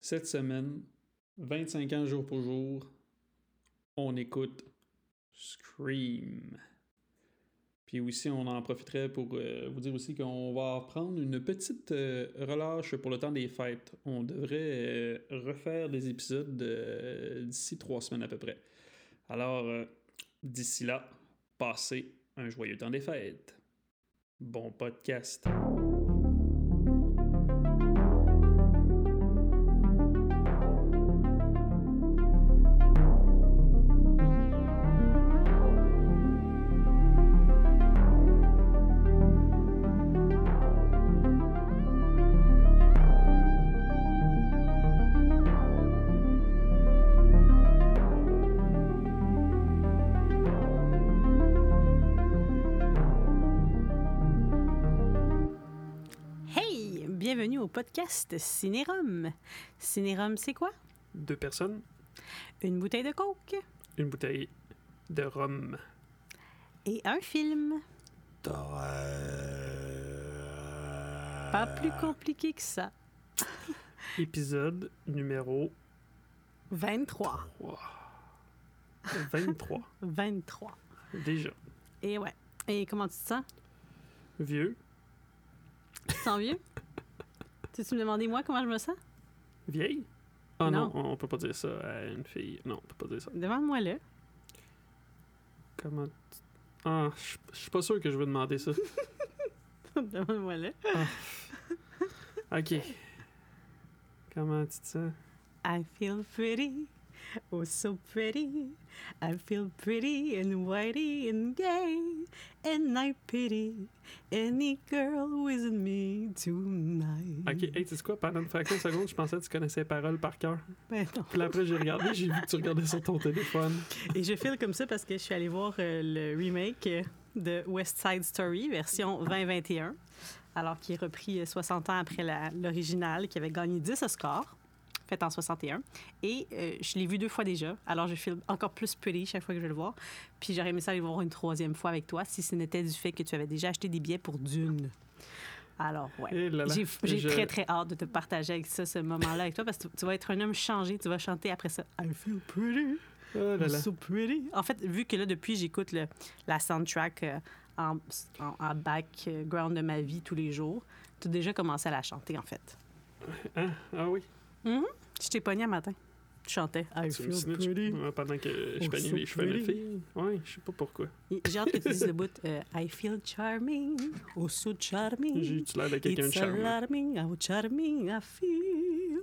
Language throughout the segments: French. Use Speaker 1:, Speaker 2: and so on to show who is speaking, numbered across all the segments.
Speaker 1: Cette semaine, 25 ans jour pour jour, on écoute Scream. Puis aussi, on en profiterait pour euh, vous dire aussi qu'on va prendre une petite euh, relâche pour le temps des fêtes. On devrait euh, refaire des épisodes euh, d'ici trois semaines à peu près. Alors, euh, d'ici là, passez un joyeux temps des fêtes. Bon podcast.
Speaker 2: bienvenue au podcast Cinérum. Cinérum, c'est quoi?
Speaker 1: Deux personnes.
Speaker 2: Une bouteille de coke.
Speaker 1: Une bouteille de rhum.
Speaker 2: Et un film. Pas plus compliqué que ça.
Speaker 1: Épisode numéro
Speaker 2: 23.
Speaker 1: 3. 23.
Speaker 2: 23.
Speaker 1: Déjà.
Speaker 2: Et Eh ouais. Et comment tu te sens?
Speaker 1: Vieux.
Speaker 2: Tu te sens vieux? Tu me demandais moi comment je me sens?
Speaker 1: Vieille? Ah oh non. non. on peut pas dire ça à une fille. Non, on peut pas dire ça.
Speaker 2: Demande-moi-le.
Speaker 1: Comment tu... Ah, je suis pas sûr que je veux demander ça.
Speaker 2: Demande-moi-le.
Speaker 1: Ah. OK. Comment tu te sens?
Speaker 2: I feel pretty. Oh, so pretty. I feel pretty and whitey and gay. And I pity any girl who isn't me tonight.
Speaker 1: Ok, hey, tu sais quoi, pendant une fraction de seconde, je pensais que tu connaissais les paroles par cœur.
Speaker 2: Ben non.
Speaker 1: Puis après, j'ai regardé, j'ai vu que tu regardais sur ton téléphone.
Speaker 2: Et je file comme ça parce que je suis allée voir euh, le remake de West Side Story, version 2021. Alors, qui est repris 60 ans après l'original, qui avait gagné 10 Oscars fait en 61. Et euh, je l'ai vu deux fois déjà. Alors, je filme encore plus pretty chaque fois que je vais le voir. Puis j'aurais aimé ça aller le voir une troisième fois avec toi si ce n'était du fait que tu avais déjà acheté des billets pour Dune. Alors,
Speaker 1: Eh
Speaker 2: ouais. J'ai je... très, très hâte de te partager avec ça, ce moment-là avec toi, parce que tu, tu vas être un homme changé. Tu vas chanter après ça I feel pretty.
Speaker 1: Oh là là.
Speaker 2: So pretty. En fait, vu que là, depuis, j'écoute la soundtrack euh, en, en, en background de ma vie tous les jours, tu as déjà commencé à la chanter, en fait.
Speaker 1: Ah, ah oui.
Speaker 2: Mm -hmm. Je t'ai pogné un matin. Tu chantais I
Speaker 1: feel pretty. Oh, Ouais, pendant que je peignais les cheveux à ma fille. Ouais, je sais pas pourquoi.
Speaker 2: J'ai hâte que tu dises le bout euh, I feel charming, oh so charming.
Speaker 1: J'ai l'air de quelqu'un de charmant.
Speaker 2: charming, how charming I feel.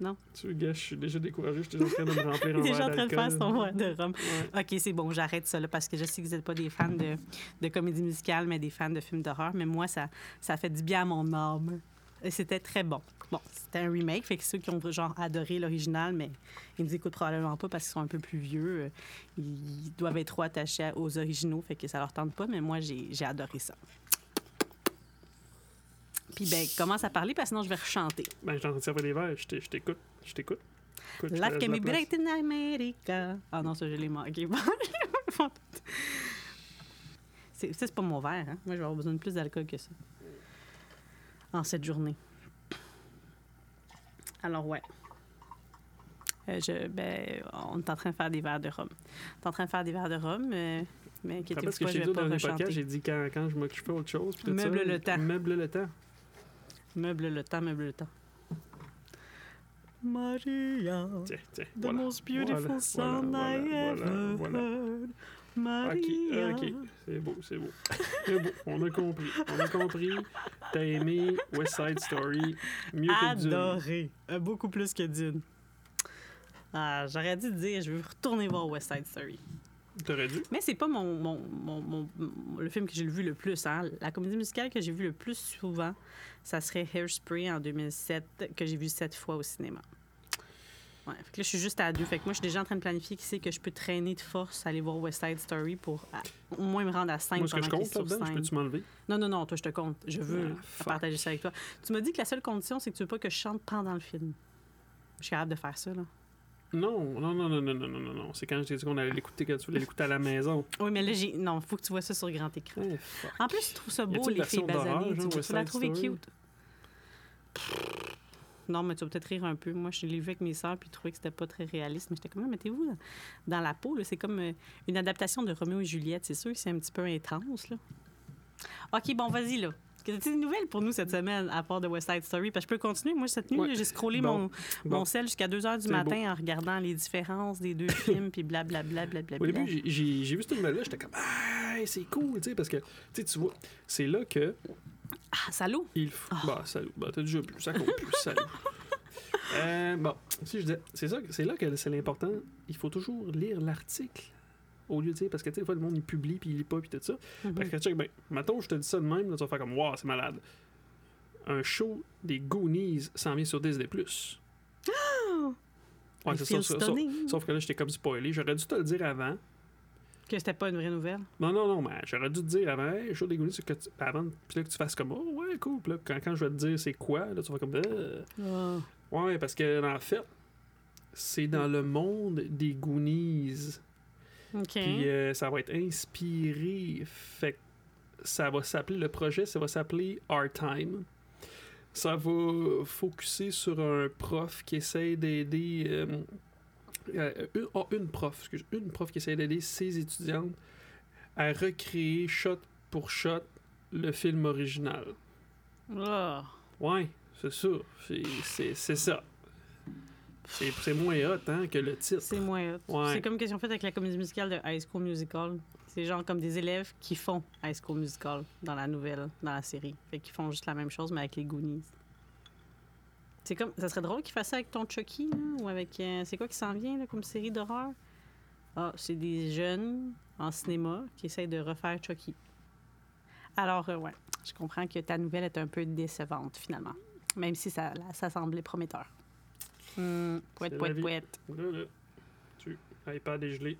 Speaker 2: Non?
Speaker 1: Tu gars, je suis déjà découragé, je suis déjà en train de me remplir en
Speaker 2: déjà en train de faire son verre de rhum. Ouais. OK, c'est bon, j'arrête ça là, parce que je sais que vous n'êtes pas des fans de, de comédie musicale, mais des fans de films d'horreur. Mais moi, ça, ça fait du bien à mon âme. C'était très bon. Bon, c'était un remake, fait que ceux qui ont genre adoré l'original, mais ils nous écoutent probablement pas parce qu'ils sont un peu plus vieux, euh, ils doivent être trop attachés aux originaux, fait que ça leur tente pas, mais moi, j'ai adoré ça. Puis ben, commence à parler, parce que sinon je vais rechanter.
Speaker 1: Ben, je t'entends servir les verres, je t'écoute, je t'écoute.
Speaker 2: Life can be great in America. Ah oh non, ça, je l'ai manqué. c'est, c'est pas mon verre, hein? Moi, je vais avoir besoin de plus d'alcool que ça en cette journée. Alors ouais. Euh, je, ben, on est en train de faire des verres de rhum. On est en train de faire des verres de rhum, euh, mais qui
Speaker 1: Parce
Speaker 2: que
Speaker 1: chez
Speaker 2: nous,
Speaker 1: dans
Speaker 2: le
Speaker 1: podcast, j'ai dit quand, quand je m'occupe autre chose. Puis tout
Speaker 2: meuble
Speaker 1: ça,
Speaker 2: le temps.
Speaker 1: Meuble le temps.
Speaker 2: Meuble le temps, meuble le temps. Maria,
Speaker 1: tiens, tiens,
Speaker 2: the
Speaker 1: voilà,
Speaker 2: most beautiful
Speaker 1: voilà,
Speaker 2: song
Speaker 1: voilà,
Speaker 2: I ever heard. Maria.
Speaker 1: OK, OK. C'est beau, c'est beau. C'est beau. On a compris. On a compris. T'as aimé West Side Story mieux
Speaker 2: Adoré.
Speaker 1: que Dune.
Speaker 2: Adoré. Euh, beaucoup plus que Dune. Ah, J'aurais dû dire, je veux retourner voir West Side Story.
Speaker 1: T'aurais dû.
Speaker 2: Mais c'est pas mon, mon, mon, mon, le film que j'ai vu le plus. Hein. La comédie musicale que j'ai vue le plus souvent, ça serait Hairspray en 2007, que j'ai vu sept fois au cinéma. Ouais, fait que là, je suis juste à deux. Fait que moi, je suis déjà en train de planifier qui c'est que je peux traîner de force à aller voir West Side Story pour à, au moins me rendre à 5
Speaker 1: Moi, ce que je
Speaker 2: pendant
Speaker 1: compte
Speaker 2: qu'il est sur
Speaker 1: là-dedans, je
Speaker 2: scène.
Speaker 1: peux-tu m'enlever?
Speaker 2: Non, non, non, toi, je te compte. Je veux
Speaker 1: Ah, fuck.
Speaker 2: partager ça avec toi. Tu m'as dit que la seule condition, c'est que tu veux pas que je chante pendant le film. Je suis capable de faire ça, là.
Speaker 1: Non, non, non, non, non, non, non, non, non. C'est quand je t'ai dit qu'on allait l'écouter quand tu voulais l'écouter à la maison.
Speaker 2: Oui, mais là, j'ai. Non, faut que tu vois ça sur grand écran.
Speaker 1: Eh, fuck.
Speaker 2: En plus, je trouve ça
Speaker 1: Y a-t-il
Speaker 2: beau,
Speaker 1: une
Speaker 2: les filles
Speaker 1: version d'horreur,
Speaker 2: basanées.
Speaker 1: genre,
Speaker 2: Tu,
Speaker 1: West
Speaker 2: tu la
Speaker 1: Side
Speaker 2: trouvé
Speaker 1: Story?
Speaker 2: cute. Non, mais tu vas peut-être rire un peu. Moi, je l'ai vu avec mes sœurs, puis je trouvais que c'était pas très réaliste. Mais j'étais comme, Ah, mettez-vous dans la peau. là. C'est comme euh, une adaptation de Roméo et Juliette. C'est sûr que c'est un petit peu intense. Là. OK, bon, vas-y, là. Qu'est-ce une nouvelle pour nous cette semaine, à part de West Side Story? Parce que je peux continuer. Moi, cette nuit,
Speaker 1: Ouais.
Speaker 2: là, j'ai scrollé
Speaker 1: Bon.
Speaker 2: mon,
Speaker 1: Bon.
Speaker 2: mon sel jusqu'à 2 h du
Speaker 1: C'est
Speaker 2: matin en regardant les différences des deux films, puis blablabla. Bla, bla,
Speaker 3: Au
Speaker 2: bla,
Speaker 3: début, j'ai- j'ai j'ai vu cette nouvelle-là, j'étais comme, ah, c'est cool, tu sais, parce que, tu sais, tu vois, c'est là que
Speaker 2: Ah, salaud!
Speaker 3: il faut. Bah, ça, bah, t'as déjà plus, ça compte plus, ça. Euh, bon, si je disais, c'est ça, c'est là que c'est l'important, il faut toujours lire l'article au lieu de dire, parce que, tu sais, des fois, le monde, il publie, puis il lit pas, puis tout ça.
Speaker 2: Mhm.
Speaker 3: Parce que, check, ben, mettons, je te dis ça de même, là, tu vas faire comme, waouh, c'est malade. Un show des Goonies s'en vient sur Disney+. Ouais,
Speaker 2: I
Speaker 3: c'est ça,
Speaker 2: feel
Speaker 3: ça- ça-
Speaker 2: stunning.
Speaker 3: Sauf que là, j'étais comme spoilé. J'aurais dû te le dire avant.
Speaker 2: Que c'était pas une vraie nouvelle.
Speaker 3: Non, non, non, mais j'aurais dû te dire avant, hey, show des Goonies, c'est que tu, avant, puis là, que tu fasses comme, oh, ouais, cool. Puis là, quand, quand je vais te dire c'est quoi, là, tu vas faire comme, Euh.
Speaker 2: Ah,
Speaker 3: ouais, parce que, en fait, c'est dans le monde des Goonies.
Speaker 2: OK.
Speaker 3: Puis euh, ça va être inspiré. Fait que ça va s'appeler, le projet, ça va s'appeler Our Time. Ça va focuser sur un prof qui essaie d'aider. euh, euh, une, oh, une prof, excuse, une prof qui essaie d'aider ses étudiantes à recréer shot pour shot le film original.
Speaker 2: Ah.
Speaker 3: Ouais, c'est ça. C'est- C'est c'est ça. C'est c'est moins hot hein, que le titre.
Speaker 2: C'est moins hot.
Speaker 3: Ouais.
Speaker 2: C'est comme question faite avec la comédie musicale de High School Musical. C'est genre comme des élèves qui font High School Musical dans la nouvelle, dans la série. Fait qu'ils font juste la même chose, mais avec les Goonies. C'est comme... Ça serait drôle qu'ils fassent ça avec ton Chucky, là, ou avec... euh, c'est quoi qui s'en vient, là, comme série d'horreur? Ah, c'est des jeunes en cinéma qui essayent de refaire Chucky. Alors, euh, ouais, je comprends que ta nouvelle est un peu décevante, finalement. Même si ça, ça semblait prometteur. Hmm,
Speaker 3: C'est
Speaker 2: pouette,
Speaker 3: la vie.
Speaker 2: pouette, pouette.
Speaker 3: Là, là. Tu. iPad est gelé.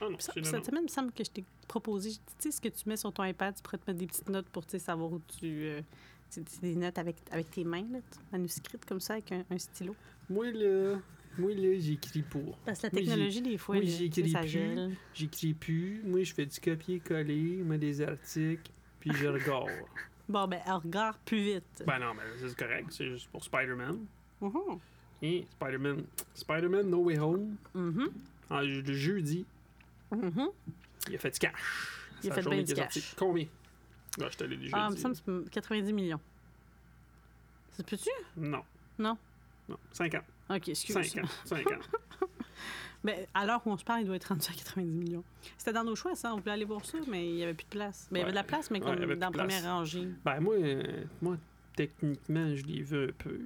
Speaker 3: Ah non,
Speaker 2: Ça-
Speaker 3: c'est
Speaker 2: Cette semaine, il me semble que je t'ai proposé, je- tu sais, ce que tu mets sur ton iPad, tu pourrais te mettre des petites notes pour tu sais, savoir où tu. euh, tu- tu- des notes avec, avec tes mains, là, tu- manuscrites comme ça, avec un, un stylo.
Speaker 3: Moi, là, moi, là, j'écris pour.
Speaker 2: Parce que la
Speaker 3: Moi, j'ai-
Speaker 2: technologie, des fois,
Speaker 3: moi,
Speaker 2: là,
Speaker 3: j'écris
Speaker 2: tu sais, ça
Speaker 3: plus.
Speaker 2: gèle.
Speaker 3: J'écris plus. Moi, je fais du copier-coller, je mets des articles, puis je regarde.
Speaker 2: Bon, ben, alors, regarde plus vite.
Speaker 3: ben non, mais c'est correct, c'est juste pour Spider-Man.
Speaker 2: Mhm.
Speaker 3: Hein, Spider-Man. Spider-Man No Way Home,
Speaker 2: Mhm.
Speaker 3: en- le jeudi,
Speaker 2: Mhm.
Speaker 3: il a fait du cash.
Speaker 2: Il a
Speaker 3: C'est la
Speaker 2: fait
Speaker 3: journée
Speaker 2: bien du
Speaker 3: qui est sortie.
Speaker 2: cash.
Speaker 3: Combien Là, je te l'ai déjà
Speaker 2: Ah, il me
Speaker 3: dit.
Speaker 2: semble que c'est 90 millions. Ça peut-tu?
Speaker 3: Non.
Speaker 2: Non.
Speaker 3: Non, 50.
Speaker 2: Ok, excuse.
Speaker 3: 50. 50.
Speaker 2: Ben, à l'heure où on se parle, il doit être rendu à 90 millions. C'était dans nos choix, ça. On voulait aller voir ça, mais il n'y avait plus de place. Ben, il y avait
Speaker 3: Ouais.
Speaker 2: de la place, mais
Speaker 3: Ouais,
Speaker 2: comme
Speaker 3: il y avait plus
Speaker 2: dans la
Speaker 3: de place.
Speaker 2: première rangée.
Speaker 3: ben, moi, euh, moi, techniquement, je l'ai vu un peu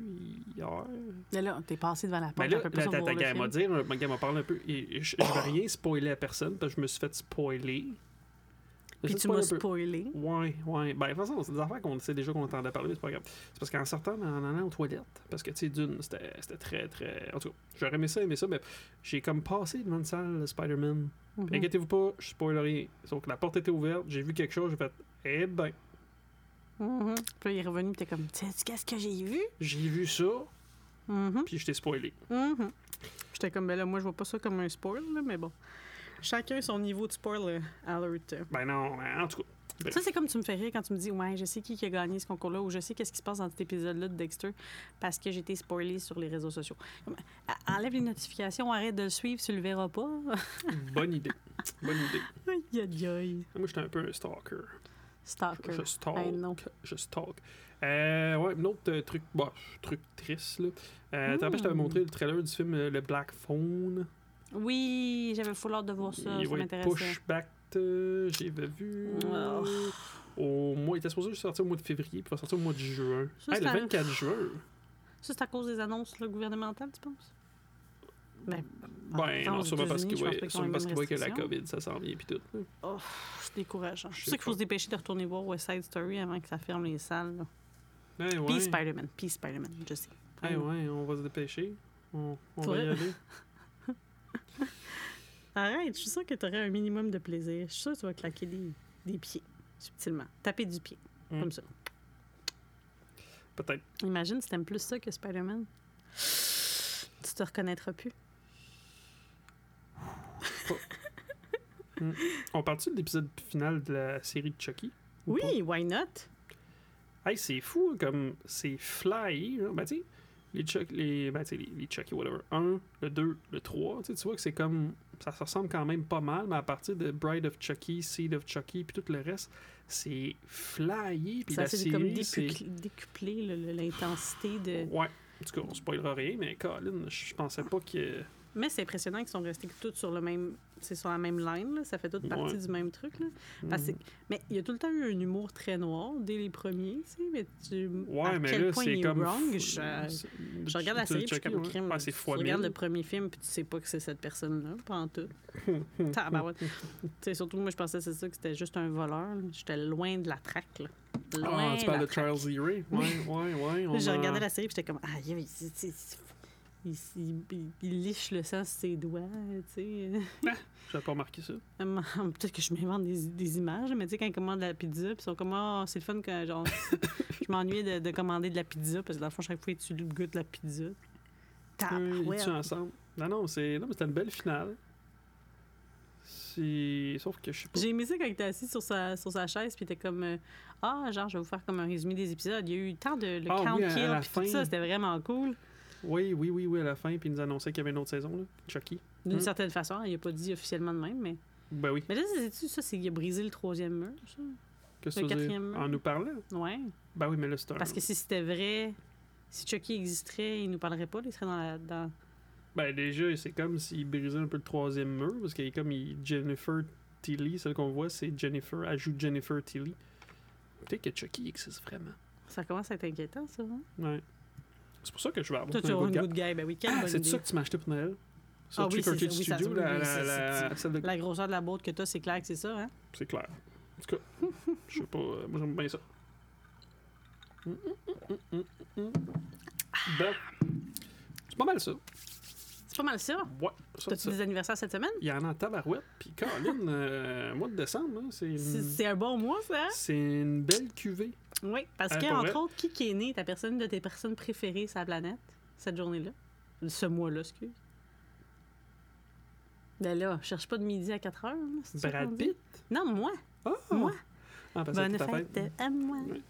Speaker 3: hier.
Speaker 2: Mais Ben là, t'es passé devant la porte.
Speaker 3: Mais là,
Speaker 2: on peut
Speaker 3: Ben là,
Speaker 2: pas
Speaker 3: t'as-
Speaker 2: savoir
Speaker 3: t'as
Speaker 2: le
Speaker 3: qu'à
Speaker 2: film.
Speaker 3: m'a dire, un- qu'à m'a parler un peu. Et, et je, je vais rien spoiler à personne parce que je me suis fait spoiler. Je
Speaker 2: Puis
Speaker 3: sais
Speaker 2: tu
Speaker 3: pas
Speaker 2: m'as
Speaker 3: un peu.
Speaker 2: spoilé.
Speaker 3: Ouais, ouais. Ben, de toute façon, c'est des affaires qu'on sait déjà qu'on entendait parler, mais c'est pas grave. C'est parce qu'en sortant, en allant aux toilettes, parce que, tu sais, d'une, c'était c'était très, très. En tout cas, j'aurais aimé ça, aimé ça, mais j'ai comme passé devant une salle de Spider-Man.
Speaker 2: Mhm.
Speaker 3: Inquiétez-vous pas, je spoil rien. Sauf que la porte était ouverte, j'ai vu quelque chose, j'ai fait, eh ben,
Speaker 2: Mhm. Puis là, il est revenu, puis t'es comme, tu qu'est-ce que j'ai vu?
Speaker 3: j'ai vu ça,
Speaker 2: Mhm.
Speaker 3: puis je t'ai spoilé.
Speaker 2: Mhm. J'étais comme, ben là, moi, je vois pas ça comme un spoil, là, mais bon. Chacun son niveau de spoil euh, alert.
Speaker 3: Ben non, ben, en tout cas.
Speaker 2: Ça, c'est comme tu me fais rire quand tu me dis, ouais, je sais qui, qui a gagné ce concours-là, ou je sais qu'est-ce qui se passe dans cet épisode-là de Dexter, parce que j'ai été spoilé sur les réseaux sociaux. Comme, en- enlève les notifications, arrête de le suivre, tu le verras pas.
Speaker 3: Bonne idée. Bonne idée.
Speaker 2: aïe, aïe, aïe.
Speaker 3: Moi, j'étais un peu un stalker.
Speaker 2: Stalker.
Speaker 3: Je stalk.
Speaker 2: Ben non.
Speaker 3: Je stalk. Euh, ouais, un autre euh, truc, bah, truc triste, là. Euh, t'as rappelles, je t'avais
Speaker 2: Mm.
Speaker 3: montré le trailer du film euh, Le Black Phone.
Speaker 2: Oui, j'avais fou l'ordre de voir ça,
Speaker 3: il
Speaker 2: ça
Speaker 3: va être
Speaker 2: m'intéressait.
Speaker 3: pushback. euh, J'avais vu.
Speaker 2: Oh.
Speaker 3: Au mois, il était supposé sortir au mois de février, puis il va sortir au mois de juin.
Speaker 2: Ça, Ah,
Speaker 3: Hey,
Speaker 2: c'est
Speaker 3: le
Speaker 2: un-
Speaker 3: 24 juin.
Speaker 2: Ça, c'est à cause des annonces là, gouvernementales, tu penses? Ben,
Speaker 3: Ben,
Speaker 2: en
Speaker 3: non, sûrement parce
Speaker 2: États-Unis,
Speaker 3: qu'il
Speaker 2: je
Speaker 3: va
Speaker 2: pense pas qu'ils ont
Speaker 3: sûrement
Speaker 2: les
Speaker 3: parce qu'il
Speaker 2: mêmes
Speaker 3: voit que la
Speaker 2: restrictions.
Speaker 3: COVID, ça s'en vient, puis tout. là.
Speaker 2: Oh, c'est décourageant.
Speaker 3: Je
Speaker 2: Je
Speaker 3: sais
Speaker 2: sais qu'il faut
Speaker 3: pas.
Speaker 2: se dépêcher de retourner voir West Side Story avant que ça ferme les salles. là.
Speaker 3: Hey, Eh ouais.
Speaker 2: Puis Spider-Man, puis Spider-Man, je sais.
Speaker 3: Hey, ouais, on va se dépêcher. On, on va y
Speaker 2: Faudrait-
Speaker 3: aller.
Speaker 2: Arrête, je suis sûre que tu aurais un minimum de plaisir. Je suis sûre que tu vas claquer des, des pieds, subtilement. Taper du pied,
Speaker 3: Mm.
Speaker 2: comme ça.
Speaker 3: Peut-être.
Speaker 2: Imagine si t'aimes plus ça que Spider-Man. Tu te reconnaîtras plus.
Speaker 3: On parle-tu de l'épisode final de la série de Chucky? ou
Speaker 2: Oui, why not?
Speaker 3: Hey, c'est fou, hein, comme c'est fly. hein. Ben, tu sais, les Chuck, les, ben, tu sais, les, les Chucky, whatever, 1, le 2, le 3, tu sais, tu vois que c'est comme, ça se ressemble quand même pas mal, mais à partir de Bride of Chucky, Seed of Chucky, puis tout le reste, c'est flyé, puis
Speaker 2: ça,
Speaker 3: la
Speaker 2: c'est comme euh.
Speaker 3: série,
Speaker 2: décuplé,
Speaker 3: c'est...
Speaker 2: décuplé, le- le- l'intensité de.
Speaker 3: Ouais, en tout cas, on spoilera rien, mais Colin, je je pensais pas que...
Speaker 2: Mais c'est impressionnant qu'ils sont restés tous sur le même, c'est sur la même ligne. là. Ça fait toute partie
Speaker 3: Ouais.
Speaker 2: du même truc. Là. Parce que-
Speaker 3: Hmm.
Speaker 2: mais il y a tout le temps eu un humour très noir dès les premiers, tu sais. Mais tu,
Speaker 3: Hmm. Ouais,
Speaker 2: à
Speaker 3: mais
Speaker 2: quel
Speaker 3: là,
Speaker 2: point il
Speaker 3: c'est
Speaker 2: est
Speaker 3: comme...
Speaker 2: wrong,
Speaker 3: fou-
Speaker 2: je,
Speaker 3: c'est-
Speaker 2: je regarde la
Speaker 3: tu-
Speaker 2: série puis je suis
Speaker 3: Chucky,
Speaker 2: comme
Speaker 3: ouais.
Speaker 2: crime.
Speaker 3: Ouais, Ah, c'est
Speaker 2: tu
Speaker 3: fois
Speaker 2: regardes
Speaker 3: mille.
Speaker 2: le premier film puis tu sais pas que c'est cette personne-là, pas en tout. Tabarouette. Tu sais, surtout moi je pensais que c'est ça que c'était juste un voleur. là. J'étais loin de la traque. là. Loin
Speaker 3: Ah, tu parles
Speaker 2: la
Speaker 3: de
Speaker 2: traque.
Speaker 3: Charles E. Ray? Ouais, ouais, ouais. on
Speaker 2: J'ai
Speaker 3: a-
Speaker 2: regardé la série puis j'étais comme ah il, il, il- il- il- il- il liche le sang sur ses doigts, tu sais.
Speaker 3: J'avais pas remarqué ça.
Speaker 2: Hum, hum, Peut-être que je m'invente des, des images, mais tu sais, quand ils commandent de la pizza, puis ils sont comme, Ah, c'est le fun que genre, je m'ennuyais de, de commander de la pizza, parce que dans le fond, chaque fois, tu goûtes la pizza.
Speaker 3: Euh, ils
Speaker 2: Tabarouette.
Speaker 3: tuent ensemble. Non, non, c'est. Non, mais c'était une belle finale. C'est. Sauf que je sais pas.
Speaker 2: J'ai aimé ça quand il était assis sur sa, sur sa chaise, puis il était comme, euh, ah, genre, je vais vous faire comme un résumé des épisodes. Il y a eu tant de le
Speaker 3: Ah oui,
Speaker 2: count
Speaker 3: à- à
Speaker 2: kill,
Speaker 3: la
Speaker 2: puis tout
Speaker 3: fin.
Speaker 2: ça, c'était vraiment cool.
Speaker 3: Oui, oui, oui, oui, à la fin, puis ils nous annonçaient qu'il y avait une autre saison, là. Chucky.
Speaker 2: D'une
Speaker 3: Mm.
Speaker 2: certaine façon, il a pas dit officiellement de même, mais.
Speaker 3: Ben oui.
Speaker 2: Mais là, c'est-tu ça, c'est qu'il a brisé le troisième mur, ça?
Speaker 3: Qu'est-ce
Speaker 2: Le
Speaker 3: que tu veux dire?
Speaker 2: quatrième.
Speaker 3: En nous parlant?
Speaker 2: Ouais.
Speaker 3: Ben oui, mais là, c'est un.
Speaker 2: Parce que si c'était vrai, si Chucky existerait, il nous parlerait pas, il serait dans la. Dans...
Speaker 3: Ben déjà, c'est comme s'il brisait un peu le troisième mur, parce qu'il est comme il- Jennifer Tilly, celle qu'on voit, c'est Jennifer. Elle joue Jennifer Tilly. Peut-être que Chucky existe vraiment.
Speaker 2: Ça commence à être inquiétant, ça. hein?
Speaker 3: Ouais. C'est pour ça que je vais avoir
Speaker 2: Toi, tu
Speaker 3: un
Speaker 2: auras une
Speaker 3: good gap.
Speaker 2: good guy. Ben oui, quelle
Speaker 3: Ah,
Speaker 2: bonne
Speaker 3: c'est
Speaker 2: idée.
Speaker 3: ça que tu m'as acheté pour Noël? Sur
Speaker 2: Ah oui,
Speaker 3: Trick or
Speaker 2: c'est-
Speaker 3: Treat
Speaker 2: oui, ça-
Speaker 3: Studio,
Speaker 2: oui,
Speaker 3: la,
Speaker 2: oui,
Speaker 3: la,
Speaker 2: c'est-
Speaker 3: la-
Speaker 2: c'est-
Speaker 3: celle de-
Speaker 2: La grosseur de la boîte que t'as, c'est clair que c'est ça, hein?
Speaker 3: C'est clair. En tout cas, je sais pas. euh, Moi, j'aime bien ça. Mm, mm, mm, mm, mm, mm. Ben, c'est pas mal ça.
Speaker 2: C'est pas mal ça.
Speaker 3: Ouais, ça,
Speaker 2: T'as-tu
Speaker 3: ça.
Speaker 2: des anniversaires cette semaine?
Speaker 3: Il y en a en tabarouette. Puis, Caroline, euh, mois de décembre, hein, c'est
Speaker 2: C'est-
Speaker 3: une,
Speaker 2: C'est un bon mois, ça? hein?
Speaker 3: c'est une belle cuvée.
Speaker 2: Oui, parce
Speaker 3: Ah,
Speaker 2: que,
Speaker 3: pour
Speaker 2: entre
Speaker 3: vrai?
Speaker 2: autres, qui qui est né, ta personne de tes personnes préférées sur la planète, cette journée-là? Ce mois-là, excuse. Ben là, cherche pas de midi à 4 heures. hein, là, c'est ça qu'on
Speaker 3: Brad
Speaker 2: dit?
Speaker 3: Pitt.
Speaker 2: Non, moi.
Speaker 3: Ah!
Speaker 2: Moi.
Speaker 3: Ah, parce que
Speaker 2: Bonne
Speaker 3: c'est ta
Speaker 2: fête
Speaker 3: fête.
Speaker 2: à moi.
Speaker 3: Ouais. Tu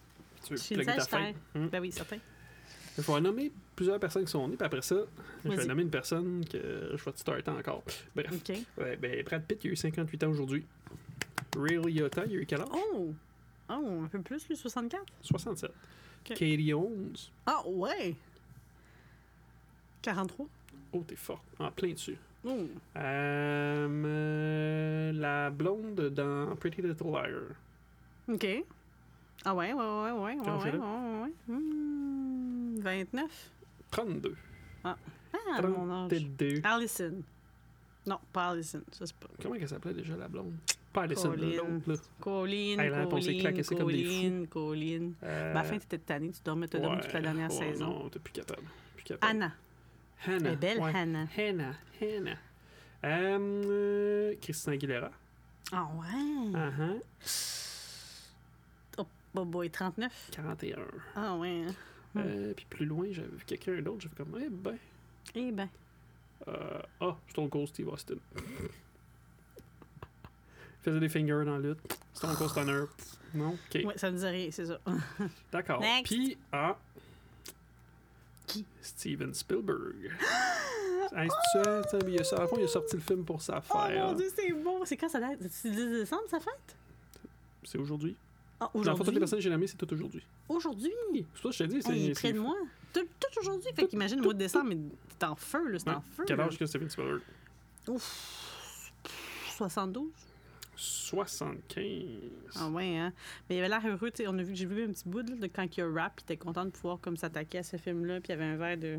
Speaker 2: Je
Speaker 3: veux
Speaker 2: suis
Speaker 3: plugger
Speaker 2: une
Speaker 3: ta
Speaker 2: sagittaire.
Speaker 3: fête. Mm.
Speaker 2: Ben oui, certain.
Speaker 3: Je vais nommer plusieurs personnes qui sont nées, puis après ça, je vais
Speaker 2: Vas-y.
Speaker 3: nommer une personne que je vais te starter encore. Bref.
Speaker 2: OK.
Speaker 3: Ouais, ben Brad Pitt, il a eu 58 ans aujourd'hui. Ray Liotta, il a eu quel âge?
Speaker 2: Oh! Oh, un peu plus, le 64?
Speaker 3: 67.
Speaker 2: Ok.
Speaker 3: Katie Holmes,
Speaker 2: Ah, ouais! 43?
Speaker 3: oh, t'es forte, en plein dessus.
Speaker 2: Oh.
Speaker 3: Euh, euh, la blonde dans Pretty Little Liar.
Speaker 2: OK. Ah ouais, ouais, ouais, ouais, ouais,
Speaker 3: Quel âge
Speaker 2: ouais, ouais,
Speaker 3: elle
Speaker 2: ouais,
Speaker 3: a?
Speaker 2: ouais. Hmm, 29?
Speaker 3: 32.
Speaker 2: Ah, mon âge.
Speaker 3: 32.
Speaker 2: Allison. Non, pas Allison, ça c'est pas...
Speaker 3: Comment elle s'appelait déjà la blonde? Pas Alison,
Speaker 2: Colin.
Speaker 3: l'autre. là.
Speaker 2: Colline,
Speaker 3: Hey, là, on s'est
Speaker 2: Colline,
Speaker 3: claqué, c'est comme des
Speaker 2: Colline, Colline.
Speaker 3: Euh,
Speaker 2: Ben, à la fin, t'étais tanné, tu dormais, t'as dormi toute la
Speaker 3: ouais,
Speaker 2: dernière
Speaker 3: ouais,
Speaker 2: saison.
Speaker 3: Non, t'es plus capable. Plus capable.
Speaker 2: Anna,
Speaker 3: Hannah.
Speaker 2: la belle
Speaker 3: ouais.
Speaker 2: Hannah.
Speaker 3: Hannah. Hannah. Euh, euh, Christina Aguilera.
Speaker 2: Ah ouais!
Speaker 3: Ah, ah.
Speaker 2: Oh, boy, boy, 39?
Speaker 3: 41.
Speaker 2: Ah ouais. Hmm.
Speaker 3: Euh, puis plus loin, j'avais vu quelqu'un d'autre, j'avais comme, eh ben.
Speaker 2: Eh ben,
Speaker 3: Euh, ah, Stone Cold Steve Austin. Il faisait des fingers dans la lutte. Stone Cold Stunner. Non? Ok.
Speaker 2: ouais, ça ne dit rien, c'est ça.
Speaker 3: Oh D'accord.
Speaker 2: Next.
Speaker 3: Puis, ah.
Speaker 2: Qui?
Speaker 3: Steven Spielberg. hey, c'est ça, tu sais, mais il a, sor- à la fois, il a sorti le film pour sa
Speaker 2: Oh
Speaker 3: fête.
Speaker 2: mon dieu, c'est beau! C'est quand ça date? C'est le 10 décembre, ça fait?
Speaker 3: c'est aujourd'hui.
Speaker 2: Ah,
Speaker 3: Dans le fond, toutes les
Speaker 2: aujourd'hui?
Speaker 3: personnes que j'ai nommées, c'est tout aujourd'hui.
Speaker 2: Aujourd'hui?
Speaker 3: C'est pour ça que je te dis, c'est.
Speaker 2: Hey, il est
Speaker 3: c'est-
Speaker 2: près de moi. Tout, tout aujourd'hui. Fait qu'imagine, le mois de décembre, mais t'es en feu, là. C'est
Speaker 3: Ouais.
Speaker 2: en feu.
Speaker 3: Quel
Speaker 2: là.
Speaker 3: âge que Steven Spielberg?
Speaker 2: Ouf. 72.
Speaker 3: 75.
Speaker 2: Ah ouais, hein. Mais il avait l'air heureux, tu sais. On a vu, j'ai vu un petit bout, là, de quand il a rap, il était content de pouvoir, comme, s'attaquer à ce film-là. Puis il y avait un verre de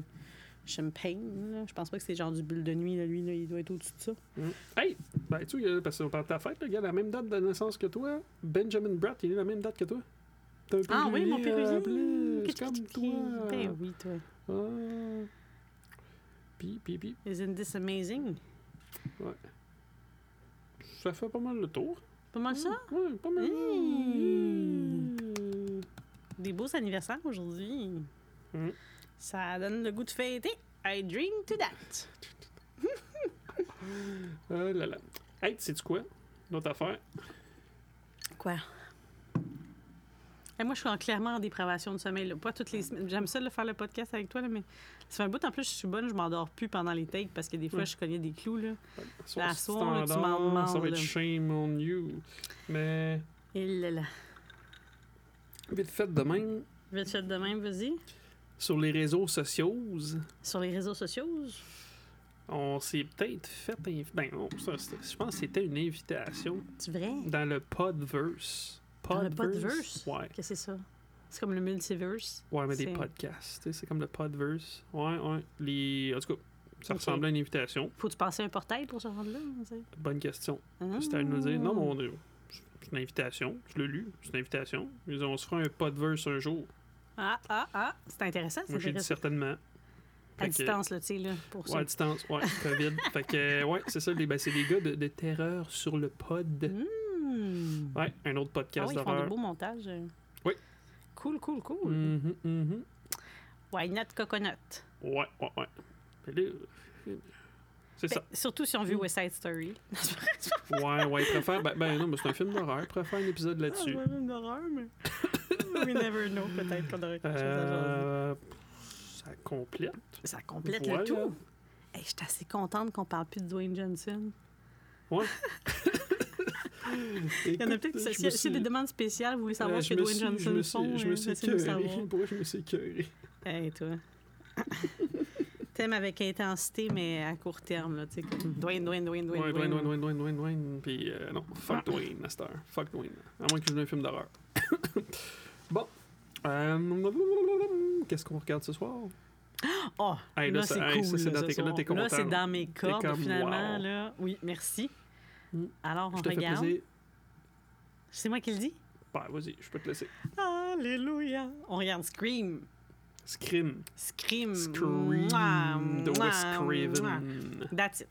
Speaker 2: champagne, là. Je pense pas que c'est genre du bulle de nuit, là. Lui, là, il doit être au-dessus de ça.
Speaker 3: Mm. Hey! Ben, tu sais, parce qu'on parle de ta fête, le gars, la même date de naissance que toi. Benjamin Bratt, il est la même date que toi. T'as un peu
Speaker 2: Ah oui,
Speaker 3: lui,
Speaker 2: mon
Speaker 3: euh,
Speaker 2: père
Speaker 3: plus comme toi.
Speaker 2: Ben euh. oui, toi.
Speaker 3: Ah. Puis, puis, puis,
Speaker 2: Isn't this amazing?
Speaker 3: ça fait pas mal le tour.
Speaker 2: Pas mal ça?
Speaker 3: Ouais, pas mal.
Speaker 2: Mm.
Speaker 3: Mm.
Speaker 2: Des beaux anniversaires aujourd'hui.
Speaker 3: Mm.
Speaker 2: Ça donne le goût de fêter. I dream to that.
Speaker 3: Oh là là. Hey, sais-tu quoi? Notre affaire.
Speaker 2: Quoi? Et moi, je suis en- clairement en dépravation de sommeil. là. Pas toutes les semaines. J'aime ça, là, faire le podcast avec toi, là, mais ça fait un bout. En plus, je suis bonne, je m'endors plus pendant les takes parce que des fois,
Speaker 3: Ouais.
Speaker 2: je connais des clous. Là.
Speaker 3: Soit
Speaker 2: La
Speaker 3: si tu
Speaker 2: soirée, tu m'en
Speaker 3: t'endors, ça
Speaker 2: demandes,
Speaker 3: va
Speaker 2: là.
Speaker 3: être shame on you. Mais
Speaker 2: Et Eh là, là.
Speaker 3: vite fait de même,
Speaker 2: Vite fait de même, vas-y.
Speaker 3: sur les réseaux sociaux,
Speaker 2: Sur les réseaux sociaux.
Speaker 3: on s'est peut-être fait. inv- Ben, on- ça, c'était- je pense que c'était une invitation
Speaker 2: C'est vrai?
Speaker 3: dans le Podverse.
Speaker 2: Dans le Podverse?
Speaker 3: Ouais.
Speaker 2: Qu'est-ce que c'est ça? C'est comme le multiverse.
Speaker 3: Ouais, mais des
Speaker 2: C'est-
Speaker 3: podcasts. tu sais, C'est comme le Podverse. Ouais, ouais. Les... En tout cas, ça
Speaker 2: Ok.
Speaker 3: ressemblait à une invitation.
Speaker 2: Faut-tu passer un portail pour se rendre là?
Speaker 3: Bonne question.
Speaker 2: Ah.
Speaker 3: C'était à nous dire, non, mais on- c'est une invitation. Je l'ai lu. C'est une invitation. Ils ont on se fera un Podverse un jour.
Speaker 2: Ah, ah, ah. C'est intéressant, c'est
Speaker 3: Moi, j'ai dit
Speaker 2: intéressant.
Speaker 3: certainement.
Speaker 2: À
Speaker 3: Fait que-
Speaker 2: distance, là, tu sais, là, pour
Speaker 3: Ouais,
Speaker 2: ça.
Speaker 3: à distance, ouais, COVID. fait que, euh, ouais, c'est ça, les- ben, c'est des gars de, de terreur sur le pod.
Speaker 2: Hmm.
Speaker 3: Ouais, un autre
Speaker 2: Ah
Speaker 3: podcast
Speaker 2: oui, ils font des
Speaker 3: d'horreur.
Speaker 2: beaux montages. euh.
Speaker 3: Oui.
Speaker 2: Cool, cool, cool.
Speaker 3: Mhm, mhm.
Speaker 2: Why not coconut?
Speaker 3: Ouais, ouais, ouais. Mais là, euh, c'est ça.
Speaker 2: Ben, surtout si on veut
Speaker 3: Mm.
Speaker 2: West Side Story.
Speaker 3: Ouais, ouais, ils préfèrent. Ben, ben non, mais c'est un film d'horreur. Ils préfèrent un épisode
Speaker 2: Ah,
Speaker 3: là-dessus.
Speaker 2: une horreur, mais. We never know, peut-être qu'on aurait quelque chose à jaser.
Speaker 3: Euh, ça complète.
Speaker 2: Ça complète
Speaker 3: voilà.
Speaker 2: le tout. Hey, je suis assez contente qu'on parle plus de Dwayne Johnson. Il y en a peut-être qui. s'il
Speaker 3: Écoute, je me
Speaker 2: y a- s'il y a
Speaker 3: suis-
Speaker 2: des demandes spéciales, vous voulez savoir
Speaker 3: Euh,
Speaker 2: ce que Dwayne Johnson
Speaker 3: je me suis,
Speaker 2: font,
Speaker 3: je
Speaker 2: euh,
Speaker 3: me suis
Speaker 2: laissez-nous
Speaker 3: écoeuré.
Speaker 2: savoir.
Speaker 3: Pourquoi je me suis écoeuré?
Speaker 2: Hey, toi. T'aimes avec intensité, mais à court terme, là, tu sais. comme Dwayne, Dwayne, Dwayne, Dwayne.
Speaker 3: Mm-hmm.
Speaker 2: Ah.
Speaker 3: Ouais, Dwayne, Dwayne, Dwayne, Dwayne, Dwayne, Dwayne. Puis euh, non, fuck Dwayne à cette heure. Fuck Dwayne. À moins que je joue un film d'horreur. bon. Euh, Qu'est-ce qu'on regarde ce soir?
Speaker 2: Oh,
Speaker 3: Hey,
Speaker 2: là,
Speaker 3: là, ça-
Speaker 2: c'est
Speaker 3: hey,
Speaker 2: cool.
Speaker 3: ça, c'est
Speaker 2: là,
Speaker 3: dans
Speaker 2: ce
Speaker 3: tes- là,
Speaker 2: soir.
Speaker 3: t'es content,
Speaker 2: Là, c'est
Speaker 3: là.
Speaker 2: dans mes cordes,
Speaker 3: comme,
Speaker 2: finalement.
Speaker 3: wow.
Speaker 2: Là. Oui, merci.
Speaker 3: Mm.
Speaker 2: Alors, on
Speaker 3: je te fais
Speaker 2: regarde.
Speaker 3: plaisir.
Speaker 2: C'est moi qui le dis.
Speaker 3: Bah, vas-y, je peux te laisser.
Speaker 2: Alléluia. On regarde Scream.
Speaker 3: Scream.
Speaker 2: Scream.
Speaker 3: Scream.
Speaker 2: Mouah,
Speaker 3: de
Speaker 2: mouah,
Speaker 3: Wes
Speaker 2: mouah.
Speaker 3: Craven.
Speaker 2: That's it.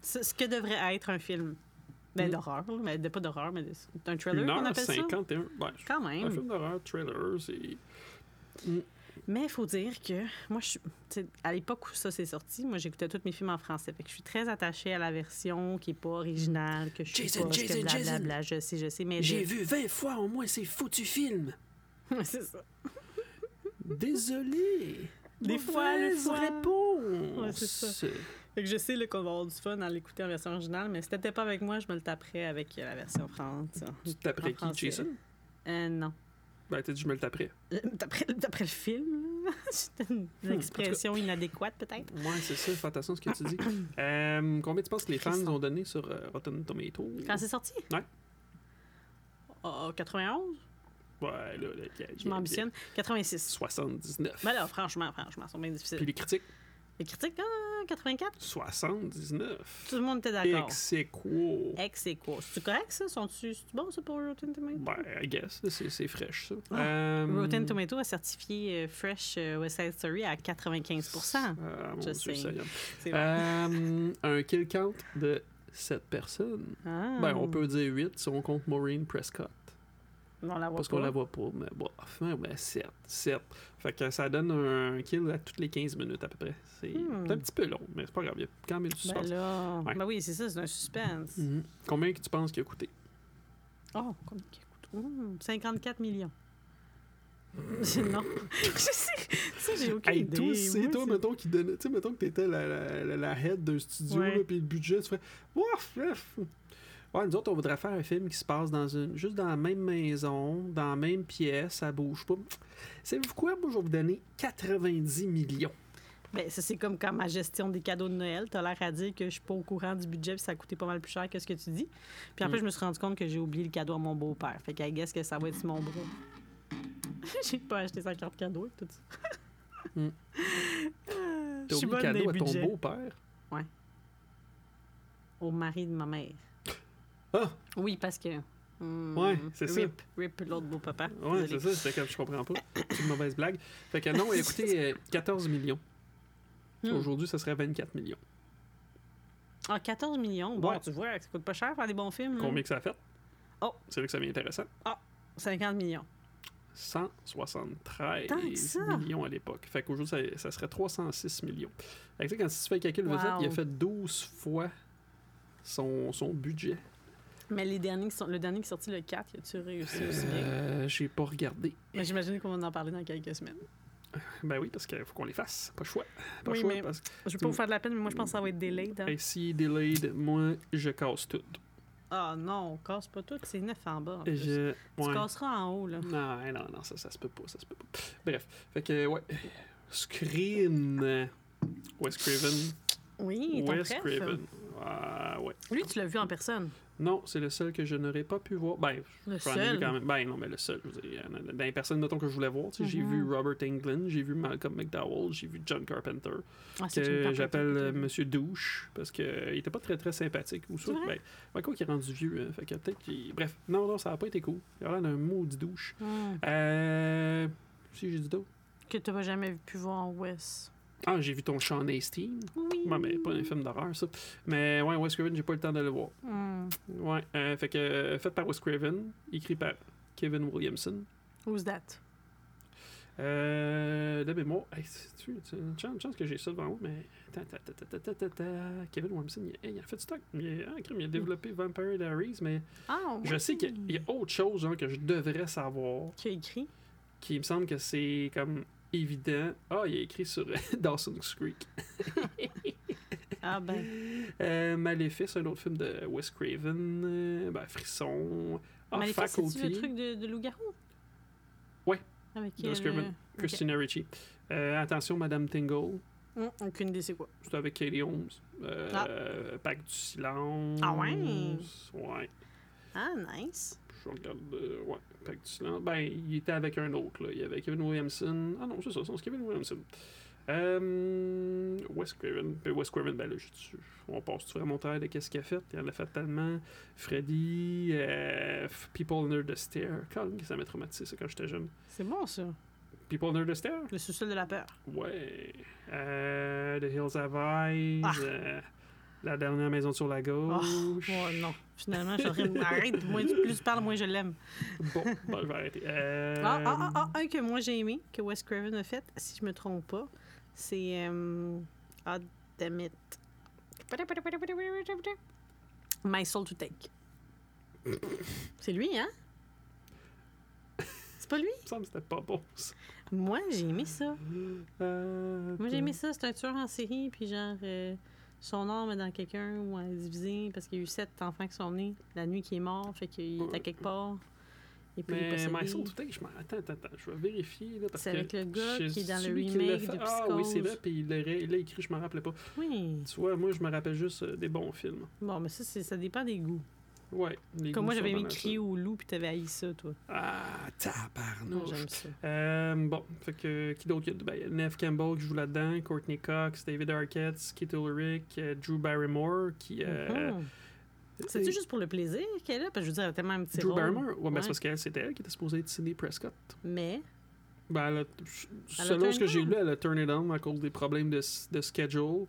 Speaker 2: C'est ce que devrait être un film. Ben,
Speaker 3: Mm.
Speaker 2: d'horreur. là, Mais de- pas d'horreur, mais de- c'est un thriller, on
Speaker 3: 1h51.
Speaker 2: appelle ça.
Speaker 3: Ouais,
Speaker 2: Quand
Speaker 3: un
Speaker 2: même.
Speaker 3: film d'horreur, trailer, c'est.
Speaker 2: Mais il faut dire que moi, je suis, tu sais, à l'époque où ça s'est sorti, moi, j'écoutais tous mes films en français. Fait que je suis très attachée à la version qui n'est pas originale, que je suis
Speaker 3: Jason,
Speaker 2: pas, que
Speaker 3: Jason,
Speaker 2: blablabla,
Speaker 3: Jason.
Speaker 2: je sais, je sais, mais... de-
Speaker 3: vu 20 fois au moins ces foutus films.
Speaker 2: C'est ça.
Speaker 3: Désolé.
Speaker 2: Des fois, le
Speaker 3: Mauvaise
Speaker 2: fois.
Speaker 3: réponse.
Speaker 2: Ouais, c'est ça. Fait que je sais là, qu'on va avoir du fun à l'écouter en version originale, mais si t'étais pas avec moi, je me le taperais avec euh, la version française.
Speaker 3: Tu te taperais
Speaker 2: En
Speaker 3: qui,
Speaker 2: français.
Speaker 3: Jason?
Speaker 2: Euh, non.
Speaker 3: Ben, t'as dit, je me le taperais.
Speaker 2: Euh, D'après d'après le film, là. c'était une, une
Speaker 3: Hmm,
Speaker 2: expression inadéquate, peut-être.
Speaker 3: Ouais, c'est ça, fais attention à ce que tu dis. Euh, combien tu penses que les fans
Speaker 2: Tristan.
Speaker 3: ont donné sur euh, Rotten Tomatoes?
Speaker 2: Quand c'est sorti?
Speaker 3: Ouais.
Speaker 2: Oh, 91?
Speaker 3: Ouais, là, là, y a- y a-
Speaker 2: Je m'ambitionne. 86.
Speaker 3: 79.
Speaker 2: Mais là, franchement, franchement, ils sont bien difficiles.
Speaker 3: Puis les critiques,
Speaker 2: Les critiques, ah, 84,
Speaker 3: 79.
Speaker 2: tout le monde était d'accord.
Speaker 3: Ex aequo.
Speaker 2: Ex et quoi? C'est correct, ça? Sont-tu c'est-tu bon, ça, pour Rotten Tomatoes?
Speaker 3: Ben, I guess, là, c'est c'est fraîche, ça.
Speaker 2: Ah,
Speaker 3: Euh,
Speaker 2: Rotten Tomatoes a certifié euh, Fresh euh, West Side Story à 95
Speaker 3: Ah, mon
Speaker 2: Je
Speaker 3: Dieu,
Speaker 2: sais.
Speaker 3: Seigneur.
Speaker 2: C'est bon.
Speaker 3: Euh, un kill count de 7 personnes.
Speaker 2: Ah.
Speaker 3: Ben, on peut dire 8 si on compte Maureen Prescott.
Speaker 2: On la voit
Speaker 3: Parce
Speaker 2: pas.
Speaker 3: qu'on la voit pas, mais bon, enfin, ben, 7. 7. Fait que ça donne un kill à toutes les 15 minutes à peu près. C'est
Speaker 2: Hmm.
Speaker 3: c'est un petit peu long, mais c'est pas grave, il y a quand même du
Speaker 2: Ben
Speaker 3: suspense.
Speaker 2: là.
Speaker 3: Ouais.
Speaker 2: Ben oui, c'est ça, c'est un suspense.
Speaker 3: Mhm. Combien que tu penses qu'il a coûté?
Speaker 2: Oh, combien qu'il coûte? Hum, 54 millions. non. je sais. Ça, j'ai aucune
Speaker 3: Hey,
Speaker 2: idée.
Speaker 3: toi, c'est
Speaker 2: Moi,
Speaker 3: toi,
Speaker 2: c'est-
Speaker 3: mettons, qui donnait. Tu sais, mettons que t'étais la, la, la- la head d'un studio,
Speaker 2: Ouais.
Speaker 3: là, puis le budget, tu fais. Ouf, ouf. Ouais, nous autres, on voudrait faire un film qui se passe dans une, juste dans la même maison, dans la même pièce, ça bouge pas. Savez-vous quoi? Moi, je vais vous donner 90 millions.
Speaker 2: Ben, ça, c'est comme quand ma gestion des cadeaux de Noël, t'as l'air à dire que je suis pas au courant du budget, puis ça a coûté pas mal plus cher que ce que tu dis. Puis après,
Speaker 3: Mm.
Speaker 2: je me suis rendu compte que j'ai oublié le cadeau à mon beau-père. Fait qu'à guess que ça va être sur mon bras. j'ai pas acheté 50 cadeaux et tout ça.
Speaker 3: Mm.
Speaker 2: Euh,
Speaker 3: T'as
Speaker 2: Je suis
Speaker 3: oublié le
Speaker 2: bonne
Speaker 3: cadeau
Speaker 2: des
Speaker 3: à ton
Speaker 2: budgets.
Speaker 3: beau-père.
Speaker 2: Au mari de ma mère.
Speaker 3: Ah!
Speaker 2: Oui, parce que. hum,
Speaker 3: Ouais, c'est ça.
Speaker 2: rip, Rip l'autre beau-papa.
Speaker 3: Ouais, c'est
Speaker 2: Désolée.
Speaker 3: ça, c'était comme je comprends pas. C'est une mauvaise blague. Fait que non, écoutez, 14 millions.
Speaker 2: Hmm.
Speaker 3: Aujourd'hui, ça serait 24 millions.
Speaker 2: Ah, 14 millions. Bon,
Speaker 3: Ouais.
Speaker 2: tu vois, ça coûte pas cher faire des bons films. là.
Speaker 3: Combien que ça a fait?
Speaker 2: Hmm. Oh.
Speaker 3: C'est là que ça devient intéressant.
Speaker 2: 50 millions.
Speaker 3: 173
Speaker 2: Tant que ça.
Speaker 3: millions à l'époque. Fait qu'aujourd'hui, ça, ça serait 306 millions. Fait que, tu sais, quand tu fais le calcul, vas-y,
Speaker 2: Wow.
Speaker 3: il a fait 12 fois son, son budget.
Speaker 2: Mais les derniers qui sont, le dernier qui est sorti, le 4, as-tu réussi aussi bien?
Speaker 3: Euh, J'ai pas regardé.
Speaker 2: Mais J'imagine qu'on va en parler dans quelques semaines.
Speaker 3: Ben oui, parce qu'il faut qu'on les fasse. Pas le choix. Pas le
Speaker 2: Oui,
Speaker 3: choix,
Speaker 2: mais-
Speaker 3: parce que
Speaker 2: Je vais pas vous faire de la peine, mais moi, je pense que ça va être delayed. hein.
Speaker 3: hey, si delayed, moi, je casse tout.
Speaker 2: Ah non, on casse pas tout. Ah, C'est neuf en bas. en plus.
Speaker 3: Je...
Speaker 2: Tu
Speaker 3: ouais.
Speaker 2: casseras en haut, là.
Speaker 3: Non, hein, non, non, ça, ça se peut pas, ça se peut pas. Bref, fait que, ouais. Screen. Wes Craven.
Speaker 2: Oui, ton
Speaker 3: Wes
Speaker 2: préf.
Speaker 3: Craven. Ah, ouais.
Speaker 2: Lui, tu l'as vu en personne.
Speaker 3: Non, c'est le seul que je n'aurais pas pu voir. Ben,
Speaker 2: Le
Speaker 3: j'en ai vu
Speaker 2: seul.
Speaker 3: quand même. Ben, non, mais le seul. je veux dire, il y en a- Dans les personnes, mettons, que je voulais voir, tu sais, j'ai
Speaker 2: Mhm.
Speaker 3: vu Robert Englund, j'ai vu Malcolm McDowell, j'ai vu John Carpenter.
Speaker 2: Ah, c'est une
Speaker 3: que
Speaker 2: carte
Speaker 3: j'appelle euh,
Speaker 2: de-
Speaker 3: Monsieur Douche parce que euh, il était pas très très sympathique ou ça.
Speaker 2: C'est vrai?
Speaker 3: Ben, ben, quoi qu'il est rendu vieux, hein, fait que peut-être qu'il- bref, non non, ça a pas été cool. Il a l'air d'un maudit douche.
Speaker 2: Hum,
Speaker 3: Euh si j'ai dit d'autres.
Speaker 2: Que tu n'as jamais pu voir en West.
Speaker 3: Ah, j'ai vu ton Sean Astin.
Speaker 2: Oui.
Speaker 3: Bon, mais pas un film d'horreur ça. Mais ouais, Wes Craven, j'ai pas eu le temps de le voir.
Speaker 2: Hum,
Speaker 3: Ouais, euh, fait que euh, fait par Wes Craven, écrit par Kevin Williamson.
Speaker 2: Who's that?
Speaker 3: Euh, de mémoire, hey, c'est tu- c'est une chan- chance que j'ai ça devant moi, mais. ta- ta- ta- ta- ta- ta- ta- ta- Kevin Williamson, il, a- hey, il a fait du stock. Il a, ah, crime, il
Speaker 2: Mm.
Speaker 3: a développé Vampire Diaries, mais
Speaker 2: Ah,
Speaker 3: je sais qu'il y a- il y a autre chose hein, que je devrais savoir,
Speaker 2: Qui a écrit?
Speaker 3: qui me semble que c'est comme évident. Ah, il a écrit sur Dawson's Creek.
Speaker 2: Ah ben,
Speaker 3: Euh, Maléfice, un autre film de Wes Craven. euh, ben, Frisson. Ah,
Speaker 2: mais c'est
Speaker 3: Faculty.
Speaker 2: le truc de, de loup-garou?
Speaker 3: Ouais.
Speaker 2: Avec
Speaker 3: De
Speaker 2: euh,
Speaker 3: Screaming
Speaker 2: le-
Speaker 3: Christina Ricci. Euh, attention, Madame Tingle.
Speaker 2: Ok. Hum, aucune idée c'est quoi.
Speaker 3: C'était avec Kelly Holmes. Euh, Pacte du silence.
Speaker 2: Ah ouais?
Speaker 3: Ouais.
Speaker 2: Ah, nice.
Speaker 3: Je regarde. euh, ouais, Pacte du silence. Ben, il était avec un autre, là. Il y avait Kevin Williamson. Ah non, c'est ça, c'est Kevin Williamson. Euh, Wes Craven. Ben, Wes Craven, ben là, j'ai- on passe-tu vraiment au travers de qu'est-ce qu'il a fait? Il en a fait tellement. Freddy, euh, F- People Under the Stair. Calme, ça m'a traumatisé, ça, quand j'étais jeune.
Speaker 2: C'est bon, ça.
Speaker 3: People Under the Stair?
Speaker 2: Le sous-sol de la peur.
Speaker 3: Ouais. Euh, The Hills Have Eyes.
Speaker 2: Ah.
Speaker 3: euh, la dernière maison sur la gauche.
Speaker 2: Oh non. Finalement, je rime. Arrête. Moins, plus tu parles, moins je l'aime.
Speaker 3: Bon, bon, je vais arrêter. Euh,
Speaker 2: Ah, ah, ah, ah, un que moi j'ai aimé, que Wes Craven a fait, si je me trompe pas, c'est. euh, ah, damn it. My Soul to Take. C'est lui, hein? C'est pas lui?
Speaker 3: Il me semble que c'était pas bon. ça.
Speaker 2: Moi, j'ai aimé ça.
Speaker 3: Euh,
Speaker 2: Moi, j'ai aimé ça. C'est un tueur en série, puis genre, euh, son âme est dans quelqu'un ou elle est divisée, parce qu'il y a eu sept enfants qui sont nés la nuit qu'il est mort, fait qu'il est à quelque part. Et puis, il est
Speaker 3: Mais
Speaker 2: possédé.
Speaker 3: My Soul Today, je m'en. Attends, attends, attends. Je vais vérifier. Là, parce
Speaker 2: C'est
Speaker 3: que
Speaker 2: avec le gars
Speaker 3: je-
Speaker 2: qui est dans le
Speaker 3: celui qui l'a
Speaker 2: remake
Speaker 3: fait-
Speaker 2: de
Speaker 3: Ah oui, c'est
Speaker 2: Psychose.
Speaker 3: vrai. Puis il l'a il l'a écrit, je m'en rappelais pas.
Speaker 2: Oui.
Speaker 3: Tu vois, moi, je me rappelle juste euh, des bons films.
Speaker 2: Bon, mais ça, c'est- ça dépend des goûts.
Speaker 3: Ouais. les
Speaker 2: Comme
Speaker 3: goûts
Speaker 2: moi,
Speaker 3: sont
Speaker 2: j'avais
Speaker 3: dans
Speaker 2: mis
Speaker 3: la-
Speaker 2: Crier au loup, puis t'avais haï ça, toi.
Speaker 3: Ah,
Speaker 2: Moi,
Speaker 3: tabarnouche.
Speaker 2: j'aime ça.
Speaker 3: Euh, bon, fait que qui d'autre Il y a- ben, il y a Neve Campbell qui joue là-dedans, Courtney Cox, David Arquette, Keith Ulrich, euh, Drew Barrymore qui. euh,
Speaker 2: Mhm. C'est-tu
Speaker 3: euh,
Speaker 2: juste pour le plaisir qu'elle a? Parce que je veux dire, elle a tellement un petit
Speaker 3: Drew
Speaker 2: rôle.
Speaker 3: Barrymore Ouais, ben,
Speaker 2: Ouais.
Speaker 3: c'est parce qu'elle, c'était elle qui était supposée être Sidney Prescott.
Speaker 2: Mais,
Speaker 3: Ben, elle a- selon
Speaker 2: turn
Speaker 3: ce que
Speaker 2: it
Speaker 3: j'ai
Speaker 2: down.
Speaker 3: lu, elle a turn it down à cause des problèmes de, s- de schedule.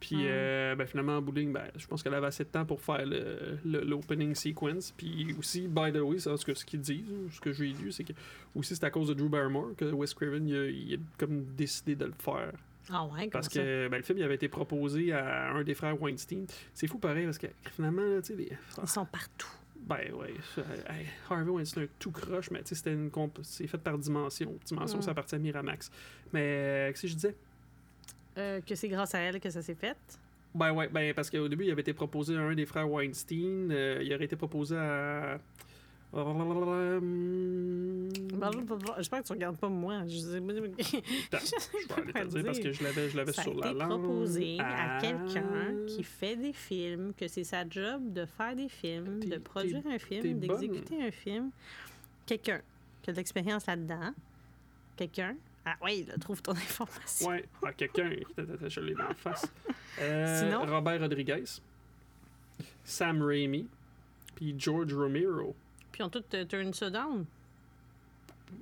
Speaker 3: Puis,
Speaker 2: Ah.
Speaker 3: euh, ben, finalement, en bout de ligne, ben, je pense qu'elle avait assez de temps pour faire le- le- l'opening sequence. Puis aussi, by the way, c'est en tout cas ce qu'ils disent, hein, ce que j'ai lu, c'est que aussi c'est à cause de Drew Barrymore que Wes Craven il a- il a comme décidé de le faire.
Speaker 2: ah ouais,
Speaker 3: Parce
Speaker 2: comme ça.
Speaker 3: que ben, le film il avait été proposé à un des frères Weinstein. C'est fou pareil parce que finalement, là, tu sais, les-
Speaker 2: Ils sont partout.
Speaker 3: ben ouais, ça- hey, Harvey Weinstein, un tout croche, mais tu sais, c'était une comp- c'est fait par dimension. Dimension,
Speaker 2: Mm.
Speaker 3: ça appartient à Miramax. Mais euh, qu'est-ce que je disais?
Speaker 2: Euh, que c'est grâce à elle que ça s'est fait.
Speaker 3: Ben ouais, ben parce qu'au début, il avait été proposé à un des frères Weinstein. euh, il aurait été proposé à. euh,
Speaker 2: Ben,
Speaker 3: Hum,
Speaker 2: J'espère que tu regardes pas moi. Je sais
Speaker 3: attends, je vais aller te le dire parce que je l'avais, je l'avais
Speaker 2: ça a
Speaker 3: sur la
Speaker 2: été
Speaker 3: langue.
Speaker 2: proposé à
Speaker 3: Ah.
Speaker 2: quelqu'un qui fait des films, que c'est sa job de faire des films,
Speaker 3: T'es-
Speaker 2: de
Speaker 3: t'es-
Speaker 2: produire un
Speaker 3: t'es
Speaker 2: film,
Speaker 3: bonne.
Speaker 2: d'exécuter un film. Quelqu'un qui a de l'expérience là-dedans. Quelqu'un. Ah oui, là, trouve ton information.
Speaker 3: Ouais, à quelqu'un. Attends, attends, Je l'ai dans la face. Euh,
Speaker 2: Sinon-
Speaker 3: Robert Rodriguez, Sam Raimi, puis George Romero.
Speaker 2: Puis on tout euh, turn ça down.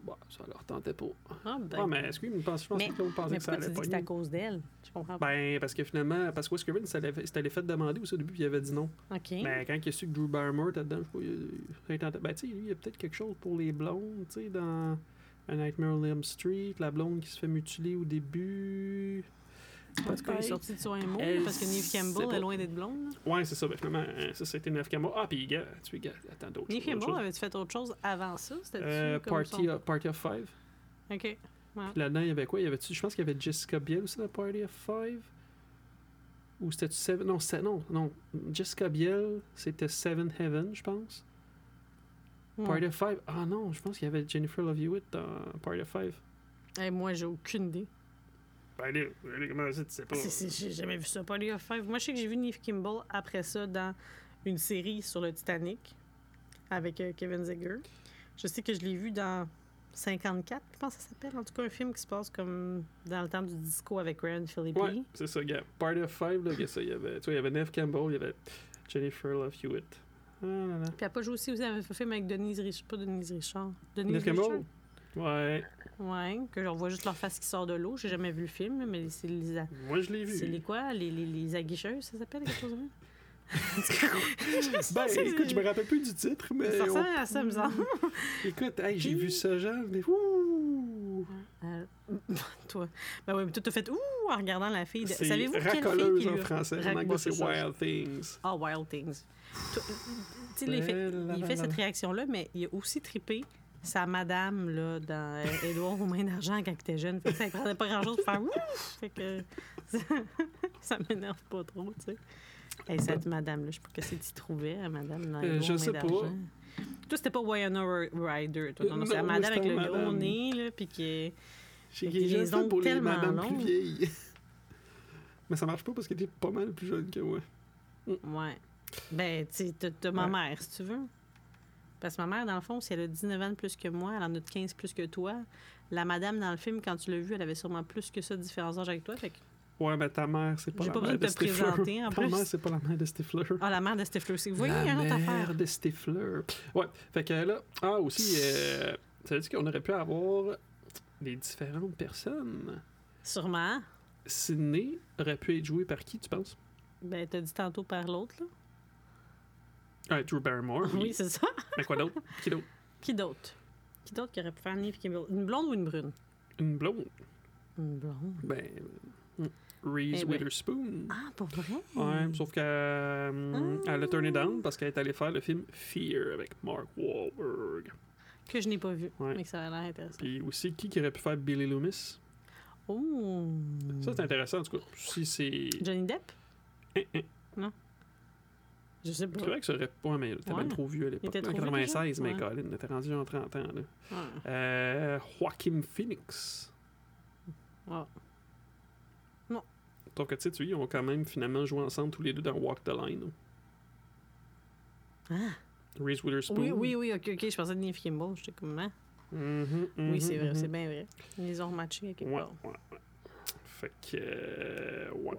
Speaker 3: Bah, ça leur tentait pas.
Speaker 2: Ah ben.
Speaker 3: Ah, mais excuse-moi, je pense, je pense
Speaker 2: Mais-
Speaker 3: que Claude pensait
Speaker 2: mais
Speaker 3: que ça
Speaker 2: pourquoi tu
Speaker 3: allait
Speaker 2: dis
Speaker 3: pas
Speaker 2: que c'est à cause d'elle? Je comprends pas.
Speaker 3: Ben, parce que finalement, parce que Wes Craven, ça l'avait- c'était les fait demander aussi au début, puis il avait dit non.
Speaker 2: OK.
Speaker 3: Mais quand il a su que Drew Barrymore était dedans, je sais pas, il- il a tenté- Ben, tu sais, lui, il y a peut-être quelque chose pour les blondes, tu sais, dans A Nightmare on Elm Street, la blonde qui se fait mutiler au début.
Speaker 2: En tout cas, il est sorti de son mot, là, parce que Neve Campbell
Speaker 3: ben, pas.
Speaker 2: est loin d'être blonde.
Speaker 3: Ouais, c'est ça. Ben, finalement, euh, ça, c'était Neve Campbell. Ah, puis, gars, tu es attends d'autres
Speaker 2: Neve
Speaker 3: choses, d'autres
Speaker 2: Campbell,
Speaker 3: choses.
Speaker 2: avait-tu fait autre chose avant ça? C'était-tu
Speaker 3: Euh,
Speaker 2: comme
Speaker 3: Party,
Speaker 2: son-
Speaker 3: of, Party of Five.
Speaker 2: OK.
Speaker 3: Puis Là-dedans, il y avait quoi Il y avait Je pense qu'il y avait Jessica Biel aussi dans Party of Five. Ou c'était-tu Seven Non, c'est- non, non. Jessica Biel, c'était Seven Heaven, je pense.
Speaker 2: Ouais.
Speaker 3: Party of Five. Ah non, je pense qu'il y avait Jennifer Love Hewitt dans Party of Five.
Speaker 2: Eh, moi, j'ai aucune idée.
Speaker 3: Ben, allez, allez, comment ça, tu sais pas
Speaker 2: Ah, C'est- c'est- J'ai jamais vu ça, Party of Five. Moi, je sais que j'ai vu Neve Kimball après ça dans une série sur le Titanic avec euh, Kevin Zegger. Je sais que je l'ai vu dans 54, je pense que ça s'appelle. En tout cas, un film qui se passe comme dans le temps du disco avec Ryan Philippi.
Speaker 3: Ouais, c'est ça, gars. Party of Five, là, gars, ça, il y avait, tu vois, il y avait Neve Campbell, il y avait Jennifer Love Hewitt. Ah, là, là.
Speaker 2: Puis après, je aussi, vous avez fait un film avec Denise Richard. Pas Denise Richard. Denise
Speaker 3: Neve
Speaker 2: Richard?
Speaker 3: Campbell? Ouais,
Speaker 2: Ouais, que j'en vois juste leur face qui sort de l'eau. J'ai jamais vu le film, mais c'est les. a-
Speaker 3: moi je l'ai
Speaker 2: C'est
Speaker 3: vu.
Speaker 2: les quoi Les, les, les aguicheuses, ça s'appelle quelque chose de même?
Speaker 3: Ben,
Speaker 2: C'est-
Speaker 3: écoute, je me rappelle plus du titre, mais.
Speaker 2: Ça
Speaker 3: on-
Speaker 2: ressemble à ça, me semble.
Speaker 3: Écoute, hey, j'ai
Speaker 2: Puis-
Speaker 3: vu ça, genre, mais ouh!
Speaker 2: Euh, toi. Ben oui, mais toi, t'as fait ouh en regardant la fille. De...
Speaker 3: C'est
Speaker 2: Savez-vous quelle fille
Speaker 3: racoleuse
Speaker 2: qui
Speaker 3: en
Speaker 2: lui a-
Speaker 3: français. En
Speaker 2: Rac-
Speaker 3: anglais,
Speaker 2: bon,
Speaker 3: c'est
Speaker 2: c'est ça.
Speaker 3: Wild Things.
Speaker 2: Ah, Wild Things. Toi, Tu sais, il fait,
Speaker 3: Bella,
Speaker 2: il
Speaker 3: la,
Speaker 2: fait
Speaker 3: la,
Speaker 2: cette
Speaker 3: la.
Speaker 2: réaction-là, mais il a aussi trippé sa madame là, dans euh, Édouard aux mains d'argent quand il était jeune. Fait que ça ne prenait pas grand-chose de faire ouh! Fait que ça, ça m'énerve pas trop, tu sais. Hey, cette madame-là, je sais pas qu'est-ce que tu trouvais, hein, madame. Dans
Speaker 3: Ben. Euh,
Speaker 2: Édouard
Speaker 3: je
Speaker 2: aux
Speaker 3: sais
Speaker 2: mains
Speaker 3: pas.
Speaker 2: d'argent. Toi, c'était pas Wayana Ryder. Toi, non, non, c'est la
Speaker 3: Non,
Speaker 2: madame
Speaker 3: c'était
Speaker 2: avec le
Speaker 3: la
Speaker 2: gros
Speaker 3: madame.
Speaker 2: nez, là, puis qui est.
Speaker 3: J'ai
Speaker 2: Fait que les
Speaker 3: déjà
Speaker 2: ongles
Speaker 3: fait pour les
Speaker 2: tellement
Speaker 3: madames
Speaker 2: longs.
Speaker 3: plus vieilles. mais ça marche pas parce qu'elle était pas mal plus jeune que moi.
Speaker 2: Ouais. Ben, tu sais, t'as- t'as ma
Speaker 3: Ouais.
Speaker 2: mère, si tu veux. Parce que ma mère, dans le fond, si elle a 19 ans de plus que moi, elle en a de 15 plus que toi. La madame dans le film, quand tu l'as vue, elle avait sûrement plus que ça de différents âges avec toi. Fait que...
Speaker 3: Ouais, mais ta mère, c'est pas
Speaker 2: J'ai
Speaker 3: la
Speaker 2: pas besoin
Speaker 3: mère
Speaker 2: de
Speaker 3: de
Speaker 2: te
Speaker 3: Stifler.
Speaker 2: présenter, en
Speaker 3: Ta
Speaker 2: plus.
Speaker 3: mère, c'est pas la mère de Stifler.
Speaker 2: Ah, la mère de Steph aussi. Vous voyez, il y a
Speaker 3: La
Speaker 2: une autre affaire.
Speaker 3: mère de Stifler. Ouais, fait que là, ah aussi, euh, ça veut dire qu'on aurait pu avoir les différentes personnes.
Speaker 2: Sûrement.
Speaker 3: Sydney aurait pu être joué par qui, tu penses?
Speaker 2: Ben, t'as dit tantôt par l'autre, là.
Speaker 3: Ah, Drew Barrymore,
Speaker 2: Oui,
Speaker 3: oui.
Speaker 2: c'est ça.
Speaker 3: Mais quoi d'autre? Qui d'autre?
Speaker 2: Qui d'autre? Qui d'autre qui aurait pu faire Neve Campbell? Une blonde ou une brune?
Speaker 3: Une blonde.
Speaker 2: Une blonde.
Speaker 3: Ben, mm, Reese
Speaker 2: Eh ben.
Speaker 3: Witherspoon.
Speaker 2: Ah, pour vrai?
Speaker 3: Ouais, sauf qu'elle euh,
Speaker 2: Ah.
Speaker 3: elle a turné down parce qu'elle est allée faire le film Fear avec Mark Wahlberg.
Speaker 2: Que je n'ai pas vu,
Speaker 3: Ouais.
Speaker 2: mais que ça a l'air intéressant.
Speaker 3: Puis aussi, qui, qui aurait pu faire Billy Loomis?
Speaker 2: Oh!
Speaker 3: Ça, c'est intéressant, en tout cas. Si c'est.
Speaker 2: Johnny Depp?
Speaker 3: Hein, hein.
Speaker 2: Je sais pas.
Speaker 3: C'est vrai que ça aurait. Ouais, mais il était
Speaker 2: Ouais.
Speaker 3: même trop vieux à
Speaker 2: Il
Speaker 3: l'époque.
Speaker 2: était
Speaker 3: En
Speaker 2: trop vieux
Speaker 3: 96,
Speaker 2: déjà?
Speaker 3: mais
Speaker 2: Ouais.
Speaker 3: Colin, il était rendu en 30 ans. Là.
Speaker 2: Ouais.
Speaker 3: Euh, Joaquin Phoenix.
Speaker 2: Ouais. Non.
Speaker 3: Donc, tu sais, tu vois, ils ont quand même finalement joué ensemble tous les deux dans Walk the Line.
Speaker 2: Ah.
Speaker 3: Reese Witherspoon.
Speaker 2: Oui, oui, oui, ok, ok, je pensais à Neve Kimball, j'étais comme, hein?
Speaker 3: Mhm, mhm,
Speaker 2: Oui, c'est vrai,
Speaker 3: mhm.
Speaker 2: c'est bien vrai. Ils les ont rematchés à quelque
Speaker 3: Ouais,
Speaker 2: part.
Speaker 3: ouais, ouais. Fait que. euh, ouais.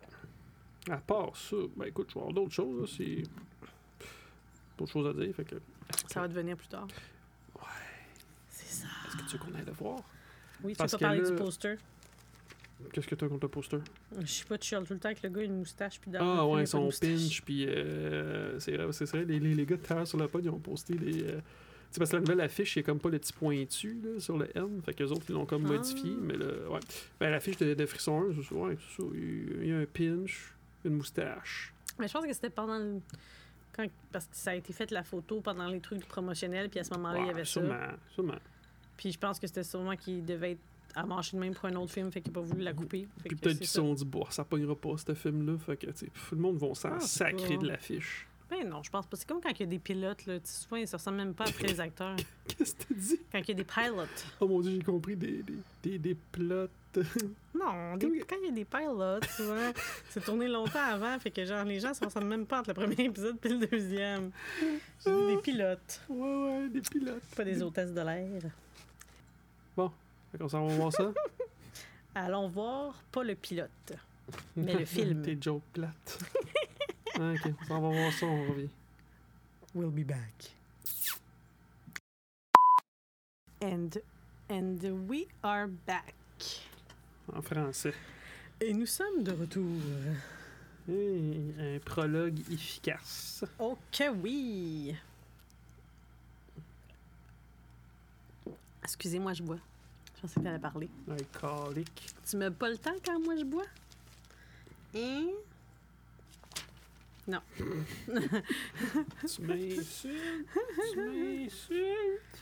Speaker 3: À part ça, ben écoute, je vais avoir d'autres choses, là. C'est. D'autres choses à dire. Fait que.
Speaker 2: Ça va devenir plus tard. Ouais. C'est ça.
Speaker 3: Est-ce que tu veux qu'on aille le voir
Speaker 2: Oui, tu
Speaker 3: Parce
Speaker 2: peux
Speaker 3: que
Speaker 2: parler
Speaker 3: là-
Speaker 2: du poster.
Speaker 3: Qu'est-ce que t'as contre le poster
Speaker 2: Je sais pas, tu chiales tout le temps avec le gars, une moustache, puis dans le
Speaker 3: Ah
Speaker 2: film, il y
Speaker 3: ouais,
Speaker 2: a pas de
Speaker 3: son
Speaker 2: moustache.
Speaker 3: pinch, puis euh, c'est vrai, c'est vrai, les, les, les gars de Terre sur le pod, ils ont posté des. euh, tu sais, parce que la nouvelle affiche, il y a comme pas le petit pointu là, sur le N, fait qu'eux autres, ils l'ont comme
Speaker 2: Ah.
Speaker 3: modifié, mais le, ouais. Ben, l'affiche de, de Frisson 1, c'est ça, ouais, c'est ça, il il y a un pinch, une moustache.
Speaker 2: Mais je pense que c'était pendant le. Quand... Parce que ça a été fait la photo pendant les trucs promotionnels, puis à ce moment-là, il y
Speaker 3: Ouais,
Speaker 2: avait ça.
Speaker 3: sûrement, sûrement.
Speaker 2: Puis je pense que c'était sûrement qu'il devait être à marcher de même pour un autre film, fait qu'il a pas voulu la couper. Fait
Speaker 3: Puis
Speaker 2: que
Speaker 3: peut-être
Speaker 2: c'est
Speaker 3: qu'ils se
Speaker 2: ça.
Speaker 3: sont dit, bah, ça pognera pas, ce film-là. Fait que, tu sais, tout le monde va s'en
Speaker 2: Ah, c'est
Speaker 3: sacrer
Speaker 2: pas-
Speaker 3: de l'affiche.
Speaker 2: Ben non, je pense pas. C'est comme quand il y a des pilotes, là. Tu sais, souvent, ils se ressemblent même pas après les acteurs.
Speaker 3: Qu'est-ce que t'as dit?
Speaker 2: Quand il y a des pilotes.
Speaker 3: Oh mon dieu, j'ai compris des, des, des, des plots.
Speaker 2: Non, des-
Speaker 3: Oui.
Speaker 2: quand il y a des pilotes, souvent, c'est tourné longtemps avant, fait que genre les gens se ressemblent même pas entre le premier épisode et le deuxième. J'ai dit des pilotes,
Speaker 3: Ah, Ouais, ouais, des pilotes.
Speaker 2: pas des hôtesses de l'air.
Speaker 3: Fait qu'on s'en va voir ça.
Speaker 2: Allons voir, pas le pilote. Mais le film.
Speaker 3: Tes jokes plates. Ah, ok, on s'en va voir ça, on revient.
Speaker 2: We'll be back. And, and we are back.
Speaker 3: En français.
Speaker 2: Et nous sommes de retour.
Speaker 3: Hey, Eh, un prologue efficace.
Speaker 2: Oh que oui! Excusez-moi, je bois. Je pensais que t'allais parler.
Speaker 3: Alcoolique.
Speaker 2: Tu me pas le temps quand moi je bois? Hein? Non.
Speaker 3: Tu m'insultes, tu m'insultes.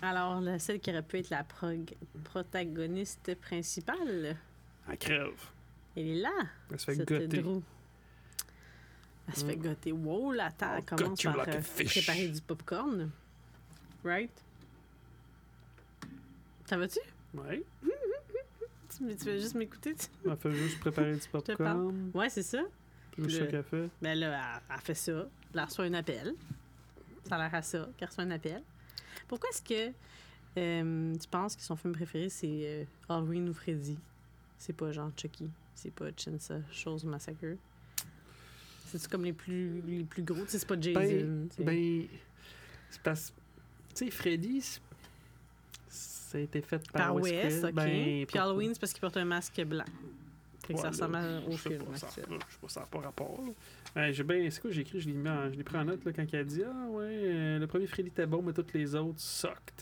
Speaker 2: Alors, la- celle qui aurait pu être la prog- protagoniste principale,
Speaker 3: Elle crève.
Speaker 2: elle est là.
Speaker 3: Elle se fait
Speaker 2: Cette
Speaker 3: goûter.
Speaker 2: Drew. Elle se fait
Speaker 3: Mm.
Speaker 2: goûter. Wow, la terre
Speaker 3: Oh,
Speaker 2: commence
Speaker 3: got you
Speaker 2: par
Speaker 3: like a
Speaker 2: euh,
Speaker 3: fish.
Speaker 2: préparer du popcorn. Right? Ça va-tu?
Speaker 3: Ouais.
Speaker 2: Tu, me- tu veux juste m'écouter? tu?
Speaker 3: Elle fait juste préparer du
Speaker 2: te parle.
Speaker 3: popcorn.
Speaker 2: Ouais, c'est ça.
Speaker 3: C'est juste
Speaker 2: Le-
Speaker 3: ça qu'elle fait.
Speaker 2: Ben là, elle, elle fait ça. Elle reçoit un appel. Ça a l'air à ça, qu'elle reçoit un appel. Pourquoi est-ce que euh, tu penses que son film préféré, c'est euh, Halloween ou Freddy? C'est pas genre Chucky. C'est pas Chinsa Shaw's Massacre. C'est-tu comme les plus, les plus gros? Tu sais, C'est pas Jason.
Speaker 3: Ben,
Speaker 2: tu sais.
Speaker 3: ben c'est parce tu sais, Freddy, c'est- ça a été fait par,
Speaker 2: Par
Speaker 3: Wes
Speaker 2: Wes,
Speaker 3: Craven.
Speaker 2: OK.
Speaker 3: Ben,
Speaker 2: Puis
Speaker 3: pourquoi-
Speaker 2: Halloween, c'est parce qu'il porte un masque blanc. Fait que
Speaker 3: Ouais,
Speaker 2: ça
Speaker 3: là,
Speaker 2: ressemble à-
Speaker 3: je
Speaker 2: au
Speaker 3: sais
Speaker 2: film
Speaker 3: pas, ça-
Speaker 2: actuel.
Speaker 3: Je sais pas, ça n'a pas rapport. là. Ben, j'ai bien, c'est quoi j'ai écrit? Je l'ai, mis en- je l'ai pris en note là, quand elle a dit Ah ouais, euh, le premier Freddy était bon, mais toutes les autres sucked.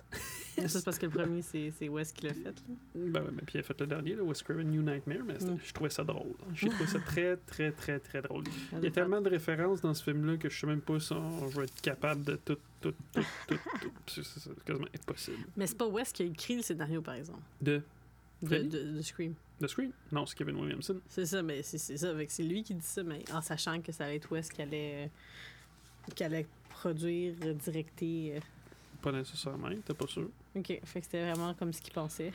Speaker 2: Ça, c'est parce que le premier, c'est c'est Wes qui l'a fait. là.
Speaker 3: Ben ouais, mais puis elle a fait le dernier, là, Wes Craven New Nightmare, mais c'était-
Speaker 2: Mm.
Speaker 3: je trouvais ça drôle. hein. J'ai trouvé ça très, très, très, très drôle.
Speaker 2: Ça
Speaker 3: Il y
Speaker 2: doit
Speaker 3: a
Speaker 2: faire-
Speaker 3: tellement de références dans ce film-là que je sais même pas si on- je vais être capable de tout, tout, tout, tout, tout. C'est, c'est- c'est quasiment impossible.
Speaker 2: Mais c'est pas Wes qui a écrit le scénario, par exemple,
Speaker 3: De
Speaker 2: de,
Speaker 3: Freddy?
Speaker 2: de- de Scream.
Speaker 3: The Screen Non, c'est Kevin Williamson.
Speaker 2: C'est ça, mais c'est c'est ça. Fait que C'est lui qui dit ça, mais en sachant que ça allait être Wes qui allait, euh, qui allait produire, euh, directer. euh.
Speaker 3: Pas nécessairement, t'es pas sûr.
Speaker 2: OK, fait que c'était vraiment comme ce qu'il pensait.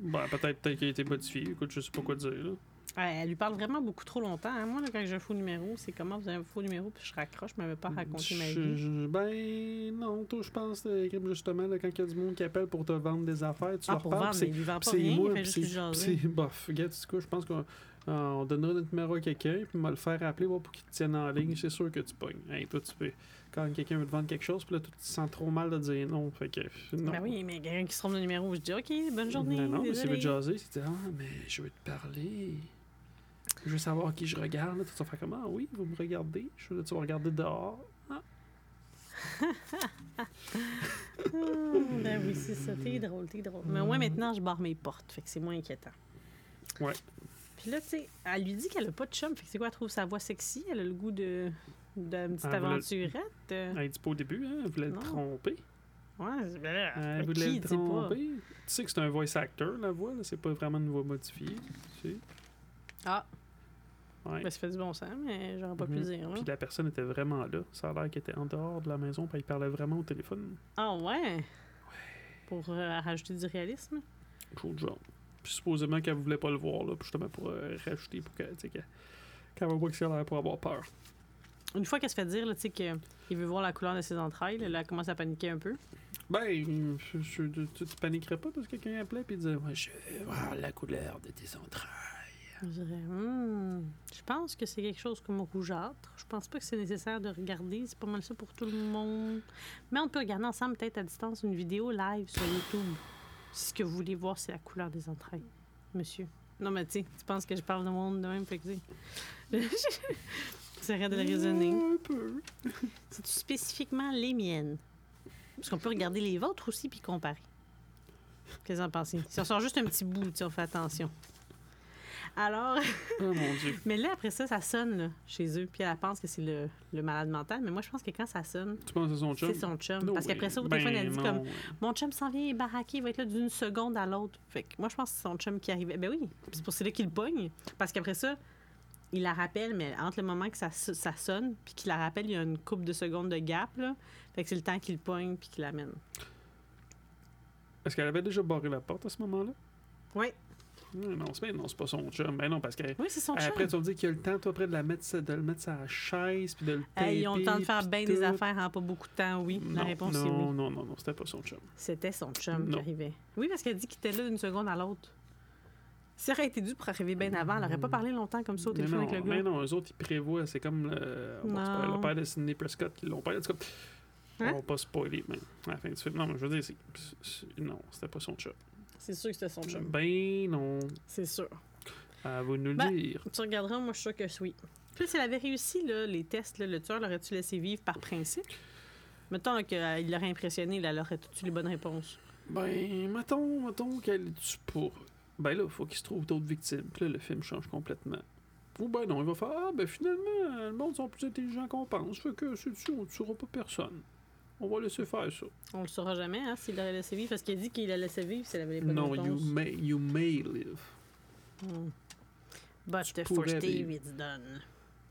Speaker 3: ben, peut-être, peut-être qu'il a été modifié. Écoute, je sais pas quoi dire. Là.
Speaker 2: Ouais, Ah, elle lui parle vraiment beaucoup trop longtemps. hein. Moi, là, quand j'ai un faux numéro, c'est comment vous avez un faux numéro, puis je raccroche, je m'avais pas raconté ma
Speaker 3: Je-
Speaker 2: vie.
Speaker 3: je- ben, non, toi, je pense euh, que justement, là, quand il y a du monde qui appelle pour te vendre des affaires, tu
Speaker 2: Ah,
Speaker 3: leur
Speaker 2: pour
Speaker 3: parles.
Speaker 2: vendre, mais
Speaker 3: puis c'est-
Speaker 2: il lui vend
Speaker 3: puis
Speaker 2: pas
Speaker 3: c'est
Speaker 2: rien, il
Speaker 3: moi,
Speaker 2: fait
Speaker 3: puis
Speaker 2: juste lui
Speaker 3: c'est-
Speaker 2: jaser.
Speaker 3: c'est bof. Regarde, tu sais quoi, je pense qu'on euh, on donnera notre numéro à quelqu'un, puis on va le faire appeler voir pour qu'il te tienne en ligne. C'est sûr que tu pognes. Hey, toi, tu peux. Quand quelqu'un veut te vendre quelque chose, puis là, toi, tu te sens trop mal de dire non. Fait que, non. Ben
Speaker 2: Ben oui, mais quelqu'un qui se trompe de numéro, je dis OK, bonne journée.
Speaker 3: Non, non, mais s'il
Speaker 2: désolé.
Speaker 3: veut te jaser, c'est dire Ah, mais je veux te parler. Je veux savoir qui je regarde. Tout ça fait comment Ah Oui, vous me regardez. Je veux que tu vas regarder dehors.
Speaker 2: Ah, ben oui, c'est ça. T'es drôle, t'es drôle. Mais moi, maintenant, je barre mes portes. Fait que c'est moins inquiétant.
Speaker 3: Ouais.
Speaker 2: Puis là, tu sais, elle lui dit qu'elle a pas de chum. Fait que c'est quoi, elle trouve sa voix sexy? Elle a le goût de d'une petite
Speaker 3: Ah, voilà.
Speaker 2: aventurette. euh.
Speaker 3: Elle dit pas au début, hein, elle voulait le
Speaker 2: Non.
Speaker 3: tromper.
Speaker 2: Ouais, c'est- ben là,
Speaker 3: Elle
Speaker 2: mais
Speaker 3: voulait
Speaker 2: qui,
Speaker 3: le
Speaker 2: tu sais pas.
Speaker 3: tromper. Tu sais que c'est un voice actor, la voix, là, c'est pas vraiment une voix modifiée. Tu sais.
Speaker 2: Ah,
Speaker 3: Ouais.
Speaker 2: ben ça fait du bon sens, mais j'aurais pas pu
Speaker 3: Mhm.
Speaker 2: dire. hein.
Speaker 3: Puis la personne était vraiment là. Ça a l'air qu'elle était en dehors de la maison, puis elle parlait vraiment au téléphone.
Speaker 2: Ah ouais? Pour euh, rajouter du réalisme?
Speaker 3: Chose de genre. Puis supposément qu'elle voulait pas le voir, là, justement pour euh, rajouter, pour que, tu sais, qu'elle qu'elle va voir que ça a l'air pour avoir peur.
Speaker 2: Une fois qu'elle se fait dire, là, tu sais, qu'il veut voir la couleur de ses entrailles, là, elle commence à paniquer un peu.
Speaker 3: Ben, je- je- tu, tu te paniquerais pas parce que quelqu'un appelait puis disait Moi, Je vais voir la couleur de tes entrailles.
Speaker 2: Je dirais, Hmm, je pense que c'est quelque chose comme rougeâtre. Je pense pas que c'est nécessaire de regarder. C'est pas mal ça pour tout le monde. Mais on peut regarder ensemble, peut-être à distance, une vidéo live sur YouTube. Si ce que vous voulez voir, c'est la couleur des entrailles, monsieur. Non, mais tu sais, tu penses que je parle de monde de même, fait que tu sais. J'essaierai de le raisonner.
Speaker 3: Un peu.
Speaker 2: C'est spécifiquement les miennes. Parce qu'on peut regarder les vôtres aussi puis comparer. Qu'est-ce que vous en pensez? Si on sort juste un petit bout, tu sais, on fait attention. Alors,
Speaker 3: Oh mon dieu.
Speaker 2: mais là, après ça, ça sonne là, chez eux. Puis elle pense que c'est le, le malade mental. Mais moi, je pense que quand ça sonne,
Speaker 3: Tu penses à son chum
Speaker 2: c'est son chum.
Speaker 3: No
Speaker 2: Parce qu'après
Speaker 3: way.
Speaker 2: ça, au
Speaker 3: Ben
Speaker 2: téléphone, elle dit comme
Speaker 3: non.
Speaker 2: Mon chum s'en vient, il est baraqué, il va être là d'une seconde à l'autre. Fait que moi, je pense que c'est son chum qui arrivait. Ben oui, c'est pour c'est là qu'il le pogne. Parce qu'après ça, il la rappelle, mais entre le moment que ça, so- ça sonne puis qu'il la rappelle, il y a une coupe de secondes de gap. Là. Fait que c'est le temps qu'il le pogne puis qu'il l'amène.
Speaker 3: Est-ce qu'elle avait déjà barré la porte à ce moment-là
Speaker 2: Oui,
Speaker 3: Non, non, c'est ben non, c'est pas son chum. Ben non, parce que.
Speaker 2: oui c'est son
Speaker 3: Après,
Speaker 2: chum.
Speaker 3: tu me dis qu'il y a le temps, toi, après, de, la mettre, sa- de le mettre sa chaise, puis de le
Speaker 2: Hey, ils ont le temps de
Speaker 3: taper,
Speaker 2: faire
Speaker 3: puis
Speaker 2: bien des
Speaker 3: tout.
Speaker 2: affaires en pas beaucoup de temps, oui. La
Speaker 3: Non,
Speaker 2: réponse
Speaker 3: non,
Speaker 2: est oui.
Speaker 3: Non, non, non, c'était pas son chum.
Speaker 2: C'était son chum qui
Speaker 3: Non.
Speaker 2: arrivait. Oui, parce qu'elle dit qu'il était là d'une seconde à l'autre. Si elle aurait été due pour arriver bien avant, elle n'aurait pas parlé longtemps comme ça au
Speaker 3: Mais
Speaker 2: téléphone
Speaker 3: non,
Speaker 2: avec le gars.
Speaker 3: mais non, eux autres, ils prévoient. C'est comme le, bon, c'est pas-
Speaker 2: Non.
Speaker 3: le père de Sidney Prescott qui l'ont perdu. En tout cas,
Speaker 2: Hein?
Speaker 3: on va pas spoiler, mais à la fin du film. Non, mais je veux dire, c'est, c'est- non, c'était pas son chum.
Speaker 2: C'est sûr que c'était son chum.
Speaker 3: Ben non,
Speaker 2: Mm, C'est sûr.
Speaker 3: elle va nous le
Speaker 2: Ben,
Speaker 3: dire.
Speaker 2: Tu regarderas, moi, je suis sûre que oui. Puis, s'il avait réussi là, les tests, là, le tueur l'aurait-tu laissé vivre par principe? Mettons là, qu'il l'aurait impressionné, là, elle aurait toutes les bonnes réponses.
Speaker 3: Ben, mettons, mettons qu'elle est pour. Ben là, faut qu'il se trouve d'autres victimes. Puis là, le film change complètement. Ou ben non, il va faire Ah, ben finalement, le monde sont plus intelligents qu'on pense. Fait que c'est dessus, on ne tuera pas personne. On va laisser faire ça.
Speaker 2: On le saura jamais, hein, s'il l'aurait laissé vivre, parce qu'il a dit qu'il l'a laissé vivre s'il avait les bonnes
Speaker 3: Non, you
Speaker 2: réponses.
Speaker 3: may, you may live.
Speaker 2: Hmm. But
Speaker 3: Tu
Speaker 2: for
Speaker 3: pourrais
Speaker 2: Steve,
Speaker 3: vivre.
Speaker 2: it's done.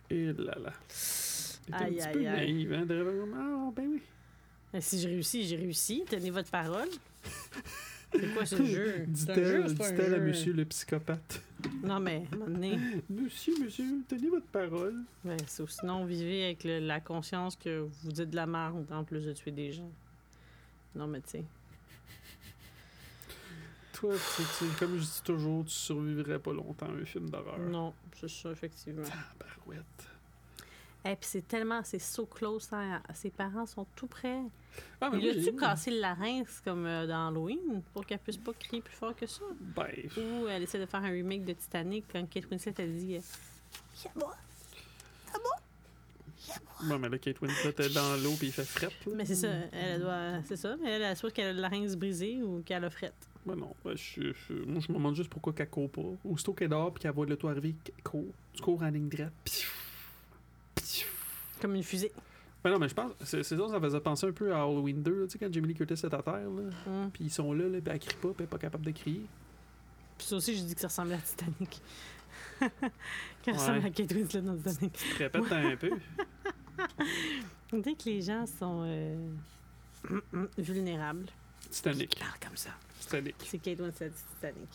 Speaker 3: Et là là. Il était
Speaker 2: Aïe,
Speaker 3: un petit
Speaker 2: aïe,
Speaker 3: peu
Speaker 2: aïe.
Speaker 3: naïf, hein, de- Ah, ben oui.
Speaker 2: Mais si j'ai réussi, j'ai réussi. Tenez votre parole. C'est quoi ce jeu? C'est un jeu ou
Speaker 3: Dit-elle
Speaker 2: c'est pas un
Speaker 3: dit-elle à
Speaker 2: jeu?
Speaker 3: monsieur le psychopathe.
Speaker 2: Non, mais à un moment donné,
Speaker 3: Monsieur, monsieur, tenez votre parole.
Speaker 2: ben, c'est- ou sinon, vivez avec le- la conscience que vous dites de la merde en plus de tuer des gens. Non, mais tu sais.
Speaker 3: Toi, tu, tu- comme je dis toujours, tu survivrais pas longtemps à un film d'horreur. Ah, ben
Speaker 2: Non, c'est ça, effectivement.
Speaker 3: Tabarouette. Ah.
Speaker 2: Et Eh, puis c'est tellement, c'est so close. hein. Ses parents sont tout près.
Speaker 3: Ah, mais
Speaker 2: Il
Speaker 3: oui.
Speaker 2: a-tu cassé le larynx comme euh, dans Halloween pour qu'elle puisse pas crier plus fort que ça?
Speaker 3: Ben,
Speaker 2: Ou elle essaie de faire un remake de Titanic quand Kate Winslet a dit euh,
Speaker 3: bon, mais là, Kate Winslet est dans l'eau puis il fait fret. là.
Speaker 2: Mais c'est ça, elle, elle doit. C'est ça, mais elle, elle souhaite qu'elle a le larynx brisé ou qu'elle a frette.
Speaker 3: Ben non, ben, je, je- moi, je me demande juste pourquoi qu'elle court pas. Aussitôt qu'elle dort puis qu'elle voit l'auto arriver, qu'elle court. Tu cours en ligne droite. Piouf. Piouf.
Speaker 2: Comme une fusée.
Speaker 3: Ben non, mais je pense, c'est c'est ça, ça faisait penser un peu à Halloween 2, là, tu sais, quand Jamie Lee Curtis est à terre, là.
Speaker 2: Hum.
Speaker 3: Puis ils sont là, là puis elle crie pas, puis elle est pas capable de crier.
Speaker 2: Puis ça aussi, je dis que ça ressemble à Titanic. Qu'elle
Speaker 3: Ouais.
Speaker 2: ressemble à Kate Winslet dans Titanic.
Speaker 3: Tu te répètes un peu.
Speaker 2: Dès que les gens sont euh, vulnérables,
Speaker 3: Titanic.
Speaker 2: ils parlent comme ça.
Speaker 3: Titanic.
Speaker 2: C'est Kate Winslet du Titanic.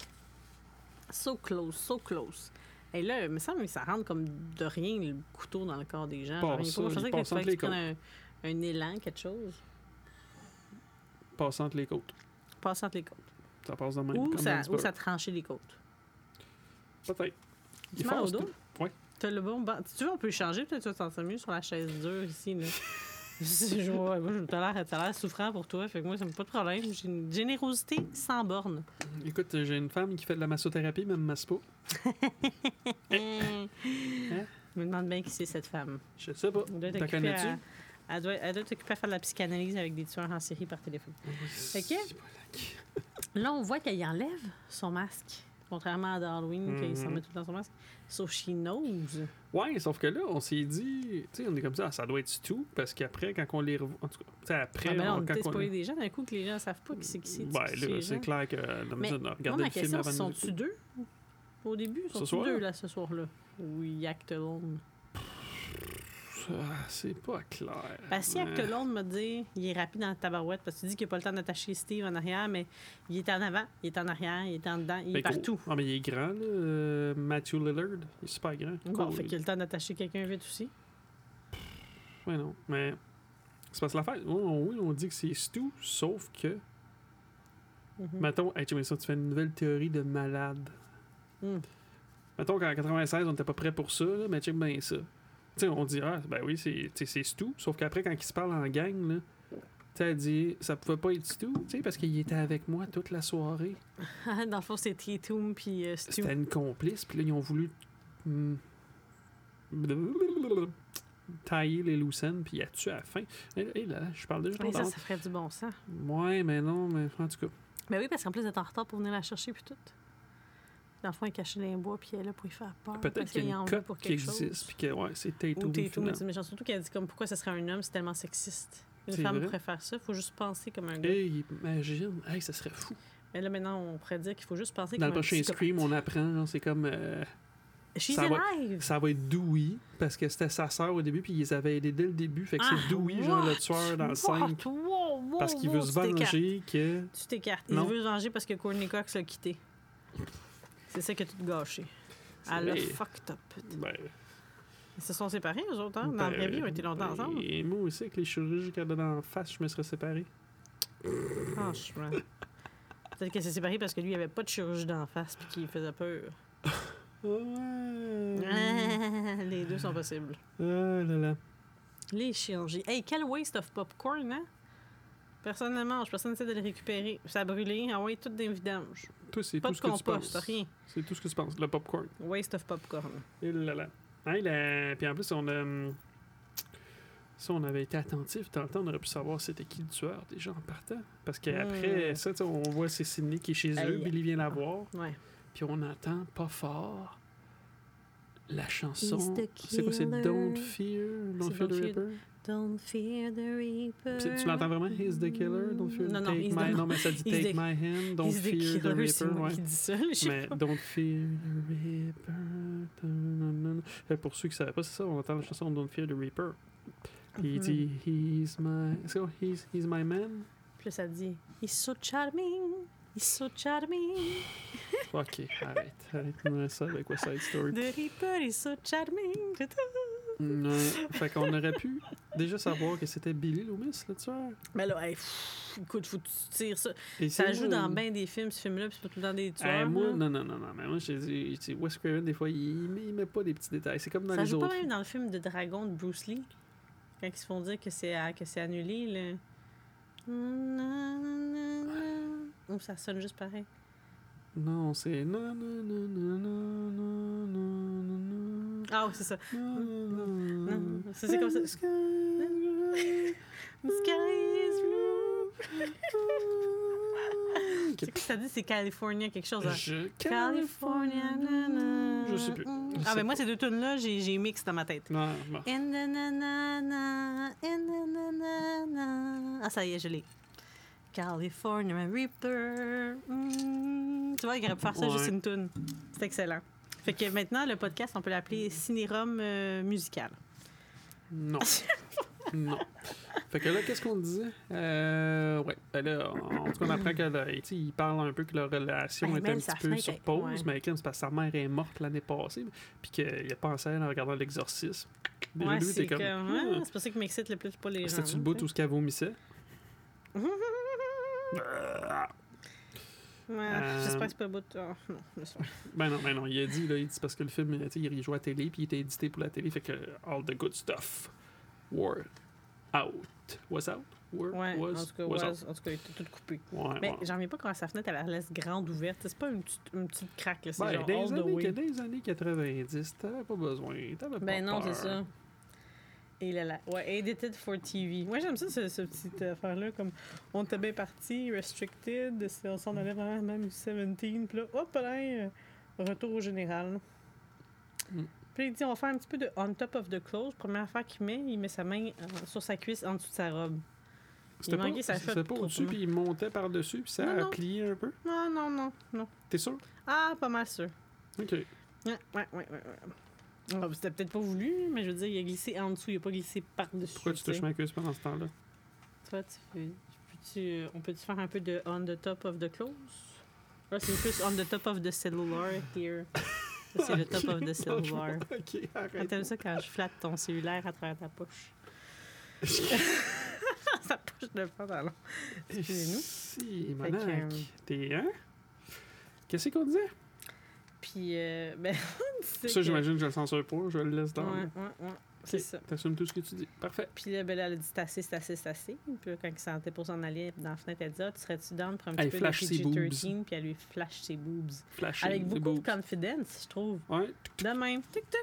Speaker 2: So close, so close. Et là, il me semble que ça rentre comme de rien le couteau dans le corps des gens.
Speaker 3: Passe
Speaker 2: Genre, il faut-
Speaker 3: ça,
Speaker 2: je pensais
Speaker 3: il
Speaker 2: que
Speaker 3: passe
Speaker 2: fallait
Speaker 3: entre
Speaker 2: que tu
Speaker 3: les
Speaker 2: prennes un, un élan, quelque chose.
Speaker 3: Passe entre les côtes.
Speaker 2: Passe entre les côtes.
Speaker 3: Ça passe dans le même.
Speaker 2: Ou
Speaker 3: comme
Speaker 2: ça,
Speaker 3: Lance
Speaker 2: ou
Speaker 3: Burr.
Speaker 2: ça tranchait les côtes.
Speaker 3: Peut-être.
Speaker 2: Tu
Speaker 3: Il
Speaker 2: mal au
Speaker 3: force
Speaker 2: dos?
Speaker 3: Ouais.
Speaker 2: T'as le bon banc. Si tu veux, on peut le changer. Peut-être que tu vas te sentir mieux sur la chaise dure ici. Là. Je- je- ouais, moi, je- t'as l'air, t'as l'air souffrant pour toi. Fait que moi, ça me pas de problème. J'ai une générosité sans borne.
Speaker 3: Écoute, j'ai une femme qui fait de la massothérapie, mais elle me masse pas. Eh.
Speaker 2: Hmm. Je me demande bien qui c'est cette femme.
Speaker 3: Je sais pas.
Speaker 2: Elle doit être
Speaker 3: Hein? T'en
Speaker 2: occupée
Speaker 3: connais-tu?
Speaker 2: à... Elle doit, elle doit être occupée à faire de la psychanalyse avec des tueurs en série par téléphone. Fait que-
Speaker 3: Ah C'est pas la-
Speaker 2: Là, on voit qu'elle enlève son masque. Contrairement à Halloween, qu'il s'en
Speaker 3: Mhm.
Speaker 2: met tout dans son masque. So she knows.
Speaker 3: Ouais, sauf que là, on s'est dit, tu sais, on est comme ça, ah, ça doit être tout, parce qu'après, quand on les revoit, en tout cas, tu sais, après,
Speaker 2: Ah ben là, on
Speaker 3: on-
Speaker 2: peut
Speaker 3: quand
Speaker 2: peut-être
Speaker 3: on...
Speaker 2: spoiler des gens d'un coup que les gens ne savent pas qui c'est qui c'est.
Speaker 3: ben
Speaker 2: qui
Speaker 3: là,
Speaker 2: les gens.
Speaker 3: c'est clair que euh,
Speaker 2: Mais
Speaker 3: on a
Speaker 2: Moi,
Speaker 3: regardé
Speaker 2: ma
Speaker 3: le film
Speaker 2: question,
Speaker 3: avant de nous
Speaker 2: sont-tu deux au début?
Speaker 3: Ce
Speaker 2: Sont-tu
Speaker 3: soir?
Speaker 2: deux là ce soir-là? Oui, Acte Lone.
Speaker 3: Ah, C'est pas clair.
Speaker 2: Parce que si Acte
Speaker 3: Ouais.
Speaker 2: Lone m'a dit, il est rapide dans le tabarouette, parce que tu dis qu'il n'a pas le temps d'attacher Steve en arrière, mais il est en avant, il est en arrière, il est en dedans, il
Speaker 3: Fait
Speaker 2: est
Speaker 3: que-
Speaker 2: partout.
Speaker 3: Ah, mais il est grand, là, euh, Matthew Lillard. Il est super grand.
Speaker 2: Bon,
Speaker 3: Cool.
Speaker 2: fait qu'il a le temps d'attacher quelqu'un vite aussi.
Speaker 3: Ouais, non. Mais c'est parce que l'affaire. Oui, on, oui, on dit que c'est Stu, sauf que.
Speaker 2: Mhm.
Speaker 3: Mettons, hey, Jameson, tu fais une nouvelle théorie de malade.
Speaker 2: Mm.
Speaker 3: Mettons qu'en 96, on était pas prêt pour ça, là, mais check bien ça. Tu sais, on dit, ah, ben oui, c'est tu sais, c'est Stu, sauf qu'après, quand ils se parlent en gang, là. Tu sais, elle dit, ça pouvait pas être Stu, tu sais, parce qu'il était avec moi toute la soirée.
Speaker 2: dans le fond, c'est Tietum puis euh, Stu.
Speaker 3: C'était une complice, puis là, ils ont voulu. hmm, tailler les loose ends, puis il a tué à la fin. Et là, et là, je parle déjà
Speaker 2: Mais
Speaker 3: trop
Speaker 2: ça,
Speaker 3: tard.
Speaker 2: ça ferait du bon sens.
Speaker 3: Ouais, mais non, mais en tout cas.
Speaker 2: Ben oui, parce qu'en plus, elle est en retard pour venir la chercher puis tout. Dans le fond, elle est cachée dans les bois puis elle est là pour y faire peur.
Speaker 3: Peut-être
Speaker 2: parce qu'elle
Speaker 3: qu'il y a
Speaker 2: en
Speaker 3: une
Speaker 2: veut
Speaker 3: cote
Speaker 2: pour
Speaker 3: qui
Speaker 2: quelque
Speaker 3: existe,
Speaker 2: chose.
Speaker 3: puis que, ouais, c'est
Speaker 2: Ou
Speaker 3: Tatum.
Speaker 2: t'es tout, mais
Speaker 3: finalement.
Speaker 2: c'est méchant. Surtout qu'elle dit comme pourquoi ce serait un homme, c'est tellement sexiste. Une
Speaker 3: C'est
Speaker 2: femme
Speaker 3: vrai.
Speaker 2: pourrait faire ça, faut juste penser comme un gars.
Speaker 3: Hey, imagine, hey, ça serait fou.
Speaker 2: Mais là maintenant, on pourrait dire qu'il faut juste penser
Speaker 3: Dans le
Speaker 2: comme un
Speaker 3: prochain
Speaker 2: psychopathe.
Speaker 3: Scream, on apprend, genre, c'est comme. euh,
Speaker 2: She's
Speaker 3: ça va-
Speaker 2: alive!
Speaker 3: ça va être Dewey, parce que c'était sa sœur au début, puis ils avaient aidé dès le début, fait que c'est
Speaker 2: Ah,
Speaker 3: Dewey, genre, le
Speaker 2: what?
Speaker 3: tueur dans le
Speaker 2: What?
Speaker 3: 5.
Speaker 2: Wow, wow,
Speaker 3: Parce qu'il
Speaker 2: wow,
Speaker 3: veut se
Speaker 2: tu t'écartes.
Speaker 3: venger que.
Speaker 2: Tu t'écartes. Il
Speaker 3: Non.
Speaker 2: veut se venger parce que Courtney Cox l'a quitté. C'est ça qui a tout gâché.
Speaker 3: C'est
Speaker 2: Elle l'a
Speaker 3: vrai.
Speaker 2: fucked up.
Speaker 3: Ben,
Speaker 2: Ils se sont séparés, eux autres, hein? Dans la vraie vie, ils ont été longtemps ensemble.
Speaker 3: Euh, Et moi aussi, avec les chirurgies qu'elle a dans la face, je me serais séparé.
Speaker 2: Franchement. Peut-être qu'elle s'est séparée parce que lui, il avait pas de chirurgie d'en face puis qu'il faisait peur. Ah.
Speaker 3: Oh, Ouais.
Speaker 4: Mm.
Speaker 2: Les deux sont possibles.
Speaker 3: Ah là là.
Speaker 2: Les chirurgies. Hey, quel waste of popcorn, hein? Personne ne le mange, personne n'essaie de le récupérer. Ça a brûlé, ah ouais, tout des vidanges.
Speaker 3: Toi, c'est
Speaker 2: Pas
Speaker 3: tout
Speaker 2: de
Speaker 3: ce que tu
Speaker 2: compost,
Speaker 3: penses.
Speaker 2: rien.
Speaker 3: C'est tout ce que tu penses. Le popcorn.
Speaker 2: Waste of popcorn.
Speaker 3: Et là là. Hey, la- Puis en plus, on a. hum, Si on avait été attentif, dans le temps, on aurait pu savoir c'était qui le tueur déjà en partant. Parce qu'après
Speaker 2: Mm.
Speaker 3: ça, tu sais, on voit c'est Sidney qui est chez eux,
Speaker 2: Aïe.
Speaker 3: Billy vient la voir,
Speaker 2: Ouais.
Speaker 3: puis on entend pas fort La
Speaker 4: He's
Speaker 3: chanson.
Speaker 4: the
Speaker 3: C'est quoi, c'est
Speaker 4: killer.
Speaker 3: Don't Fear, Don't
Speaker 2: C'est
Speaker 3: Fear the
Speaker 2: Don't Fear-
Speaker 3: Reaper?
Speaker 4: Don't fear the reaper.
Speaker 3: C'est- Tu l'entends vraiment? He's the killer, don't fear
Speaker 2: Non, non,
Speaker 3: take
Speaker 2: he's
Speaker 3: my...
Speaker 2: the-
Speaker 3: Non, mais ça dit
Speaker 2: he's
Speaker 3: take
Speaker 2: the-
Speaker 3: my hand, don't
Speaker 2: He's the
Speaker 3: fear the
Speaker 2: killer, c'est
Speaker 3: reaper.
Speaker 2: moi
Speaker 3: Ouais.
Speaker 2: qui dis ça. je sais
Speaker 3: Mais
Speaker 2: pas.
Speaker 3: don't fear the reaper. ta- na- na- na. Fait que Pour ceux qui ne savaient pas, c'est ça, on entend la chanson Don't fear the reaper. Puis il
Speaker 2: Mhm.
Speaker 3: dit He's my... C'est quoi? He's, he's my man?
Speaker 2: Puis là, ça dit He's so charming, he's so charming,
Speaker 3: Ok, arrête. Arrête de me ça avec West Side Story.
Speaker 2: the Reaper is so charming.
Speaker 3: Non, fait qu'on aurait pu déjà savoir que c'était Billy Loomis, le tueur.
Speaker 2: Mais là, hey, pff, écoute, faut que tu tires ça.
Speaker 3: Et
Speaker 2: Ça
Speaker 3: c'est-
Speaker 2: joue dans bien des films, ce film-là, puis c'est pas tout le temps des tueurs.
Speaker 3: Eh, moi,
Speaker 2: là.
Speaker 3: non, non, non, non, mais moi, je te dis, je dis, Wes Craven, des fois, il, met- il met pas des petits détails. C'est comme dans
Speaker 2: ça
Speaker 3: les
Speaker 2: joue
Speaker 3: autres.
Speaker 2: pas même dans le film de Dragon de Bruce Lee, quand ils se font dire que c'est à- que c'est annulé. Là. Ou ça sonne juste pareil.
Speaker 3: Non, c'est. Non, non, non, non, non, non, non, non, non,
Speaker 2: Ah oui, c'est ça.
Speaker 3: non, non, non.
Speaker 2: Non, ça, c'est comme ça.
Speaker 3: The sky is
Speaker 2: The sky is
Speaker 3: blue.
Speaker 2: C'est quoi que ça dit? C'est California quelque chose. hein?
Speaker 3: Je.
Speaker 2: California. na, na.
Speaker 3: Je sais plus. Je
Speaker 2: Ah,
Speaker 3: sais
Speaker 2: ben moi, ces deux tunes-là, j'ai j'ai mix dans ma tête.
Speaker 3: Non, bon.
Speaker 2: And na, na, na, na, and na, na, na, na. Ah, ça y est, je l'ai. California Reaper. Mm. Tu vois, il aurait pu faire ça
Speaker 3: Ouais.
Speaker 2: juste une tune. C'est excellent. Fait que maintenant, le podcast, on peut l'appeler Cinérum euh, musical.
Speaker 3: Non. non. Fait que là, qu'est-ce qu'on disait? Euh, ouais. Ben là, en en tout cas, on apprend qu'il parle un peu que leur relation
Speaker 2: Ben,
Speaker 3: est un
Speaker 2: Mel,
Speaker 3: petit
Speaker 2: sa
Speaker 3: peu
Speaker 2: fenêtre
Speaker 3: sur
Speaker 2: est-
Speaker 3: pause,
Speaker 2: ouais.
Speaker 3: mais Kim, c'est parce que sa mère est morte l'année passée, puis qu'il a pensé à elle en regardant l'exorcisme. Déjà,
Speaker 2: Ouais,
Speaker 3: lui,
Speaker 2: c'est
Speaker 3: t'es comme.
Speaker 2: comme, ouais,
Speaker 3: Ah,
Speaker 2: c'est pour ça qui m'excite le plus pour les gens.
Speaker 3: C'était-tu le
Speaker 2: là,
Speaker 3: bout
Speaker 2: tu
Speaker 3: où ce qu'elle vomissait?
Speaker 2: sais. Ouais,
Speaker 3: Euh,
Speaker 2: J'espère que c'est pas le bout. de- oh, non, je sais pas.
Speaker 3: Ben non, ben non, il a dit, là, il dit c'est parce que le film, tu sais, il joue à la télé, puis il était édité pour la télé, fait que all the good stuff were out. Was out? Were,
Speaker 2: Ouais,
Speaker 3: was,
Speaker 2: en tout cas,
Speaker 3: was out.
Speaker 2: was- en tout cas, il était tout coupé.
Speaker 3: Ouais,
Speaker 2: Mais
Speaker 3: ouais.
Speaker 2: j'en ai pas quand sa fenêtre, elle la laisse grande ouverte. C'est pas une petite, une petite craque, là. C'est
Speaker 3: Ben,
Speaker 2: genre
Speaker 3: dans, les
Speaker 2: all the
Speaker 3: années,
Speaker 2: way.
Speaker 3: que- dans les années 90, t'avais pas besoin. T'avais
Speaker 2: Ben
Speaker 3: pas
Speaker 2: non, c'est ça.
Speaker 3: peur.
Speaker 2: Et là, là. Ouais, edited for TV. Moi, j'aime ça, ce, ce petit affaire-là. Comme on était bien parti, restricted, c'est- on s'en allait vraiment même du 17, puis là, hop là, euh, retour au général.
Speaker 3: Mm.
Speaker 2: Puis il dit, on va faire un petit peu de on top of the clothes. Première affaire qu'il met, il met sa main euh, sur sa cuisse en dessous de sa robe.
Speaker 3: C'était
Speaker 2: Il manquait
Speaker 3: pas,
Speaker 2: sa
Speaker 3: c'était
Speaker 2: shot
Speaker 3: pas
Speaker 2: trop
Speaker 3: au-dessus,
Speaker 2: comment.
Speaker 3: puis il montait par-dessus, puis ça
Speaker 2: Non,
Speaker 3: a
Speaker 2: non.
Speaker 3: plié un peu.
Speaker 2: Non, non, non, non.
Speaker 3: T'es sûr?
Speaker 2: Ah, pas mal sûr.
Speaker 3: Ok.
Speaker 2: Ouais, ouais, ouais, ouais. ouais. Ah, C'était peut-être pas voulu, mais je veux dire, il a glissé en dessous, il a pas glissé par-dessus.
Speaker 3: Pourquoi tu
Speaker 2: tu sais.
Speaker 3: touches ma cuisse pendant ce temps-là?
Speaker 2: Toi, tu veux- tu peux-tu- on peut-tu faire un peu de on the top of the clothes? Là, c'est plus on the top of the cellular here. Ça, c'est le top of the cellular.
Speaker 3: ok,
Speaker 2: Ah,
Speaker 3: arrête.
Speaker 2: T'aimes ça quand je flatte ton cellulaire à travers ta poche? Sa poche de pantalon. excusez-nous.
Speaker 3: Si,
Speaker 2: Fait que,
Speaker 3: monac.
Speaker 2: euh,
Speaker 3: T'es, hein? Qu'est-ce qu'on disait?
Speaker 2: Puis, euh, ben, tu sais
Speaker 3: Ça,
Speaker 2: que-
Speaker 3: j'imagine que je le censure pas, je le laisse
Speaker 2: Ouais,
Speaker 3: dans.
Speaker 2: ouais, ouais. C'est
Speaker 3: Ok,
Speaker 2: ça.
Speaker 3: T'assumes tout ce que tu dis. Parfait.
Speaker 2: Puis là, ben, là, elle a dit c'est assez, c'est assez, c'est assez. Puis là, quand il sentait pour s'en aller dans la fenêtre, elle dit ah, tu serais-tu down pour un petit
Speaker 3: Elle
Speaker 2: peu
Speaker 3: flash ses
Speaker 2: de
Speaker 3: boobs.
Speaker 2: PG-13? Puis elle lui flash ses boobs.
Speaker 3: Flashing.
Speaker 2: Avec
Speaker 3: c'est
Speaker 2: beaucoup de
Speaker 3: beau.
Speaker 2: confidence, je trouve.
Speaker 3: Ouais.
Speaker 2: De même. Tic, tic.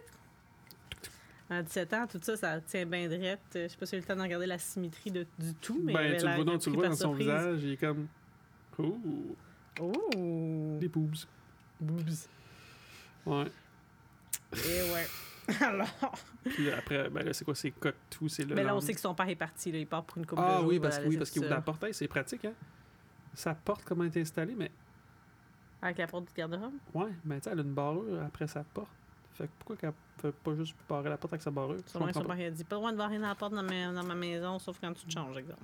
Speaker 2: À 17 ans, tout ça, ça tient bien drette. Euh, Je sais pas si j'ai eu le temps de regarder la symétrie de, du tout, mais. elle
Speaker 3: Ben,
Speaker 2: avait
Speaker 3: tu le
Speaker 2: l'air
Speaker 3: vois, non, tu
Speaker 2: pris
Speaker 3: le vois
Speaker 2: par
Speaker 3: dans son
Speaker 2: surprise.
Speaker 3: visage, il est comme. Oh,
Speaker 2: Oh!
Speaker 3: des boobs.
Speaker 2: boobs.
Speaker 3: Ouais.
Speaker 2: Et Eh ouais. Alors.
Speaker 3: Puis après, ben là, c'est quoi? C'est tout c'est le.
Speaker 2: Mais Ben là, on
Speaker 3: lendemain.
Speaker 2: sait que son père est parti, là. Il part pour une couple de
Speaker 3: Ah
Speaker 2: jours,
Speaker 3: oui,
Speaker 2: il va
Speaker 3: parce,
Speaker 2: la
Speaker 3: que- oui,
Speaker 2: laisser
Speaker 3: parce qu'il
Speaker 2: toute
Speaker 3: ouvre la porte, Hey, c'est pratique, hein? Sa porte, comment elle est installée, mais
Speaker 2: seule. Avec la porte du garde-robe.
Speaker 3: ouais, mais tu sais, elle a une barrure après sa porte. Fait que pourquoi qu'elle fait pas juste barrer la porte avec sa barrure? Je
Speaker 2: Sûrement que
Speaker 3: comprends
Speaker 2: son
Speaker 3: pas.
Speaker 2: père il a dit pas le droit de barrer dans la porte dans ma, dans ma maison, sauf quand tu te changes, exemple.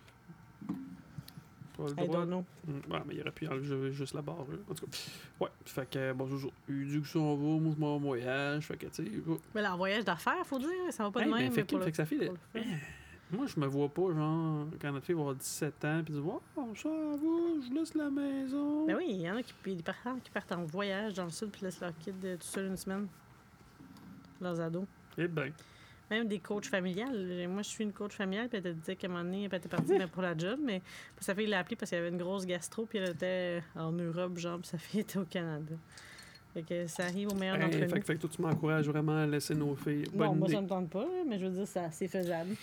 Speaker 3: Pas le
Speaker 2: I
Speaker 3: droit.
Speaker 2: don't know.
Speaker 3: Mm, ouais, mais il aurait pu enlever juste la barrure. En tout cas, ouais. Fait que, bon, toujours, il dit que ça en va, moi, je m'en voyage. Fait que, tu sais, il va.
Speaker 2: Mais là, en voyage d'affaires, faut dire, ça va pas
Speaker 3: Hey,
Speaker 2: de
Speaker 3: mais
Speaker 2: même.
Speaker 3: fait,
Speaker 2: mais pour
Speaker 3: qu'il-
Speaker 2: le-
Speaker 3: fait que sa fille,
Speaker 2: pour le faire.
Speaker 3: Moi, je me vois pas, genre, quand notre fille va avoir 17 ans, puis dire, wow, ça en va, je laisse la maison.
Speaker 2: Ben oui, il y en a qui, des parents qui partent en voyage dans le sud puis laissent leur kid euh, tout seul une semaine. Leurs ados.
Speaker 3: Eh ben,
Speaker 2: Même des coachs familiales. Moi, je suis une coach familiale, puis elle te disait qu'à un moment donné, elle était partie mais pour la job, mais puis sa fille l'a appelée parce qu'elle avait une grosse gastro, puis elle était en Europe, genre, puis sa fille était au Canada. Fait que ça arrive au meilleur
Speaker 3: hey,
Speaker 2: d'entre
Speaker 3: Eh, fait,
Speaker 2: nous.
Speaker 3: que- fait que toi, tu m'encourages vraiment à laisser nos filles.
Speaker 2: Non,
Speaker 3: Bonne
Speaker 2: moi,
Speaker 3: idée.
Speaker 2: ça me tente pas, là, mais je veux dire, ça, c'est faisable.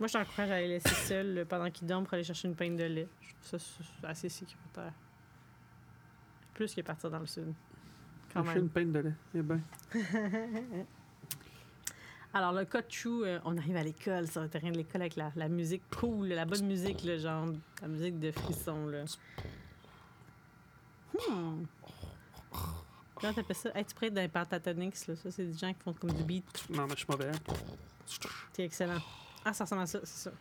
Speaker 2: Moi, je t'encourage à les laisser seuls euh, pendant qu'ils dorment pour aller chercher une pinte de lait. Je trouve Ça, c'est assez sécuritaire. Plus que partir dans le sud. quand
Speaker 3: Je suis
Speaker 2: même.
Speaker 3: une peine de lait. Eh ben.
Speaker 2: Alors, le cas de Chou, euh, on arrive à l'école, sur le terrain de l'école avec la, la musique cool, la bonne musique, là, genre la musique de frisson. Là. Hmm. Comment t'appelles ça? Hey, tu prêtes dans les pentatonix, là. Ça, c'est des gens qui font comme du beat.
Speaker 3: Non, mais je suis mauvais. hein.
Speaker 2: C'est excellent. Ah, ça ressemble à ça, c'est ça.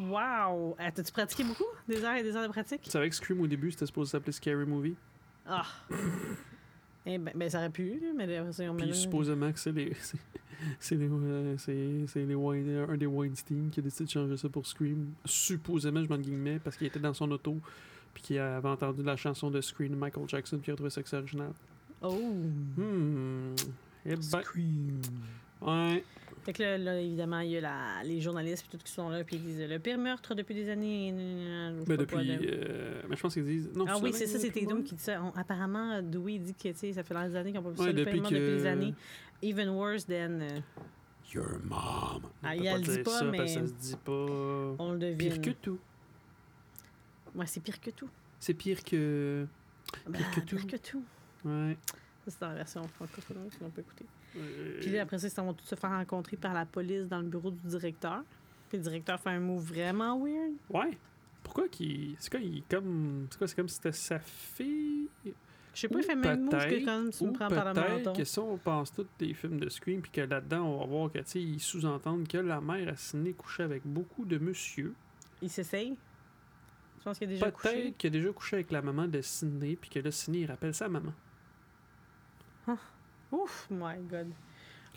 Speaker 2: Wow! Ah, T'as-tu pratiqué beaucoup? Des heures et des heures de pratique?
Speaker 3: Tu savais que Scream au début, c'était supposé s'appeler Scary Movie.
Speaker 2: Ah! eh ben, ben, ça aurait pu, là, mais là, c'est- on met
Speaker 3: Puis
Speaker 2: là-
Speaker 3: supposément que c'est les. c'est- C'est les, euh, c'est- c'est les Wein- un des Weinstein qui a décidé de changer ça pour Scream. Supposément, je m'en guillemets, parce qu'il était dans son auto, puis qu'il avait entendu la chanson de Scream de Michael Jackson, puis il a trouvé ça que c'est original.
Speaker 2: Oh!
Speaker 3: Hmm. Eh ben.
Speaker 1: Scream.
Speaker 3: Ouais.
Speaker 2: Fait que là, là, évidemment, il y a la- les journalistes puis tout qui sont là puis ils disent le pire meurtre depuis des années. je sais
Speaker 3: Ben
Speaker 2: pas quoi,
Speaker 3: depuis.
Speaker 2: là.
Speaker 3: euh, mais je pense qu'ils disent. Non,
Speaker 2: Ah
Speaker 3: c'est
Speaker 2: oui,
Speaker 3: la
Speaker 2: c'est
Speaker 3: même
Speaker 2: ça, c'était
Speaker 3: depuis
Speaker 2: Doom
Speaker 3: moi.
Speaker 2: qui dit ça. On- apparemment, euh, Dewey dit que tu sais, ça fait des années qu'on peut plus
Speaker 3: Ouais,
Speaker 2: le
Speaker 3: depuis
Speaker 2: pire meurtre depuis des
Speaker 3: que-
Speaker 2: années. Even worse than. euh,
Speaker 3: Your mom.
Speaker 2: Ah,
Speaker 3: On peut
Speaker 2: il le dit
Speaker 3: dire
Speaker 2: pas,
Speaker 3: ça,
Speaker 2: mais-
Speaker 3: parce que ça se dit pas.
Speaker 2: on le devine.
Speaker 3: Pire que tout.
Speaker 2: Ouais, c'est pire que tout.
Speaker 3: C'est pire que.
Speaker 2: Ben,
Speaker 3: que tout.
Speaker 2: Pire que tout.
Speaker 3: Ouais.
Speaker 2: Ça, c'est dans la version francophone qu'on peut écouter.
Speaker 3: Euh,
Speaker 2: Puis là, après ça, ils s'en vont tous se faire rencontrer par la police dans le bureau du directeur. Puis le directeur fait un mot vraiment weird.
Speaker 3: Ouais. Pourquoi qu'il. C'est quoi, il est comme. C'est quoi, c'est comme si c'était sa fille.
Speaker 2: Je sais pas,
Speaker 3: Ou
Speaker 2: il fait le même mot que
Speaker 3: peut-être-
Speaker 2: quand tu
Speaker 3: Ou
Speaker 2: me prends par le menton.
Speaker 3: peut-être que ça, on pense tous des films de Scream, puis que là-dedans, on va voir que, tu sais, ils sous-entendent que la mère assinée couchait avec beaucoup de monsieur.
Speaker 2: Il s'essaye. Je pense qu'il a déjà couché.
Speaker 3: Peut-être qu'il a déjà couché avec la maman de Sidney, puis que là, Sidney, il rappelle sa maman.
Speaker 2: Ouf, my God.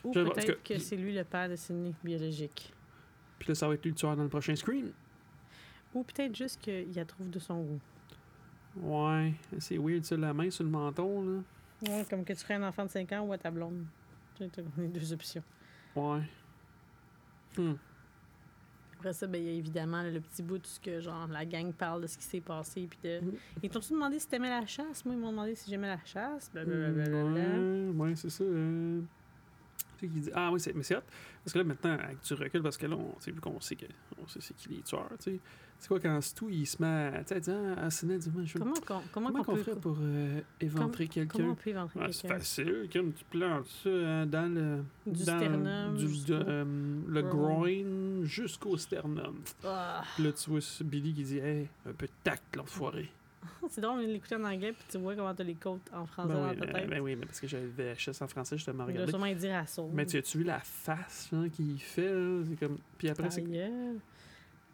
Speaker 2: Ou
Speaker 3: Je pense
Speaker 2: peut-être
Speaker 3: que-
Speaker 2: que, c'est lui le père de Sidney, biologique.
Speaker 3: Puis là, ça va être lui le tueur dans le prochain Scream.
Speaker 2: Ou peut-être juste qu'il la trouve de son goût.
Speaker 3: Ouais, c'est weird, ça, la main sur le menton, là.
Speaker 2: Ouais, comme que tu serais un enfant de 5 ans ou à ta blonde. Tu sais, t'as les deux options.
Speaker 3: Ouais. Hmm.
Speaker 2: Après ça, ben, il y a évidemment là, le petit bout de ce que genre la gang parle de ce qui s'est passé. Puis de...
Speaker 3: Mm.
Speaker 2: Ils t'ont-tu demandé si t'aimais la chasse? Moi, ils m'ont demandé si j'aimais la chasse. Blablabla.
Speaker 3: Mm, Ouais, ouais, c'est ça. euh. Tu sais, qui dit, ah oui, c'est- mais c'est hot. Parce que là, maintenant, avec du recul, parce que là, on, tu sais, vu qu'on sait que on sait c'est qui les tueurs, tu sais. C'est quoi, quand Stu, il se met à, tu sais, à dire, ah, Sidney, dis-moi, je veux-
Speaker 2: Comment qu'on comment
Speaker 3: Comment
Speaker 2: qu'on
Speaker 3: qu'on
Speaker 2: peut...
Speaker 3: ferait pour euh, éventrer
Speaker 2: Comment on
Speaker 3: quelqu'un?
Speaker 2: peut éventrer
Speaker 3: Ah, c'est
Speaker 2: quelqu'un?
Speaker 3: facile, comme tu plantes ça hein, dans le...
Speaker 2: Du
Speaker 3: dans-
Speaker 2: sternum.
Speaker 3: du-
Speaker 2: jusqu'au-
Speaker 3: de, euh, le groin jusqu'au sternum.
Speaker 2: Ah!
Speaker 3: Puis là, tu vois Billy qui dit, hey, un peu de tact, l'enfoiré.
Speaker 2: C'est drôle de l'écouter en anglais, puis tu vois comment t'as les côtes en français
Speaker 3: Ben oui,
Speaker 2: dans ta
Speaker 3: mais-
Speaker 2: tête.
Speaker 3: ben oui, mais parce que j'avais VHS en français, je te
Speaker 2: Il doit
Speaker 3: regardé.
Speaker 2: sûrement y dire à sauve.
Speaker 3: Mais tu as-tu vu la face genre, qu'il fait? là? C'est comme... Puis après,
Speaker 2: Ta
Speaker 3: c'est...
Speaker 2: gueule.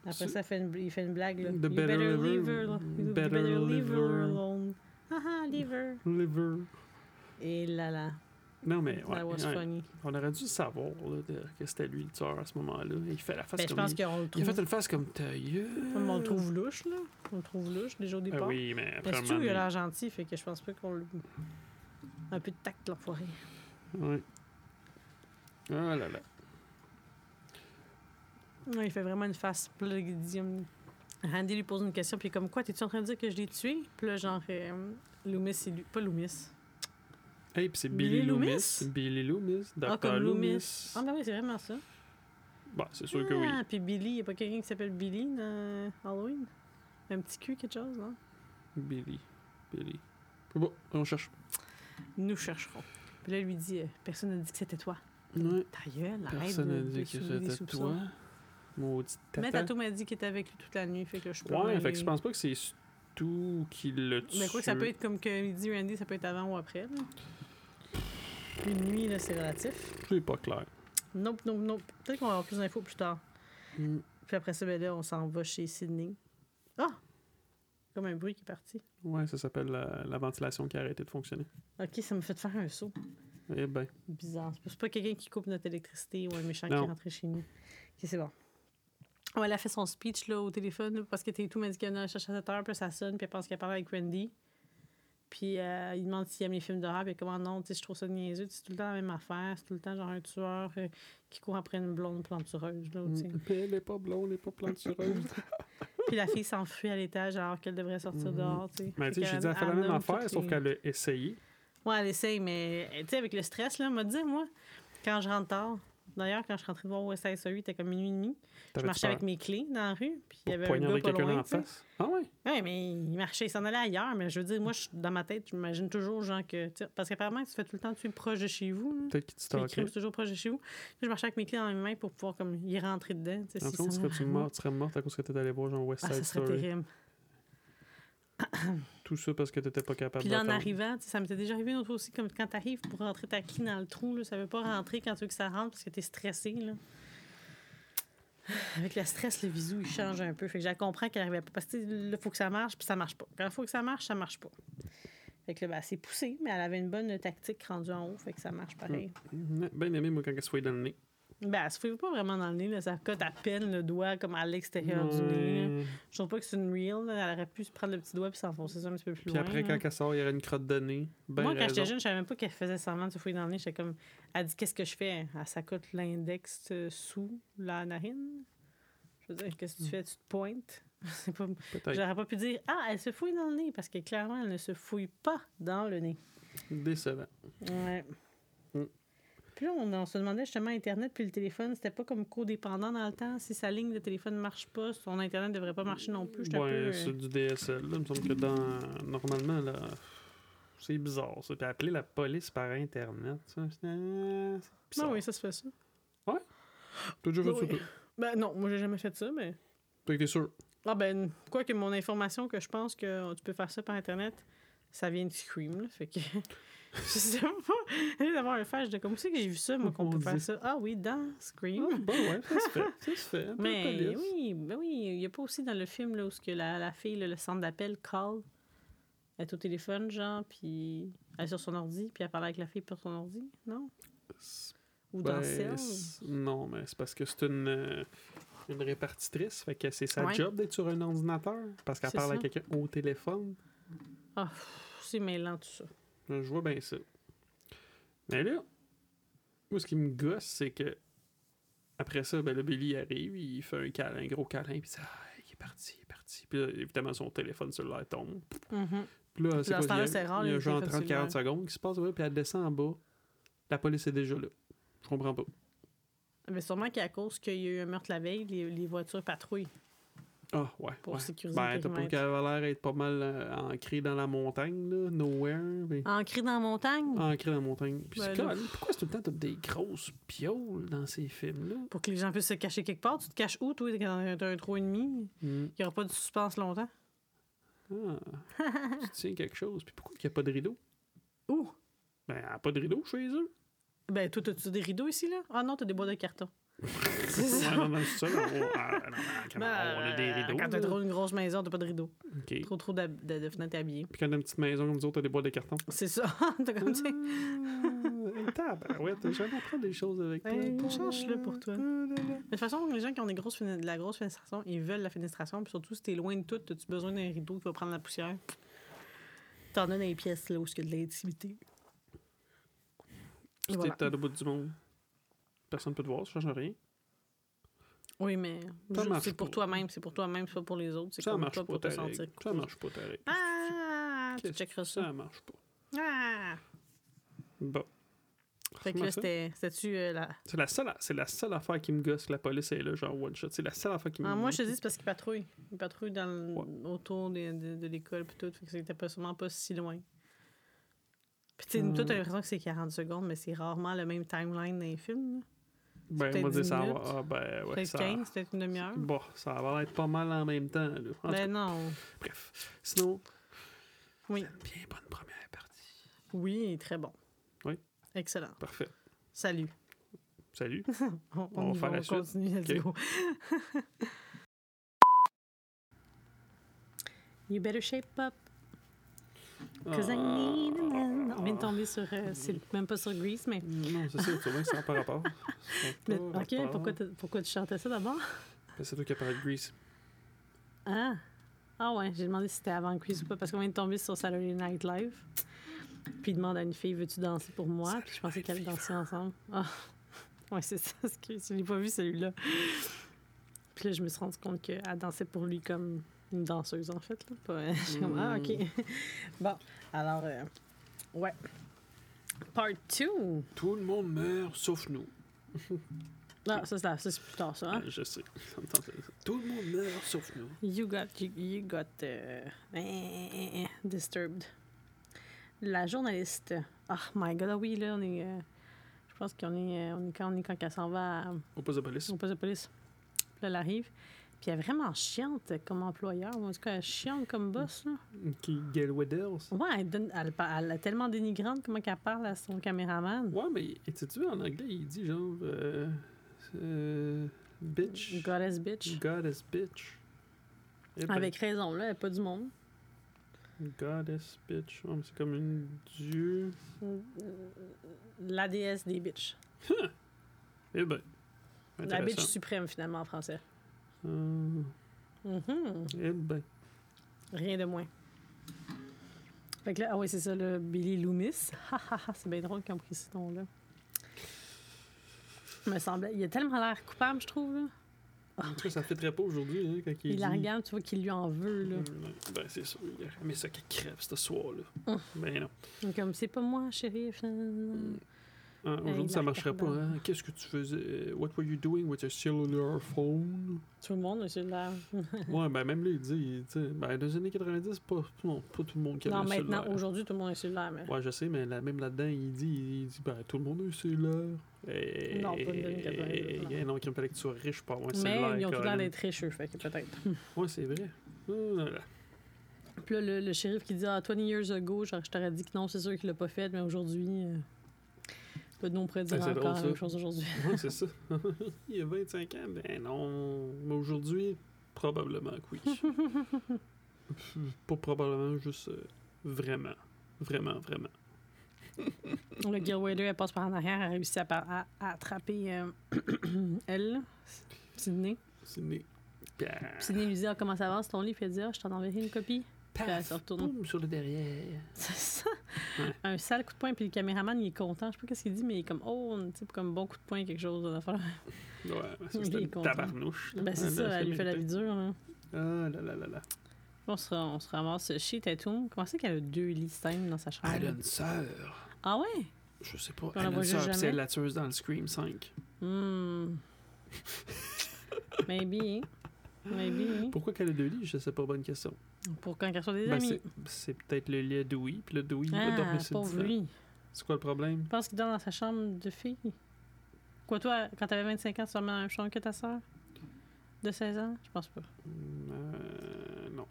Speaker 2: Après
Speaker 3: C'est-
Speaker 2: ça, fait une, il fait une blague. Là.
Speaker 3: The
Speaker 2: You
Speaker 3: better liver,
Speaker 2: leave her, lo- you
Speaker 3: better
Speaker 2: better leave
Speaker 3: liver.
Speaker 2: her alone. Haha, leave her.
Speaker 3: Liver.
Speaker 2: Et là là,
Speaker 3: Non, mais ouais,
Speaker 2: that was
Speaker 3: ouais.
Speaker 2: funny.
Speaker 3: on aurait dû savoir là, de- que c'était lui le tueur à ce moment-là. Il fait la face
Speaker 2: Ben, je
Speaker 3: comme...
Speaker 2: pense
Speaker 3: il...
Speaker 2: qu'on le
Speaker 3: il a
Speaker 2: trouve.
Speaker 3: fait une face comme ta gueule.
Speaker 2: comme on le trouve louche, là. On le trouve louche, déjà au
Speaker 3: Ah
Speaker 2: départ.
Speaker 3: oui, mais après
Speaker 2: Mais
Speaker 3: un
Speaker 2: surtout,
Speaker 3: moment
Speaker 2: il a
Speaker 3: donné-
Speaker 2: l'air gentil, fait que je pense pas qu'on le. Un peu de tact, l'enfoiré.
Speaker 3: Ouais. Ah là là.
Speaker 2: Non, il fait vraiment une face. Puis là, il dit, hum, Randy lui pose une question, puis comme quoi, t'es-tu en train de dire que je l'ai tué? Puis là, genre, euh, Loomis, c'est lui. Pas Loomis.
Speaker 3: Hey, puis c'est
Speaker 2: Billy
Speaker 3: Billy, Loomis.
Speaker 2: Loomis? Ah,
Speaker 3: Billy Loomis. Dr.
Speaker 2: comme
Speaker 3: Loomis.
Speaker 2: Ah, ben oui, c'est vraiment ça.
Speaker 3: Bah, c'est sûr que oui.
Speaker 2: Ah, puis Billy, il n'y a pas quelqu'un qui s'appelle Billy dans Halloween? Un petit cul, quelque chose, non?
Speaker 3: Billy. Billy. Bon, on cherche.
Speaker 2: Nous chercherons. Puis là, il lui dit, euh, personne n'a dit que c'était toi.
Speaker 3: Ouais.
Speaker 2: Ta gueule, arrête
Speaker 3: Personne n'a
Speaker 2: de-
Speaker 3: dit
Speaker 2: de
Speaker 3: que
Speaker 2: soulever des
Speaker 3: c'était
Speaker 2: soupçons.
Speaker 3: toi. Maudit
Speaker 2: Mais
Speaker 3: tata.
Speaker 2: Tato m'a dit qu'il était avec lui toute la nuit, fait que je peux
Speaker 3: Ouais,
Speaker 2: pas
Speaker 3: fait que je
Speaker 2: aller-
Speaker 3: pense pas que c'est tout qui le tue.
Speaker 2: Mais quoi que ça peut être comme que il dit Randy, ça peut être avant ou après, là. Une nuit, là, c'est relatif.
Speaker 3: C'est pas clair.
Speaker 2: Nope, nope, nope. Peut-être qu'on va avoir plus d'infos plus tard. Puis après ça, ben là, on s'en va chez Sydney. Ah! Comme un bruit qui est parti.
Speaker 3: Ouais, ça s'appelle la, la ventilation qui a arrêté de fonctionner.
Speaker 2: Ok, ça me fait faire un saut.
Speaker 3: Eh ben.
Speaker 2: Bizarre. C'est pas quelqu'un qui coupe notre électricité ou un méchant qui
Speaker 3: Non.
Speaker 2: est rentré chez nous. Ok, c'est bon. Ouais, elle a fait son speech là, au téléphone là, parce que tout m'a dit qu'elle venait la chercher à 7 heures, puis ça sonne, puis elle pense qu'elle parle avec Randy. Puis euh, il demande s'il aime les films d'horreur, puis comment Ah non, tu sais, je trouve ça niaiseux, c'est tout le temps la même affaire, c'est tout le temps genre un tueur euh, qui court après une blonde plantureuse. Là, tu sais.
Speaker 3: Mm. Mais elle est pas blonde, elle est pas plantureuse.
Speaker 2: Puis la fille s'enfuit à l'étage alors qu'elle devrait sortir
Speaker 3: Mhm.
Speaker 2: dehors. Tu sais.
Speaker 3: Mais
Speaker 2: Fait
Speaker 3: tu sais, j'ai
Speaker 2: qu'elle-
Speaker 3: dit, elle fait la
Speaker 2: elle
Speaker 3: même
Speaker 2: nomme
Speaker 3: affaire,
Speaker 2: toutes
Speaker 3: sauf
Speaker 2: les-
Speaker 3: qu'elle a essayé.
Speaker 2: Ouais, elle essaye, mais euh, tu sais, avec le stress, là, m'a dit, moi, quand je rentre tard, D'ailleurs, quand je suis rentrée de voir West Side Story, il était comme minuit et demi. Je
Speaker 3: T'avais-tu
Speaker 2: marchais
Speaker 3: peur
Speaker 2: avec mes clés dans la rue, puis il y
Speaker 3: pour
Speaker 2: avait un
Speaker 3: poignarder
Speaker 2: gars pas
Speaker 3: quelqu'un
Speaker 2: loin.
Speaker 3: en
Speaker 2: tu sais.
Speaker 3: face? Ah ouais?
Speaker 2: Oui, mais il marchait, il s'en allait ailleurs. Mais je veux dire, moi, je, dans ma tête, j'imagine toujours, genre, que. tu sais, Parce qu'apparemment, tu fais tout le temps, tu es proche de chez vous. là.
Speaker 3: Peut-être qu'il te
Speaker 2: Tu es
Speaker 3: stalkait.
Speaker 2: toujours proche de chez vous. Là, je marchais avec mes clés dans mes mains pour pouvoir, comme, y rentrer dedans. tu sais,
Speaker 3: En
Speaker 2: s'il
Speaker 3: compte,
Speaker 2: s'en
Speaker 3: serais-tu
Speaker 2: allait.
Speaker 3: morte, tu serais morte à cause que t'étais allé voir genre West
Speaker 2: Ah,
Speaker 3: Side
Speaker 2: ça serait
Speaker 3: Story.
Speaker 2: terrible.
Speaker 3: Tout ça parce que t'étais pas capable
Speaker 2: Puis là, en
Speaker 3: d'attendre.
Speaker 2: arrivant, tu sais, ça m'était déjà arrivé une autre fois aussi, comme quand t'arrives pour rentrer ta clé dans le trou, là, ça veut pas rentrer quand tu veux que ça rentre parce que t'es stressé. Là. Avec le stress, le visou, il change un peu. Fait que je la comprends qu'elle arrivait pas. Parce que tu sais, là, faut que ça marche, puis ça marche pas. Quand il faut que ça marche, ça marche pas. Fait que là, ben, c'est poussé, mais elle avait une bonne tactique rendue en haut, fait que ça marche pareil.
Speaker 3: Ouais, Mm, Bien aimé, moi, quand elle se fait dans le nez. Mm.
Speaker 2: Ben, elle se fouille pas vraiment dans le nez, là, ça cote à peine le doigt comme à l'extérieur du nez. là.
Speaker 3: Ouais.
Speaker 2: Je trouve pas que c'est une real, là. elle aurait pu se prendre le petit doigt puis s'enfoncer ça un petit peu plus
Speaker 3: Puis
Speaker 2: loin.
Speaker 3: après,
Speaker 2: là.
Speaker 3: quand elle sort, il y aurait une crotte de nez. Ben
Speaker 2: Moi, quand
Speaker 3: raison.
Speaker 2: j'étais jeune, je savais même pas qu'elle faisait semblant de se fouiller dans le nez. J'étais comme, elle dit qu'est-ce que je fais Elle s'accote l'index euh, sous la narine. Je veux dire, qu'est-ce que tu fais Tu te pointes C'est pas-
Speaker 3: Hmm. Peut-être.
Speaker 2: J'aurais pas pu dire, ah, elle se fouille dans le nez parce que clairement, elle ne se fouille pas dans le nez.
Speaker 3: Décevant.
Speaker 2: Ouais.
Speaker 3: Mm.
Speaker 2: Puis là, on, on se demandait justement Internet puis le téléphone, c'était pas comme codépendant dans le temps. Si sa ligne de téléphone marche pas, son Internet devrait pas marcher non plus. J'étais un
Speaker 3: ouais,
Speaker 2: peu, euh,
Speaker 3: c'est du DSL. Là, il me semble que dans. Normalement, là. C'est bizarre, ça. Puis appeler la police par Internet, ça. c'est- C'est
Speaker 2: Non,
Speaker 3: bizarre.
Speaker 2: Ah Ben oui, ça se fait ça.
Speaker 3: T'as déjà fait
Speaker 2: Oui.
Speaker 3: ça, toi?
Speaker 2: Ben non, moi j'ai jamais fait ça, mais.
Speaker 3: Fait que t'es sûr.
Speaker 2: Ah ben, quoi que mon information que je pense que tu peux faire ça par Internet, ça vient de Scream, là, fait que... je sais pas, j'ai l'air d'avoir un flash de comme ça que j'ai vu ça, moi, qu'on
Speaker 3: On
Speaker 2: peut faire
Speaker 3: dit.
Speaker 2: ça. Ah oui, dans Scream.
Speaker 3: Ah, bah ouais, ça se fait. Ça se fait. Appeler la
Speaker 2: Mais
Speaker 3: police.
Speaker 2: oui, ben oui, il y a pas aussi dans le film, là, où ce que la, la fille, là, le centre d'appel, call, elle est au téléphone, genre, puis elle est sur son ordi, puis elle parle avec la fille pour son ordi, non? Ou dans
Speaker 3: Ben,
Speaker 2: Cell?
Speaker 3: c'est- Non, mais c'est parce que c'est une, euh, une répartitrice. Fait que c'est sa
Speaker 2: Ouais.
Speaker 3: job d'être sur un ordinateur. Parce qu'elle
Speaker 2: C'est
Speaker 3: parle à
Speaker 2: ça.
Speaker 3: quelqu'un au téléphone.
Speaker 2: Ah, pff, c'est mêlant tout ça.
Speaker 3: Là, Je vois bien ça. Mais là, moi, ce qui me gosse, c'est que après ça, ben, le Billy arrive, il fait un câlin, un gros câlin, puis ça, il est parti, il est parti. Puis là, évidemment, son téléphone cellulaire tombe.
Speaker 2: Mhm.
Speaker 3: Puis là,
Speaker 2: Dans
Speaker 3: c'est
Speaker 2: ce
Speaker 3: quoi, il y
Speaker 2: temps-là,
Speaker 3: a,
Speaker 2: c'est rare,
Speaker 3: il y a
Speaker 2: les
Speaker 3: genre
Speaker 2: téléphones
Speaker 3: 30-40 secondes qui se passe, ouais, puis elle descend en bas. La police est déjà là. Je comprends pas.
Speaker 2: Mais Ben, sûrement qu'à cause qu'il y a eu un meurtre la veille, les- les voitures patrouillent.
Speaker 3: Ah, ouais.
Speaker 2: Pour
Speaker 3: ouais.
Speaker 2: sécuriser
Speaker 3: Ben,
Speaker 2: le
Speaker 3: t'as pas
Speaker 2: périmètre.
Speaker 3: l'air d'être pas mal euh, ancré dans la montagne, là, nowhere. mais
Speaker 2: Ancré dans la montagne
Speaker 3: Ancré dans la montagne. Puis
Speaker 2: Ben,
Speaker 3: c'est
Speaker 2: là,
Speaker 3: cool. Pourquoi c'est tout le temps t'as des grosses pioles dans ces films-là?
Speaker 2: pour que les gens puissent se cacher quelque part. Tu te caches où, toi, dans un, dans un trou et demi?
Speaker 3: Hmm.
Speaker 2: Il n'y aura pas de suspense longtemps.
Speaker 3: Ah, tu tiens quelque chose. Puis pourquoi qu'il n'y a pas de rideau?
Speaker 2: Où?
Speaker 3: Ben, y a pas de rideau chez eux.
Speaker 2: Ben, toi, t'as-tu des rideaux ici, là? Ah non, t'as des boîtes de carton. C'est ça.
Speaker 3: Ouais, non, non, c'est ça, là, on, ah, non, non, quand on a des
Speaker 2: Ben,
Speaker 3: rideaux.
Speaker 2: Quand t'as
Speaker 3: là.
Speaker 2: trop une grosse maison, t'as pas de rideaux.
Speaker 3: OK. Puis
Speaker 2: Trop, trop d'hab- de, de fenêtres habillées.
Speaker 3: quand t'as une petite maison comme nous autres, t'as des boîtes de carton.
Speaker 2: C'est ça. t'as comme dit.
Speaker 3: Ah, ouais, t'as jamais appris des choses avec toi.
Speaker 2: Hey, change-le Ben, pour toi. De toute façon, les gens qui ont des grosses fene- de la grosse fenestration, ils veulent la fenestration. Puis surtout, si t'es loin de tout, t'as-tu besoin d'un rideau qui va prendre la poussière? T'en as dans les pièces, là, où il y a de l'intimité.
Speaker 3: Si
Speaker 2: Voilà.
Speaker 3: t'es à l'autre bout du monde, personne peut te voir, ça change rien.
Speaker 2: Oui, mais
Speaker 3: Ça
Speaker 2: juste,
Speaker 3: marche
Speaker 2: c'est pour
Speaker 3: pas.
Speaker 2: toi-même, c'est pour toi-même, c'est pas pour les autres. C'est
Speaker 3: Ça
Speaker 2: comme
Speaker 3: marche
Speaker 2: toi
Speaker 3: pas,
Speaker 2: pour te
Speaker 3: ta
Speaker 2: sentir.
Speaker 3: règle. Ça marche pas, ta règle.
Speaker 2: Ah, tu
Speaker 3: Qu'est-ce
Speaker 2: checkeras
Speaker 3: Ça,
Speaker 2: ça.
Speaker 3: marche pas.
Speaker 2: Ah!
Speaker 3: Bon.
Speaker 2: Fait que
Speaker 3: Comment
Speaker 2: là,
Speaker 3: ça?
Speaker 2: c'était- c'était-tu euh, la.
Speaker 3: C'est la, seule, c'est la seule affaire qui me gosse que la police est là, genre one shot. C'est la seule affaire qui me
Speaker 2: Ah, moi, je te dis, c'est parce qu'ils patrouillent. Ils patrouillent dans le-
Speaker 3: Mm-hmm. Ouais.
Speaker 2: autour des- de, de l'école, puis tout. Fait que c'était pas sûrement pas si loin. Puis, tu sais,
Speaker 3: Hmm.
Speaker 2: toi, t'as l'impression que c'est 40 secondes, mais c'est rarement le même timeline dans les films.
Speaker 3: ben,
Speaker 2: peut-être
Speaker 3: on va dire
Speaker 2: 10
Speaker 3: ça
Speaker 2: minutes.
Speaker 3: va. Ah, ben, ouais,
Speaker 2: peut-être
Speaker 3: ça.
Speaker 2: 15, peut-être une demi-heure.
Speaker 3: Bon, ça va être pas mal en même temps. Là. En
Speaker 2: Ben non.
Speaker 3: tout cas, bref. Sinon,
Speaker 2: Oui.
Speaker 3: bien bonne première partie.
Speaker 2: Oui, très bon.
Speaker 3: Oui.
Speaker 2: Excellent.
Speaker 3: Parfait.
Speaker 2: Salut.
Speaker 3: Salut.
Speaker 2: On,
Speaker 3: On va
Speaker 2: on, y
Speaker 3: faire
Speaker 2: va,
Speaker 3: la
Speaker 2: on
Speaker 3: suite.
Speaker 2: continue, let's
Speaker 3: Ok.
Speaker 2: go. You better shape up, cause I
Speaker 3: Ah.
Speaker 2: need a man. On vient de tomber sur... euh, c'est même pas sur Grease, mais...
Speaker 3: Non, c'est ça, tu vois, ça n'a pas rapport. Ça
Speaker 2: mais-
Speaker 3: n'a pas
Speaker 2: ok,
Speaker 3: rapport.
Speaker 2: pourquoi, t'as- pourquoi tu chantais ça d'abord?
Speaker 3: Ben, c'est toi qui as parlé de Grease.
Speaker 2: Ah! Ah ouais, j'ai demandé si c'était avant Grease ou pas, parce qu'on vient de tomber sur Saturday Night Live. Puis il demande à une fille, veux-tu danser pour moi? Puis je pensais
Speaker 3: Saturday
Speaker 2: qu'elle
Speaker 3: Night
Speaker 2: dansait ensemble. Ah! Ouais, c'est ça, excuse, je l'ai pas vu celui-là. Puis là, je me suis rendu compte qu'elle dansait pour lui comme une danseuse, en fait. Là. Pas- je suis comme, ah,
Speaker 3: Hmm.
Speaker 2: OK. bon, alors, euh, ouais. Part 2.
Speaker 3: Tout le monde meurt sauf nous.
Speaker 2: Non, Ah, ça, c'est la- ça, c'est plus tard, ça. hein?
Speaker 3: Ouais, je sais. Ça me tente- Tout le monde meurt sauf nous.
Speaker 2: You got, you, you got euh, eh, eh, eh, eh, disturbed. La journaliste. Oh my god, ah oui, là, on est. euh, je pense qu'on est, euh, on est quand, on est quand elle s'en va à-
Speaker 3: Au poste de police.
Speaker 2: au poste de police. Puis là, elle arrive. Puis elle est vraiment chiante comme employeur, ou en tout cas, elle est chiante comme boss, là.
Speaker 3: Qui Gail Weathers.
Speaker 2: Ouais, elle, donne, elle, par- elle est tellement dénigrante comment qu'elle parle à son caméraman.
Speaker 3: Ouais, mais tu en anglais, il dit genre. euh, euh, bitch.
Speaker 2: Goddess bitch.
Speaker 3: Goddess bitch. Eh ben,
Speaker 2: Avec raison, là, elle est pas du monde.
Speaker 3: Goddess bitch. Ouais, mais c'est comme une dieu.
Speaker 2: La déesse des bitches.
Speaker 3: Eh ben.
Speaker 2: La bitch
Speaker 3: intéressant.
Speaker 2: suprême, finalement, en français.
Speaker 3: Euh,
Speaker 2: Mhm.
Speaker 3: eh ben.
Speaker 2: Rien de moins. Fait que là, ah oui, c'est ça, le Billy Loomis. Ha, ha, ha, c'est bien drôle qu'ils ont pris ce nom-là. Me semblait. Il a tellement l'air coupable, je trouve. là. Oh
Speaker 3: En tout cas, ça fait très pas aujourd'hui, hein, quand il
Speaker 2: Il la
Speaker 3: dit-
Speaker 2: regarde, tu vois qu'il lui en veut, là.
Speaker 3: Ouais, Ben, c'est ça. Il aurait aimé ça qui crève ce soir-là.
Speaker 2: Oh.
Speaker 3: Ben non.
Speaker 2: Il est Comme, c'est pas moi, shérif.
Speaker 3: Hein, Aujourd'hui,
Speaker 2: il
Speaker 3: ça
Speaker 2: la
Speaker 3: marcherait pas.
Speaker 2: regarde.
Speaker 3: hein. Qu'est-ce que tu faisais? What were you doing with your cellular phone?
Speaker 2: Tout le monde, monsieur, là.
Speaker 3: ouais, ben même lui, il dit, il dit, ben, dans les années 90, pas, non, pas tout le monde qui a
Speaker 2: Non,
Speaker 3: un
Speaker 2: maintenant,
Speaker 3: cellulaire.
Speaker 2: aujourd'hui, tout le monde est cellulaire, mais.
Speaker 3: Ouais, je sais, mais là, même là-dedans, il dit, il dit, ben, tout le monde a un cellulaire. Eh,
Speaker 2: Non, pas une bonne capacité,
Speaker 3: eh, Non, qu'il fallait que tu sois riche pour avoir un cellulaire.
Speaker 2: mais ils ont tout l'air
Speaker 3: Colin.
Speaker 2: d'être riches, fait que peut-être.
Speaker 3: Ouais, c'est vrai. Ah, Voilà.
Speaker 2: Puis là, le, le shérif qui dit Ah, 20 years ago, genre, je t'aurais dit que non, c'est sûr qu'il l'a pas fait, mais aujourd'hui. euh, Peu de nous, on pourrait dire
Speaker 3: Ouais, c'est
Speaker 2: encore
Speaker 3: drôle,
Speaker 2: la
Speaker 3: ça.
Speaker 2: même chose aujourd'hui.
Speaker 3: Ouais, c'est ça. il y a 25 ans, ben non. Mais aujourd'hui, probablement que oui. Pas probablement, juste euh, vraiment. Vraiment, vraiment.
Speaker 2: Le Gilwader, elle passe par en arrière, elle réussit à, par- à- à attraper euh, elle, Sydney.
Speaker 3: C'est né. Puis elle-
Speaker 2: Puis Sydney lui dit ah, Comment ça avance ton livre Elle dit Ah, Je t'en enverrai une copie.
Speaker 3: paf,
Speaker 2: elle se retourne.
Speaker 3: boum, sur le derrière.
Speaker 2: C'est ça.
Speaker 3: Ouais.
Speaker 2: Un sale coup de poing, puis le caméraman, il est content. Je sais pas ce qu'il dit, mais il est comme Oh, tu sais, comme bon coup de poing, quelque chose. une affaire.
Speaker 3: Ouais, mais ça,
Speaker 2: Il
Speaker 3: c'était
Speaker 2: est
Speaker 3: une
Speaker 2: content.
Speaker 3: tabarnouche. là.
Speaker 2: Ben, c'est
Speaker 3: Ouais,
Speaker 2: ça,
Speaker 3: là,
Speaker 2: elle lui fait la vie
Speaker 3: mérité.
Speaker 2: dure. hein.
Speaker 3: Ah là là là là.
Speaker 2: On se, on se ramasse euh, chez Tatum. Comment c'est qu'elle a deux lits simples dans sa chambre
Speaker 3: Elle a une sœur.
Speaker 2: Ah ouais
Speaker 3: Je sais pas.
Speaker 2: la
Speaker 3: Elle a une
Speaker 2: voit juste
Speaker 3: sœur, puis c'est
Speaker 2: jamais.
Speaker 3: elle la tueuse dans le Scream 5.
Speaker 2: Hmm. Maybe. Maybe.
Speaker 3: Pourquoi qu'elle a deux lits Je sais pas, bonne question.
Speaker 2: Pour quand qu'elle soit des
Speaker 3: Ben,
Speaker 2: amis.
Speaker 3: c'est- c'est peut-être le lit à Dewey, puis le Dewey, il va
Speaker 2: Ah,
Speaker 3: dormir sur le
Speaker 2: pauvre
Speaker 3: divan.
Speaker 2: lui.
Speaker 3: C'est quoi le problème
Speaker 2: Je pense qu'il dort dans sa chambre de fille. Quoi, toi, quand t'avais 25 ans, tu dormais dans la même chambre que ta sœur? De 16 ans? Je pense pas.
Speaker 3: Mm, euh, non.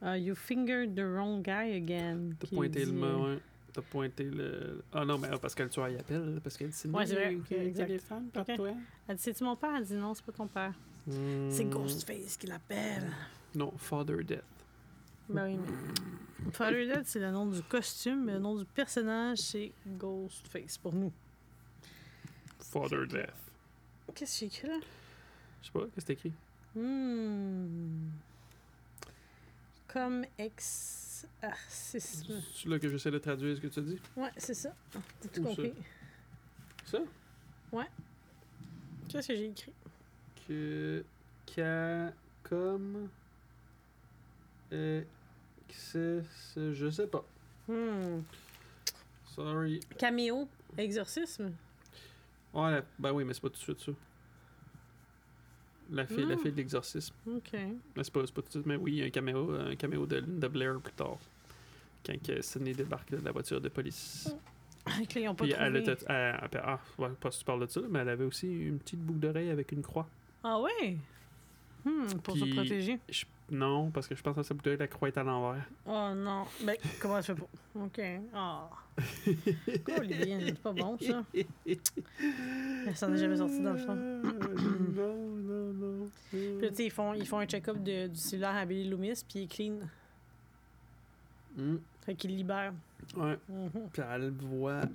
Speaker 2: Ah, you fingered the wrong guy again.
Speaker 3: T'as
Speaker 2: qui
Speaker 3: pointé
Speaker 2: dit,
Speaker 3: le main,
Speaker 2: euh,
Speaker 3: ouais. T'as pointé le. Ah non, mais ah, parce que le tueur y appelle, parce qu'elle dit c'est
Speaker 2: Ouais, c'est vrai.
Speaker 3: nous qui
Speaker 2: Exact.
Speaker 3: avons des femmes par
Speaker 2: Ok.
Speaker 3: toi.
Speaker 2: Elle dit, c'est-tu mon père? Elle dit, non, c'est pas ton père.
Speaker 3: Mm,
Speaker 2: Ghostface qui l'appelle.
Speaker 3: Non, Father Death.
Speaker 2: Ben oui, mais... Father Dead, c'est le nom du costume, mais le nom du personnage, c'est Ghostface pour nous.
Speaker 3: Father Death.
Speaker 2: Qu'est-ce que j'ai écrit là?
Speaker 3: Je sais pas, qu'est-ce que c'est écrit
Speaker 2: Hmm. Comme exorcisme.
Speaker 3: C'est là que j'essaie de traduire ce que tu dis.
Speaker 2: Ouais, c'est ça. T'as tout
Speaker 3: Où ça?
Speaker 2: compris.
Speaker 3: Ça
Speaker 2: Qu'est-ce que j'ai écrit?
Speaker 3: Que. Ca. Comme. Euh. que c'est- c'est- Je sais pas.
Speaker 2: Hmm.
Speaker 3: Sorry.
Speaker 2: Caméo, exorcisme.
Speaker 3: Ouais, la- ben oui, mais c'est pas tout de suite ça. La fille, la
Speaker 2: Non.
Speaker 3: fille de l'exorcisme.
Speaker 2: OK.
Speaker 3: Mais c'est pas, c'est pas tout de suite, mais oui, il y a un caméo, un caméo de Linda Blair plus tard. Quand que Sidney débarque de la voiture de police.
Speaker 2: Avec les, ils ont Oh, pas
Speaker 3: Puis elle
Speaker 2: trouvé.
Speaker 3: était. elle- elle- ah, ouais, pas si tu parles de ça, là, mais elle avait aussi une petite boucle d'oreille avec une croix.
Speaker 2: Ah ouais? Hmm, pour
Speaker 3: Puis-
Speaker 2: se protéger.
Speaker 3: Je- non, parce que je pense que sa boucle d'oreille, la croix est à l'envers.
Speaker 2: Oh non. Ben, comment je fais pour... OK. Ah. Colin, c'est pas bon, ça. Mais ça n'est jamais sorti dans le champ.
Speaker 3: non, non, non.
Speaker 2: Puis là, tu sais, ils font, ils font un check-up de- du cellulaire à Billy Loomis, puis il est clean.
Speaker 3: Mm,
Speaker 2: Fait qu'il libère.
Speaker 3: ouais.
Speaker 2: Mhm.
Speaker 3: Puis elle le voit. euh,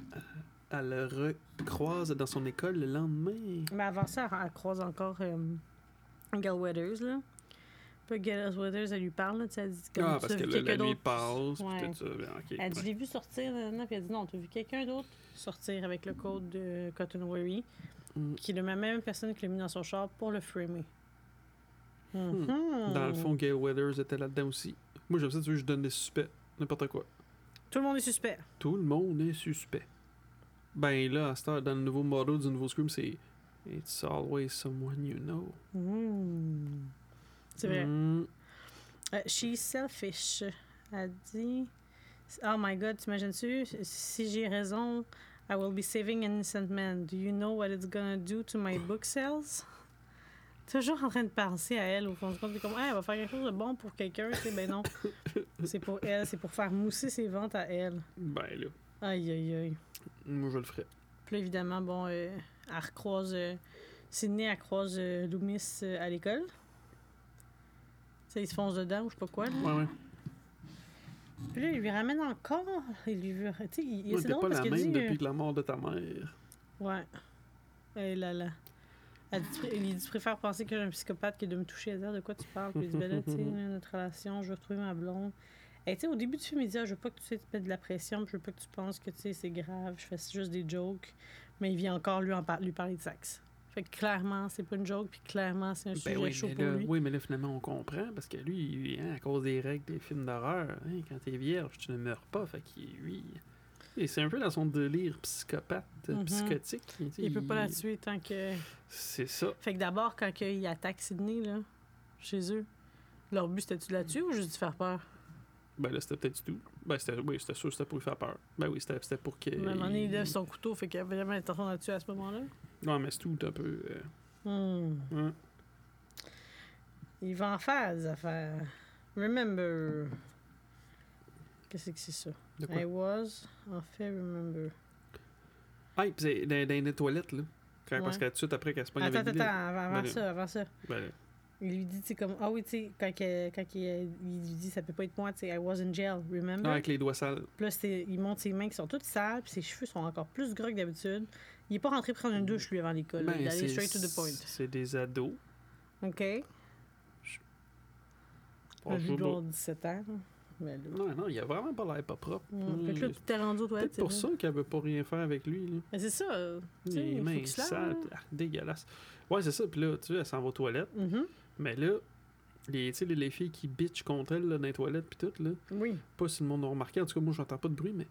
Speaker 3: Elle le recroise dans son école le lendemain.
Speaker 2: Mais avant ça, elle, elle croise encore euh, Gail Weathers, là. Puis Gail Weathers, elle lui parle, là, tu sais, elle dit comme
Speaker 3: ah,
Speaker 2: tu
Speaker 3: parce
Speaker 2: as
Speaker 3: que
Speaker 2: vu
Speaker 3: là,
Speaker 2: quelqu'un
Speaker 3: la nuit
Speaker 2: d'autre
Speaker 3: passe.
Speaker 2: Ouais.
Speaker 3: Puis tout ça. Ben, ok.
Speaker 2: Elle dit, je
Speaker 3: ouais.
Speaker 2: l'ai vu sortir, nan, nan, nan. puis elle dit, non, t'as vu quelqu'un d'autre sortir avec le code de Cotton Weary,
Speaker 3: Mm.
Speaker 2: qui est la même personne qui l'a mis dans son char pour le framer. Mhm.
Speaker 3: Dans le fond, Gail Weathers était là-dedans aussi. Moi, j'aime ça, tu veux, je donne des suspects. N'importe quoi.
Speaker 2: Tout le monde est suspect.
Speaker 3: Tout le monde est suspect. Ben là, à cette heure, dans le nouveau motto du nouveau Scream, c'est It's always someone you know.
Speaker 2: Hmm. C'est vrai.
Speaker 3: Mm.
Speaker 2: Euh, she's selfish, a dit. Oh my god, t'imagines-tu? Si j'ai raison, I will be saving an innocent man. Do you know what it's gonna do to my book sales? Toujours en train de penser à elle, au fond du compte. C'est comme, Ah, elle va faire quelque chose de bon pour quelqu'un. Tu sais, ben non. c'est pour elle, c'est pour faire mousser ses ventes à elle.
Speaker 3: Ben là,
Speaker 2: Aïe, aïe, aïe.
Speaker 3: moi je le ferais.
Speaker 2: Puis là, évidemment, bon, euh, elle recroise. euh, Sydney, elle croise euh, Loomis euh, à l'école. Tu sais, ils se foncent dedans ou je sais pas quoi. là.
Speaker 3: Ouais, ouais.
Speaker 2: Puis là, il lui ramène encore. Il lui veut. Tu sais, il- il-
Speaker 3: Moi,
Speaker 2: c'est
Speaker 3: t'es
Speaker 2: drôle
Speaker 3: pas
Speaker 2: parce euh,
Speaker 3: la
Speaker 2: qu'il
Speaker 3: même
Speaker 2: dit.
Speaker 3: depuis la mort de ta mère.
Speaker 2: euh, Ouais. Eh là là. Elle dit, tu- il dit Tu préfères penser que j'ai un psychopathe que de me toucher à dire de quoi tu parles. Puis il dit Ben là, tu sais, là, notre relation, je veux retrouver ma blonde. Et tu sais, au début du film, il dit Ah, Je veux pas que tu sais, te mettes de la pression, puis je veux pas que tu penses que tu sais, c'est grave, je fais juste des jokes. Mais il vient encore lui, en par- lui parler de sexe. Fait que clairement, c'est pas une joke, puis clairement, c'est un sujet
Speaker 3: Ben oui,
Speaker 2: chaud
Speaker 3: mais
Speaker 2: pour
Speaker 3: là,
Speaker 2: lui.
Speaker 3: oui, mais là, finalement, on comprend parce que lui, il- hein, à cause des règles des films d'horreur, hein, quand t'es vierge, tu ne meurs pas. Fait qu'il, lui. Et c'est un peu dans son délire psychopathe,
Speaker 2: Mhm.
Speaker 3: psychotique. tu sais,
Speaker 2: Il peut pas la tuer tant que.
Speaker 3: C'est ça.
Speaker 2: Fait que d'abord, quand que ils attaquent Sydney, là, chez eux, leur but, c'était-tu de la tuer ou juste de faire peur?
Speaker 3: Ben là, c'était peut-être tout. Ben c'était, oui, c'était sûr, c'était pour lui faire peur. Ben oui, c'était, c'était pour que.
Speaker 2: À un moment donné, il lève
Speaker 3: il...
Speaker 2: son couteau, fait qu'il avait vraiment l'intention de la tuer à ce moment-là.
Speaker 3: Non, mais c'est tout un peu. euh,
Speaker 2: Hmm.
Speaker 3: hein.
Speaker 2: Il va en faire des affaires. Remember. Qu'est-ce que c'est ça?
Speaker 3: De quoi?
Speaker 2: I was, en fait, remember.
Speaker 3: Ah, et puis c'est dans, dans les toilettes, là. Quand, Parce
Speaker 2: Ouais.
Speaker 3: que tout de suite après qu'elle se pogne
Speaker 2: Attends,
Speaker 3: avec
Speaker 2: attends,
Speaker 3: lui,
Speaker 2: attends,
Speaker 3: là,
Speaker 2: avant, avant
Speaker 3: Ben,
Speaker 2: ça, avant ça.
Speaker 3: ben,
Speaker 2: Il lui dit, tu sais, comme, ah oui, tu sais, quand, que- quand il, il lui dit, ça peut pas être moi, tu sais, I was in jail,
Speaker 3: ah,
Speaker 2: remember?
Speaker 3: avec les doigts sales.
Speaker 2: Puis là, c'est- il monte ses mains qui sont toutes sales, puis ses cheveux sont encore plus gras que d'habitude. Il est pas rentré prendre une douche, lui, avant l'école. là.
Speaker 3: Ben,
Speaker 2: il est allé
Speaker 3: c'est-
Speaker 2: straight to the point.
Speaker 3: C'est des ados.
Speaker 2: OK?
Speaker 3: On
Speaker 2: Lui,
Speaker 3: joue
Speaker 2: doit avoir
Speaker 3: pas.
Speaker 2: 17 ans. hein. Mais là...
Speaker 3: Non, non, il a vraiment pas l'air pas propre.
Speaker 2: Mm. Fait que là,
Speaker 3: Hmm.
Speaker 2: tu t'es rendu aux toilettes.
Speaker 3: Peut-être
Speaker 2: c'est
Speaker 3: pour
Speaker 2: là.
Speaker 3: ça qu'elle veut pas rien faire avec lui. Là.
Speaker 2: Mais c'est ça. euh, tu sais,
Speaker 3: Les
Speaker 2: il faut
Speaker 3: mains
Speaker 2: qu'il se lave,
Speaker 3: sales,
Speaker 2: là.
Speaker 3: ah, dégueulasse. Ouais, c'est ça. Puis là, tu sais, elle s'en va aux toilettes.
Speaker 2: Mhm.
Speaker 3: Mais là, les, tu sais, les, les filles qui bitchent contre elle là, dans les toilettes, puis tout, là.
Speaker 2: Oui.
Speaker 3: Pas si le monde a remarqué. En tout cas, moi, j'entends pas de bruit, mais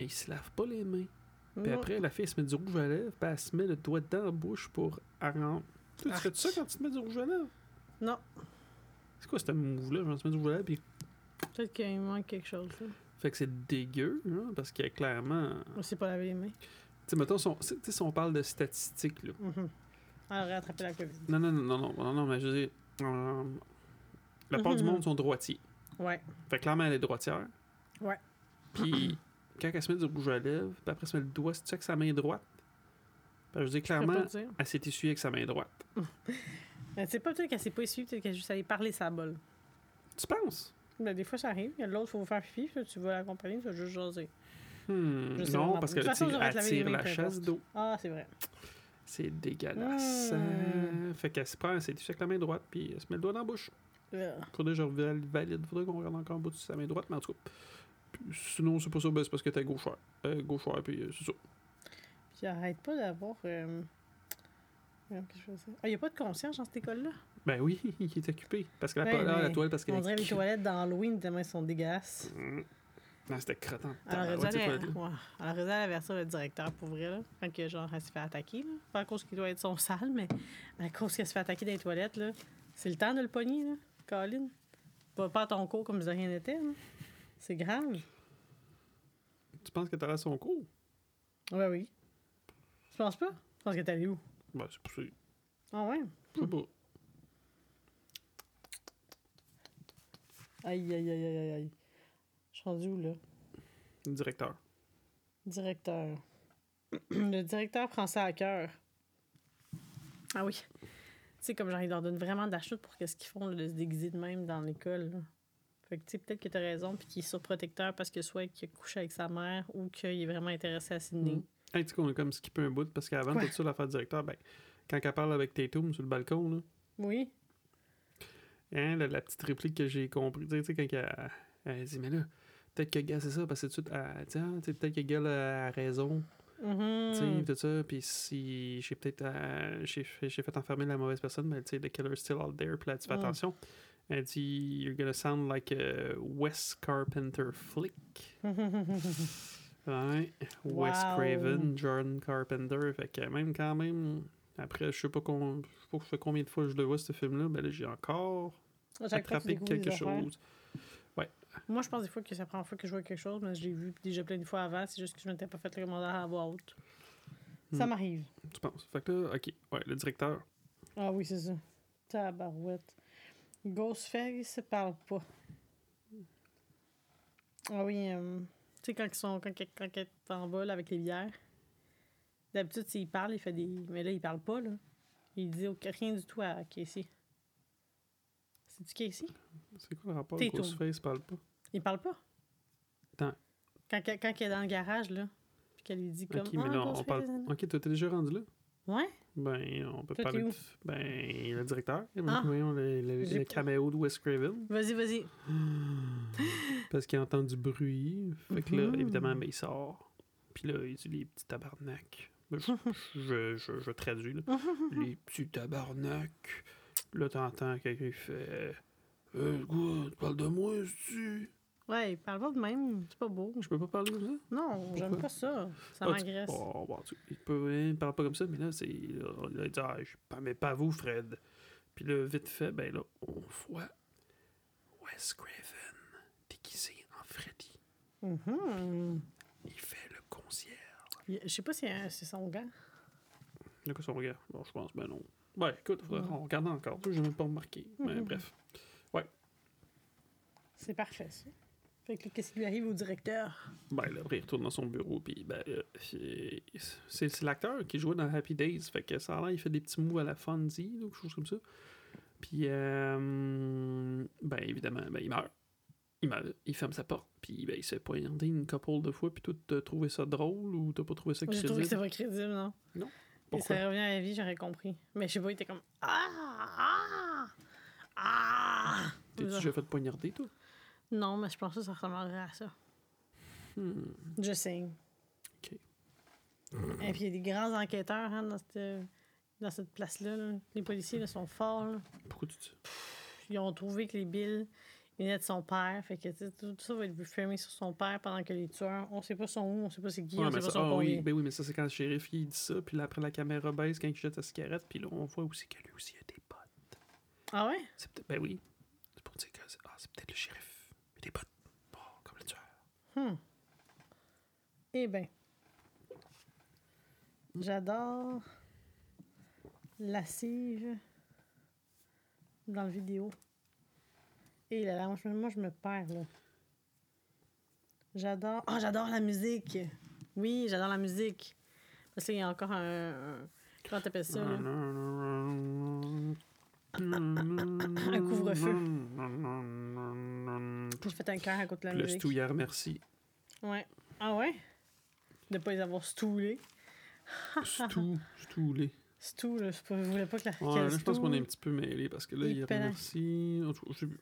Speaker 3: ils se lavent pas les mains. Puis
Speaker 2: Non.
Speaker 3: après, la fille elle se met du rouge à lèvres, puis elle se met le doigt dans la bouche pour arranger. Tu fais ça quand tu te mets du rouge à lèvres?
Speaker 2: Non.
Speaker 3: C'est quoi ce move-là? Genre, tu mets du rouge à lèvres, puis.
Speaker 2: Peut-être qu'il manque quelque chose. là.
Speaker 3: Fait que c'est dégueu, hein, parce qu'il y a clairement.
Speaker 2: On s'est pas lavé les mains.
Speaker 3: Tu sais, mettons, si on- tu sais, si on parle de statistiques, là.
Speaker 2: Mhm. Alors, rattraper la COVID.
Speaker 3: Non, non, non, non, non, non, non, mais je veux dire, euh, la part du
Speaker 2: Mhm.
Speaker 3: monde sont droitiers.
Speaker 2: Ouais.
Speaker 3: Fait que clairement, elle est droitière.
Speaker 2: Ouais.
Speaker 3: Puis, quand elle se met du rouge à lèvres, puis après, elle se met le doigt, c'est avec sa main droite. Fait que je veux dire,
Speaker 2: Je peux pas
Speaker 3: clairement,
Speaker 2: te dire.
Speaker 3: elle s'est essuyée avec sa main droite.
Speaker 2: Mais c'est pas peut-être qu'elle s'est pas essuyée, peut-être qu'elle est juste allée parler sa bolle.
Speaker 3: Tu penses?
Speaker 2: Ben, des fois, ça arrive. Il y a l'autre, faut faire pipi, puis là, tu vas l'accompagner, tu vas juste jaser.
Speaker 3: Hmm,
Speaker 2: Je sais
Speaker 3: non,
Speaker 2: pas.
Speaker 3: parce
Speaker 2: De
Speaker 3: qu'elle
Speaker 2: toute façon,
Speaker 3: tire,
Speaker 2: j'aurais te
Speaker 3: elle
Speaker 2: lavé les
Speaker 3: tire
Speaker 2: mains,
Speaker 3: la
Speaker 2: peu
Speaker 3: chasse
Speaker 2: importe.
Speaker 3: d'eau.
Speaker 2: Ah, c'est vrai.
Speaker 3: C'est dégueulasse.
Speaker 2: Mm.
Speaker 3: Fait qu'elle se prend, elle s'est essuyée avec la main droite, puis elle se met le doigt dans la bouche.
Speaker 2: Euh,
Speaker 3: Faudrait que je reval- valide. Faudrait qu'on regarde encore en bas de sa main droite, mais en tout cas. Puis Sinon, c'est pas ça, ben, c'est parce que t'es gaucheur. Euh, gaucheur, puis euh, c'est ça.
Speaker 2: Puis j'arrête pas d'avoir. euh, euh, qu'est-ce que je faisais? Ah, il n'y a pas de concierge dans cette école-là?
Speaker 3: Ben oui, il est occupé. Parce que la,
Speaker 2: Ouais,
Speaker 3: là, la
Speaker 2: mais
Speaker 3: toile, parce qu'elle
Speaker 2: On
Speaker 3: a
Speaker 2: dirait les
Speaker 3: cri-
Speaker 2: toilettes dans Halloween tellement elles sont dégueulasses.
Speaker 3: Mm. Non, c'était crottant.
Speaker 2: Alors,
Speaker 3: Tabarouette,
Speaker 2: elle
Speaker 3: ces
Speaker 2: aurait
Speaker 3: toilettes-là.
Speaker 2: dû aller vers ça, le directeur, pour vrai, là, quand que, genre, elle s'est fait attaquer. Là. Pas à cause qu'il doit être son sale, mais à cause qu'elle se fait attaquer dans les toilettes, là. C'est le temps de le pogner, là, Colin. Va pas à ton cours comme si de rien n'était, là. C'est grave.
Speaker 3: Tu penses que t'as à son cours?
Speaker 2: Ouais, oui. Tu penses pas? Je pense que t'es allé où?
Speaker 3: Ben, c'est poussé.
Speaker 2: Ah ouais?
Speaker 3: Je sais pas.
Speaker 2: Aïe, aïe, aïe, aïe, aïe, aïe. Je suis rendue où, là?
Speaker 3: Le directeur.
Speaker 2: Directeur. Le directeur prend ça à cœur. Ah oui. Tu sais, comme genre, il leur donne vraiment de la chute pour qu'est-ce qu'ils font là, de se déguiser de même dans l'école. là. Fait que, tu sais, peut-être que t'as raison, puis qu'il est surprotecteur parce que soit qu'il couche avec sa mère ou qu'il est vraiment intéressé à Sydney.
Speaker 3: Mm. Hey, tu sais qu'on a comme skippé un bout, parce qu'avant,
Speaker 2: Quoi?
Speaker 3: tout ça, l'affaire du directeur, ben, quand elle parle avec Tatum sur le balcon, là,
Speaker 2: Oui.
Speaker 3: hein, la, la petite réplique que j'ai compris, tu sais, tu sais, quand elle, elle dit, mais là, peut-être que gars, c'est ça, parce que tout de suite, elle dit, ah, tu sais, peut-être que gars, a raison.
Speaker 2: Mhm.
Speaker 3: Tu sais, tout ça, puis si j'ai peut-être euh, j'ai fait j'ai fait enfermer la mauvaise personne, mais tu sais, the killer's still out there, puis là, tu fais
Speaker 2: Mm.
Speaker 3: attention. Elle uh, dit, you're gonna sound like a Wes Carpenter flick. Ouais. hein? Wes
Speaker 1: Wow.
Speaker 3: Craven, Jordan Carpenter. Fait que même quand même, après, je sais pas, con- je sais pas ça fait combien de fois je le vois, ce film-là, ben là, j'ai encore
Speaker 2: À chaque fois que tu
Speaker 3: attrapé
Speaker 2: découvres
Speaker 3: quelque
Speaker 2: des affaires.
Speaker 3: chose.
Speaker 2: Moi, je pense des fois que c'est la première fois que je vois quelque chose, mais je l'ai vu déjà plein de fois avant. C'est juste que je m'étais pas fait le commentaire à voix haute. Ça
Speaker 3: Hmm.
Speaker 2: m'arrive.
Speaker 3: Tu penses? Fait que là, ok. Ouais, le directeur.
Speaker 2: Ah oui, c'est ça. Tabarouette. Ghostface parle pas. Ah oui, euh, tu sais, quand ils sont quand, quand, quand ils sont en vol avec les bières, d'habitude, s'il parle, il fait des. Mais là, il parle pas, là. Il dit au- rien du tout à Casey. C'est-tu Casey?
Speaker 3: C'est quoi le rapport?
Speaker 2: Tatum.
Speaker 3: Ghostface parle pas.
Speaker 2: Il parle pas.
Speaker 3: Attends.
Speaker 2: Quand, quand, quand il est dans le garage, là, puis qu'elle lui dit comme.
Speaker 3: Ok, mais
Speaker 2: Ah,
Speaker 3: là, on
Speaker 2: Ghostface,
Speaker 3: parle.
Speaker 2: nanana.
Speaker 3: Ok, t'as t'es déjà rendu là?
Speaker 2: Ouais,
Speaker 3: Ben, on peut
Speaker 2: Toi,
Speaker 3: parler
Speaker 2: t'es où?
Speaker 3: de. Ben, le directeur.
Speaker 2: Ah.
Speaker 3: Voyons le, le-
Speaker 2: J'ai
Speaker 3: le
Speaker 2: pas-
Speaker 3: caméo de Wes Craven.
Speaker 2: vas-y, vas-y.
Speaker 3: Parce qu'il entend du bruit. Fait que là,
Speaker 1: Mhm.
Speaker 3: évidemment, ben, il sort. Puis là, il dit les petits tabarnak. Ben, Je, je, je, je traduis, là. les petits tabarnak. Là, t'entends quelqu'un qui fait. Euh, quoi, tu parles de moi, tu
Speaker 2: Ouais, il parle pas de même. C'est pas beau.
Speaker 3: Je peux pas parler comme ça?
Speaker 2: Non, j'aime
Speaker 3: Pourquoi?
Speaker 2: pas ça. Ça
Speaker 3: Ah, tu-
Speaker 2: m'agresse.
Speaker 3: Oh, bon, tu- il peut, hein, il parle pas comme ça, mais là, c'est. là, il dit, ah, je parle, mais pas vous, Fred. Puis là, vite fait, ben là, on voit Wes Craven déguisé en Freddy.
Speaker 2: Mhm.
Speaker 3: Il fait le concierge.
Speaker 2: Il- Je sais pas si euh, c'est son gars.
Speaker 3: Il y a quoi son regard? Bon, je pense, ben non. Ouais, écoute, faudrait- on regarde encore. Je n'ai pas remarqué. Mais
Speaker 2: Mhm.
Speaker 3: bref.
Speaker 2: C'est parfait, ça. Fait que qu'est-ce qui lui arrive au directeur?
Speaker 3: Ben là, il retourne dans son bureau, puis ben, euh, c'est c'est l'acteur qui jouait dans Happy Days, fait que ça a l'air, il fait des petits moves à la Fonzie, ou quelque chose comme ça. Puis, euh, ben évidemment, ben, il meurt. Il meurt, il ferme sa porte, puis ben, il s'est poignardé une couple de fois, puis toi, t'as trouvé ça drôle, ou t'as pas trouvé ça
Speaker 2: J'ai trouvé que
Speaker 3: crédible?
Speaker 2: c'était pas crédible, non? Et
Speaker 3: Pourquoi?
Speaker 2: ça revient à la vie, j'aurais compris. Mais je sais pas, il était comme Ah! Ah! Ah!
Speaker 3: T'es-tu déjà fait poignarder, toi?
Speaker 2: Non, mais je pense que ça ressemblerait à ça.
Speaker 3: Hmm.
Speaker 2: Je sais.
Speaker 3: Ok.
Speaker 2: Et puis il y a des grands enquêteurs hein, dans cette, dans cette place-là. là. Les policiers là, sont forts. là.
Speaker 3: Pourquoi tu dis
Speaker 2: Ils ont trouvé que les billes venaient de son père. Fait que tu sais, tout, tout ça va être fermé sur son père pendant que les tueurs, on sait pas son où, on sait pas c'est qui,
Speaker 3: Ouais,
Speaker 2: on sait
Speaker 3: mais
Speaker 2: pas
Speaker 3: ça,
Speaker 2: son
Speaker 3: ah oui,
Speaker 2: combien.
Speaker 3: ben oui, mais ça, c'est quand le shérif, il dit ça, puis là, après, la caméra baisse quand il jette sa cigarette, puis là, on voit aussi que lui aussi a des potes.
Speaker 2: Ah ouais?
Speaker 3: C'est peut-être. Ben oui. C'est pour dire que c'est, ah, c'est peut-être le shérif. Mais des potes. Bon, comme le tueur.
Speaker 2: Hmm. Eh ben. J'adore lascive dans le vidéo. Et là, là, moi, je, moi, je me perds, là. J'adore... Ah, j'adore la musique! Oui, j'adore la musique. Parce qu'il y a encore un... un- Comment t'appelles ça, là?
Speaker 3: Un
Speaker 2: couvre-feu. J'ai fait un cœur à côté de la
Speaker 3: Le
Speaker 2: musique.
Speaker 3: stouillard, merci.
Speaker 2: Ouais. Ah ouais? De pas les avoir stoulés.
Speaker 3: Stou, stoulé.
Speaker 2: Stoul, là, je pas- je voulais pas que la...
Speaker 3: Ouais,
Speaker 2: qu'elle
Speaker 3: là, je pense qu'on est un
Speaker 2: stoule.
Speaker 3: petit peu mêlé parce que là,
Speaker 2: Et
Speaker 3: il
Speaker 2: pelle.
Speaker 3: remercie. En tout cas, Je sais plus.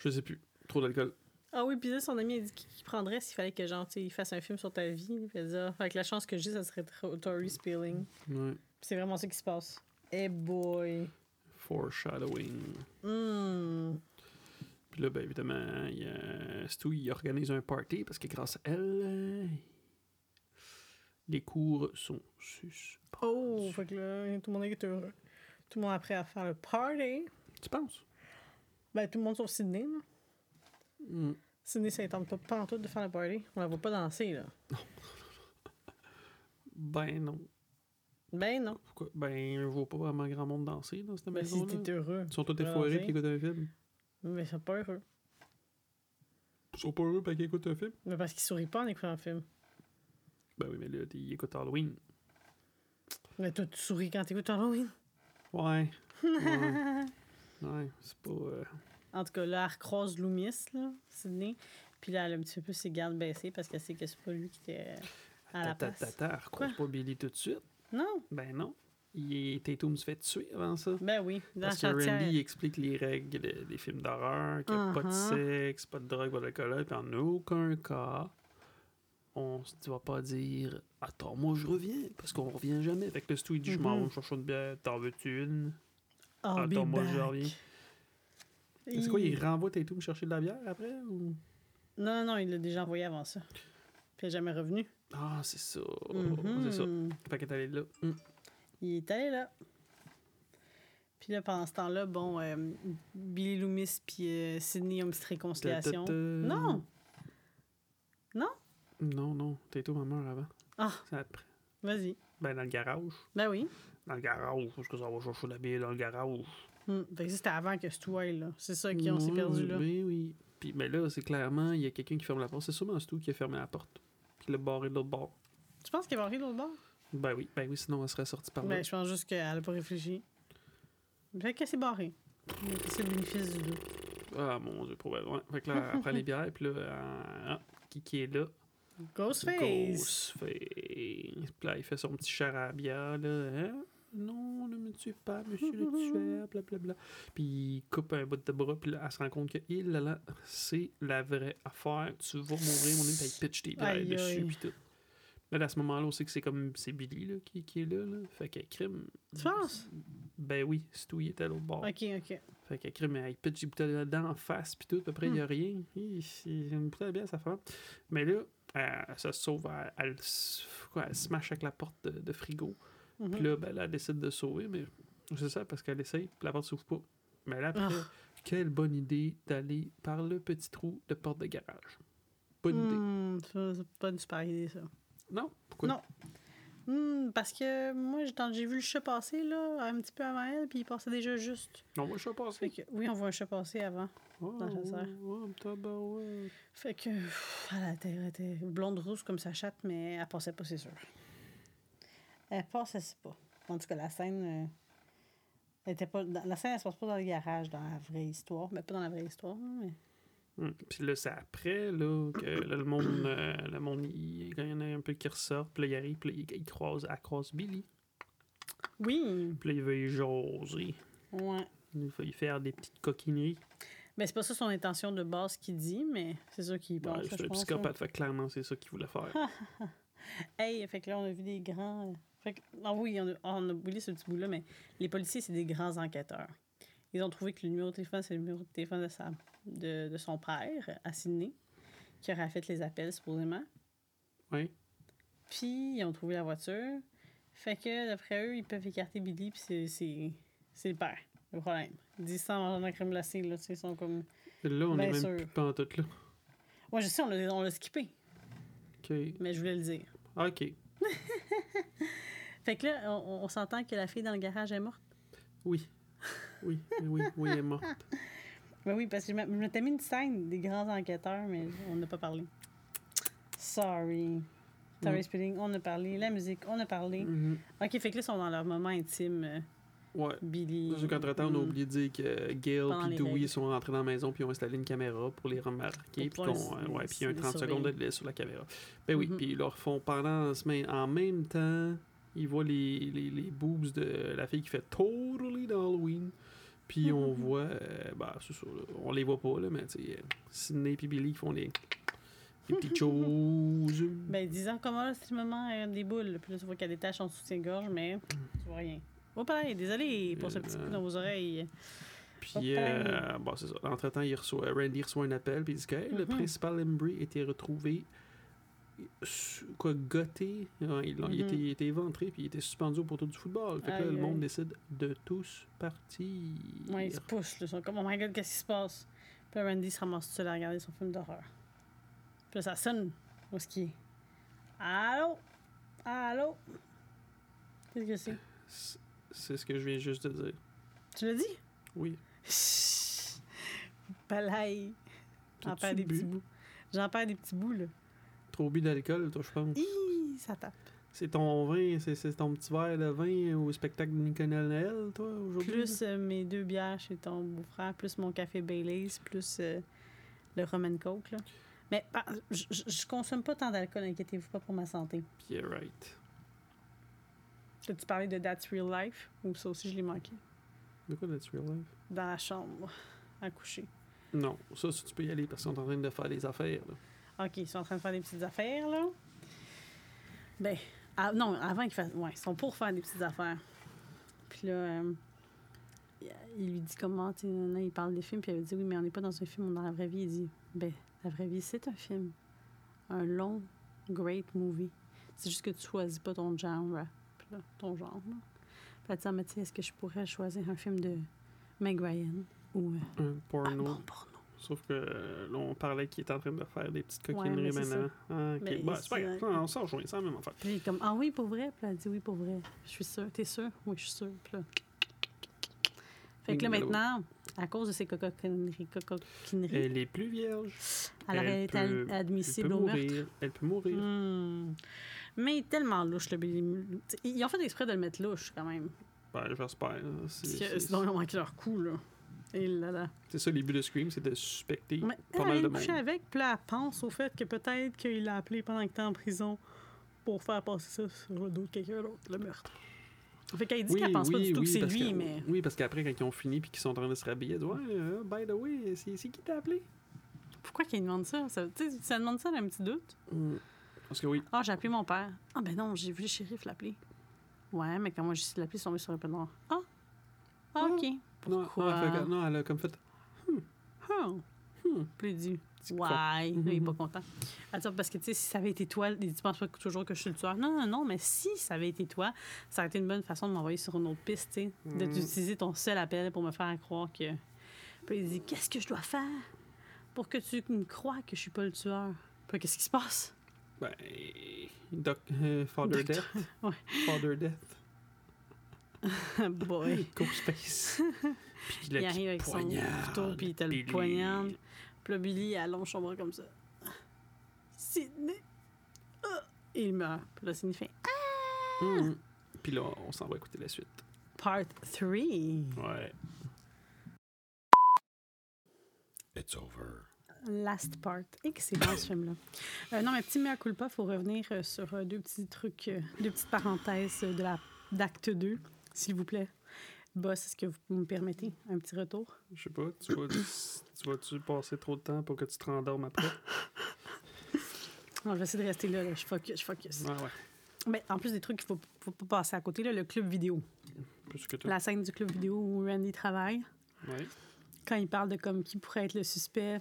Speaker 3: Je sais plus. Trop d'alcool.
Speaker 2: Ah oui, puis là, son ami a dit qu'il qu'il prendrait s'il fallait que genre, tu sais, il fasse un film sur ta vie. Puis elle dit, ah, avec la chance que j'ai, ça serait Tro- Tori Spilling. Puis
Speaker 3: Ouais.
Speaker 2: c'est vraiment ça qui se passe. Eh boy.
Speaker 3: Foreshadowing.
Speaker 2: Hmm.
Speaker 3: Puis là, ben, évidemment, il y a- Stu, il organise un party parce que grâce à elle, euh, les cours sont suspendus.
Speaker 2: Oh, fait que là, tout le monde est heureux. Tout le monde est prêt à faire le party.
Speaker 3: Tu penses?
Speaker 2: Ben, tout le monde sauf Sydney, là.
Speaker 3: Hmm.
Speaker 2: Sydney, ça n'entend pas pantoute de faire le party. On la voit pas danser, là.
Speaker 3: Ben non.
Speaker 2: Ben non.
Speaker 3: Pourquoi? Ben, je vois pas vraiment grand monde danser dans cette
Speaker 2: Ben, si
Speaker 3: maison-là.
Speaker 2: t'es heureux.
Speaker 3: Ils sont tous
Speaker 2: pas
Speaker 3: effoirés
Speaker 2: danser.
Speaker 3: puis ils écoutent un film.
Speaker 2: Mais ils sont pas heureux.
Speaker 3: Ils sont pas heureux puis qu'ils écoutent un film?
Speaker 2: Mais parce qu'ils sourient pas en écoutant un film.
Speaker 3: Ben oui, mais là, ils écoutent Halloween.
Speaker 2: Mais toi, tu souris quand t'écoutes Halloween.
Speaker 3: Ouais. Ouais, Ouais, c'est pas... euh,
Speaker 2: En tout cas, là, elle recroise Loomis, là, Sydney. Puis là, elle a un petit peu ses gardes baissées parce qu'elle sait que c'est pas lui qui était à la
Speaker 3: ta- ta-
Speaker 2: place.
Speaker 3: ta- ta, recroise pas Billy tout de suite.
Speaker 2: Non?
Speaker 3: Ben non. Il est... Tatum se fait tuer avant ça.
Speaker 2: Ben oui. Dans
Speaker 3: Parce que
Speaker 2: la
Speaker 3: Randy
Speaker 2: chantière.
Speaker 3: il explique les règles de- des films d'horreur, qu'il n'y a pas de
Speaker 2: Uh-huh.
Speaker 3: sexe, pas de drogue, pas d'alcool, puis en aucun cas, on ne va pas dire Attends, moi je reviens, parce qu'on revient jamais. Fait que le Stu, il dit Je m'en
Speaker 2: Mhm.
Speaker 3: vais me chercher une bière, t'en veux-tu une
Speaker 2: I'll be
Speaker 3: Attends, moi je
Speaker 2: back.
Speaker 3: reviens. C'est quoi, il renvoie Tatum chercher de la bière après ou...
Speaker 2: Non, non, non, il l'a déjà envoyé avant ça. Puis il est jamais revenu.
Speaker 3: Ah, c'est ça.
Speaker 2: Mhm.
Speaker 3: oh, C'est ça. Fait qu'elle est allée là. Mm.
Speaker 2: Il est allé là. Puis là, pendant ce temps-là, bon, euh, Billy Loomis puis euh, Sydney ont une petite réconciliation.
Speaker 3: Ta-ta-ta.
Speaker 2: Non! Non?
Speaker 3: euh, Non, non. T'es tout ma mère avant.
Speaker 2: Ah,
Speaker 3: C'est après.
Speaker 2: vas-y.
Speaker 3: Ben, dans le garage.
Speaker 2: Ben oui.
Speaker 3: Dans le garage. Parce que ça va chercher la bière dans le garage.
Speaker 2: Hmm. Fait que ça, c'était avant que ce soit là. C'est ça qui on s'est perdu là.
Speaker 3: Oui, ben oui. Puis, mais là, c'est clairement, il y a quelqu'un qui ferme la porte. C'est sûrement Stu qui a fermé la porte. Qui l'a barré de l'autre bord.
Speaker 2: Tu penses qu'il va arriver de l'autre bord?
Speaker 3: Ben oui, ben oui, sinon elle serait sortie par là.
Speaker 2: Ben, je pense juste qu'elle n'a pas réfléchi. Fait qu'elle s'est barrée. Mais C'est le bénéfice du doute.
Speaker 3: Ah mon dieu, probablement. Ouais. Fait que là, elle prend les bières, puis là, elle- ah, qui, qui est là?
Speaker 2: Ghostface!
Speaker 3: Ghostface. Puis là, il fait son petit charabia, là. Hein? Non, ne me tue pas, monsieur le tueur, blablabla. Puis il coupe un bout de bras, puis là, elle se rend compte que, il là, là, c'est la vraie affaire. Tu vas mourir, mon ami, puis elle pitch tes bières
Speaker 2: Aïe,
Speaker 3: dessus,
Speaker 2: aïe.
Speaker 3: puis tout. Mais là, à ce moment-là, on sait que c'est comme c'est Billy là, qui, qui est là, là. Fait qu'elle crime.
Speaker 2: Tu penses?
Speaker 3: Ben oui, c'est tout, il était à l'autre bord.
Speaker 2: Ok, ok.
Speaker 3: Fait qu'elle crie, mais elle pitch des bouteilles là-dedans en face, puis tout, à peu près, il
Speaker 2: Hmm.
Speaker 3: n'y a rien. Hi, hi, Une bouteille bien, ça fait. Mais là, elle, elle se sauve, elle, elle s- quoi, elle se mâche avec la porte de, de frigo.
Speaker 2: Mhm.
Speaker 3: Puis là, ben, là, elle décide de sauver, mais c'est ça, parce qu'elle essaye, puis la porte s'ouvre pas. Mais là, après,
Speaker 2: Ah.
Speaker 3: quelle bonne idée d'aller par le petit trou de porte de garage. Bonne idée.
Speaker 2: Hmm, ça, c'est pas une super idée, ça.
Speaker 3: Non? Pourquoi?
Speaker 2: Non. Hmm, parce que moi, j'ai- quand j'ai vu le chat passer, là, un petit peu avant elle, puis il passait déjà juste.
Speaker 3: Non, moi, je suis passé.
Speaker 2: Fait que, oui, on voit un chat passer avant.
Speaker 3: Oh,
Speaker 2: Non, ça sert.
Speaker 3: oh, oh, tabarouette.
Speaker 2: Fait que, pff, elle était, elle était blonde rousse comme sa chatte, mais elle passait pas, c'est sûr. Elle passait pas. En tout cas, la scène. euh, elle était pas, dans- la scène, elle se passe pas dans le garage, dans la vraie histoire. Mais pas dans la vraie histoire, hein, mais.
Speaker 3: Mm. Puis là, c'est après là, que là, le monde, euh, le monde il, quand il y en a un peu qui ressort, puis là, il arrive, puis là, il, il croise, elle croise Billy.
Speaker 2: Oui!
Speaker 3: Puis là, il veut y jaser.
Speaker 2: Ouais.
Speaker 3: Il veut y faire des petites coquineries.
Speaker 2: Mais c'est pas ça son intention de base qu'il dit, mais c'est ça qu'il
Speaker 3: Ouais,
Speaker 2: pense. là,
Speaker 3: c'est
Speaker 2: je
Speaker 3: un
Speaker 2: pense, hein.
Speaker 3: psychopathe, fait que clairement, c'est ça qu'il voulait faire.
Speaker 2: Hey, fait que là, on a vu des grands. Fait que, ah oui, on a, on a oublié ce petit bout-là, mais les policiers, c'est des grands enquêteurs. Ils ont trouvé que le numéro de téléphone, c'est le numéro de téléphone de, sa- de, de son père, à Sydney, qui aurait fait les appels, supposément.
Speaker 3: Ouais.
Speaker 2: Puis, ils ont trouvé la voiture. Fait que, d'après eux, ils peuvent écarter Billy, puis c'est- c'est c'est le père, le problème. Ils disent ça en mangeant de la crème glacée, là, tu sais, ils sont comme.
Speaker 3: Là, on est
Speaker 2: Bien
Speaker 3: même
Speaker 2: sûr.
Speaker 3: plus pantoute là.
Speaker 2: Ouais, je sais, on l'a on l'a skippé,
Speaker 3: OK. Ah,
Speaker 2: mais je voulais le dire.
Speaker 3: OK.
Speaker 2: Fait que là, on, on s'entend que la fille dans le garage est morte.
Speaker 3: Oui. Oui, oui, oui, oui, elle est morte.
Speaker 2: Ben oui, parce que je m'a- je m'étais mis une scène des grands enquêteurs, mais on n'a pas parlé. Sorry. Sorry,
Speaker 3: Mm.
Speaker 2: Spilling, on a parlé. La musique, on a parlé.
Speaker 3: Mhm.
Speaker 2: Ok, fait que là, ils sont dans leur moment intime, euh,
Speaker 3: Ouais.
Speaker 2: Billy.
Speaker 3: Parce qu'entre-temps, on a
Speaker 2: Mm.
Speaker 3: oublié de dire que Gail
Speaker 2: Pendant
Speaker 3: puis
Speaker 2: les
Speaker 3: Dewey
Speaker 2: règles.
Speaker 3: sont rentrés dans la maison puis ont installé une caméra pour les remarquer. Puis
Speaker 2: Pour pouvoir
Speaker 3: qu'on-
Speaker 2: les-
Speaker 3: ouais, puis il y a un
Speaker 2: les
Speaker 3: 30 secondes de
Speaker 2: surveiller.
Speaker 3: délai sur la caméra. Ben oui,
Speaker 2: Mhm.
Speaker 3: puis ils leur font pendant la semaine. En même temps, ils voient les, les, les boobs de la fille qui fait totally d'Halloween. Puis on voit, euh, bah, c'est ça, là, on les voit pas, là, mais tu sais, euh, Sydney puis Billy qui font les, les petites choses.
Speaker 2: Ben, disant comment là, c'est le moment euh, des boules. Puis là, tu vois qu'elle détache son soutien-gorge, mais tu vois rien. Oh, pareil, désolé pour ce petit
Speaker 3: Euh,
Speaker 2: coup dans vos oreilles.
Speaker 3: Puis, euh, bon, c'est ça. Entre-temps, il reçoit, euh, Randy reçoit un appel, puis il dit que Hey, le
Speaker 2: Mhm.
Speaker 3: principal Embry était retrouvé, su- quoi, gotté. Ah, Il, il
Speaker 2: Mhm.
Speaker 3: était, il était éventré, puis il était suspendu au poteau du football. Fait que là,
Speaker 2: Aïe,
Speaker 3: le monde
Speaker 2: aïe.
Speaker 3: décide de tous partir.
Speaker 2: Ouais, ils se poussent, là. Ils sont comme, oh my god, qu'est-ce qui se passe? Puis là, Randy se ramasse tout seul à regarder son film d'horreur. Puis là, ça sonne. Où est-ce qu'il est? Allô? Allô? Qu'est-ce que c'est?
Speaker 3: C'est- C'est ce que je viens juste de dire.
Speaker 2: Tu l'as dit?
Speaker 3: Oui.
Speaker 2: Chut! Balaye! J'en
Speaker 3: T'as-tu
Speaker 2: perds des
Speaker 3: bu?
Speaker 2: petits bouts. J'en perds des petits bouts, là.
Speaker 3: Trop bu d'alcool, toi, je pense.
Speaker 2: Hi! Ça tape.
Speaker 3: C'est ton vin, c'est c'est ton petit verre de vin au spectacle de Nicolas Noël, toi, aujourd'hui?
Speaker 2: Plus euh, mes deux bières chez ton beau-frère, plus mon café Baileys, plus euh, le Roman Coke, là. Mais par- je- je je consomme pas tant d'alcool, inquiétez-vous pas pour ma santé.
Speaker 3: Yeah, right.
Speaker 2: T'as-tu parlé de That's Real Life? Ou ça aussi, je l'ai manqué.
Speaker 3: De quoi, that's real life?
Speaker 2: Dans la chambre, à coucher.
Speaker 3: Non, ça, ça, tu peux y aller parce qu'on est en train de faire des affaires. là.
Speaker 2: OK, ils sont en train de faire des petites affaires, là. Ben, ah, non, avant qu'ils fassent... Ouais, ils sont pour faire des petites affaires. Puis là, euh, il- il lui dit comment, tu sais, nanana, il parle des films, puis elle dit, oui, mais on n'est pas dans un film, on est dans la vraie vie. Il dit, ben, la vraie vie, c'est un film. Un long, Great movie. C'est juste que tu choisis pas ton genre. puis là, ton genre. là. Puis elle dit, Ah, mais tu sais, est-ce que je pourrais choisir un film de Meg Ryan ou euh,
Speaker 3: Un
Speaker 2: un
Speaker 3: porno.
Speaker 2: bon porno?
Speaker 3: Sauf que euh, là, on parlait qu'il était en train de faire des petites
Speaker 2: Ouais,
Speaker 3: coquineries
Speaker 2: mais c'est
Speaker 3: maintenant. Ah, ok.
Speaker 2: Mais
Speaker 3: Bah, c'est pas
Speaker 2: c'est-
Speaker 3: grave. Non, On s'en rejoint, c'est la même affaire.
Speaker 2: Puis il est comme, ah oui, pour vrai? Puis elle dit, oui, pour vrai. Je suis sûre. T'es sûre? Oui, je suis sûre. Puis là... Fait que là,
Speaker 3: Hello.
Speaker 2: maintenant, à cause de ces cocoquineries, cocoquineries,
Speaker 3: Elle est plus vierge.
Speaker 2: alors
Speaker 3: elle
Speaker 2: elle est
Speaker 3: peut-
Speaker 2: ad-
Speaker 3: Elle peut
Speaker 2: admissible au meurtre.
Speaker 3: mourir. Elle peut mourir.
Speaker 2: Hmm. Mais il est tellement louche, le Billy. Mul- T'sais, Ils ont fait exprès de le mettre louche, quand même.
Speaker 3: Ben, j'espère. là. C'est-
Speaker 2: Parce que
Speaker 3: C'est
Speaker 2: sinon, ils ont manqué leur coup, là. Et là, là.
Speaker 3: c'est ça, les buts de Scream, c'est de suspecter
Speaker 2: Mais
Speaker 3: pas
Speaker 2: elle,
Speaker 3: mal
Speaker 2: elle
Speaker 3: de
Speaker 2: est
Speaker 3: monde.
Speaker 2: couchée avec, puis là, elle pense.
Speaker 5: pense au fait que peut-être qu'il l'a appelé pendant que t'es en prison pour faire passer ça sur le dos de quelqu'un d'autre, le meurtre.
Speaker 2: Fait qu'elle dit qu'elle pense pas du tout que c'est
Speaker 3: parce
Speaker 2: lui,
Speaker 3: que-
Speaker 2: mais.
Speaker 3: Oui, parce qu'après, quand ils ont fini puis qu'ils sont en train de se rhabiller, ils disent Ouais, euh, by the way, c'est c'est qui t'a appelé
Speaker 2: Pourquoi qu'elle demande ça? Ça, t'sais, ça demande ça, elle a un petit doute.
Speaker 3: Parce que oui,
Speaker 2: Ah, j'ai appelé mon père. Ah, ben non, j'ai vu le shérif l'appeler. Ouais, mais quand moi j'ai essayé de l'appeler, ils sont tombés sur un peu noir. Ah! Ah,
Speaker 3: Ah.
Speaker 2: ok.
Speaker 3: non, non,
Speaker 2: Pourquoi?
Speaker 3: elle fait- non, elle a comme fait
Speaker 2: Ah.
Speaker 3: Hmm.
Speaker 2: Puis il dit,
Speaker 3: C'est Mm-hmm. con.
Speaker 2: ouais, Là, il est pas content. Attends, parce que tu sais, si ça avait été toi, il dit, tu penses pas que- toujours que je suis le tueur. Non, non, non, mais si ça avait été toi, ça aurait été une bonne façon de m'envoyer sur une autre piste, tu sais, de
Speaker 3: Mm.
Speaker 2: d'utiliser ton seul appel pour me faire croire que. Puis il dit, qu'est-ce que je dois faire pour que tu me crois que je suis pas le tueur? Puis qu'est-ce qui se passe?
Speaker 3: Ben, doc, euh, Father
Speaker 2: Docteur,
Speaker 3: Death.
Speaker 2: ouais.
Speaker 3: Father Death.
Speaker 2: Boy.
Speaker 3: Ghostface. Puis
Speaker 2: Il
Speaker 3: là, qui
Speaker 2: arrive avec son
Speaker 3: poignarde
Speaker 2: couteau, puis il te le
Speaker 3: Ah, Billy.
Speaker 2: poignarde. Puis là, Billy, il allonge son bras comme ça. Sidney! Ah! Et il meurt. Puis là, Sidney fait Ah!
Speaker 3: Mhm. Puis là, on s'en va écouter la suite.
Speaker 2: Part 3.
Speaker 3: Ouais.
Speaker 6: It's over.
Speaker 2: Last part. Excellent ce film-là. Euh, non, mais petit mea culpa, il faut revenir euh, sur euh, deux petits trucs, euh, deux petites parenthèses euh, de la d'acte 2, s'il vous plaît. Boss, est-ce que vous me permettez un petit retour?
Speaker 3: Je sais pas, tu vas- tu vas-tu passer trop de temps pour que tu te rendormes après?
Speaker 2: Non, je vais essayer de rester là, là. je focus, je focus.
Speaker 3: Ah ouais.
Speaker 2: Mais en plus des trucs qu'il faut, faut pas passer à côté, là, le club vidéo.
Speaker 3: Plus que toi.
Speaker 2: La scène du club vidéo où Randy travaille,
Speaker 3: Ouais.
Speaker 2: quand il parle de comme qui pourrait être le suspect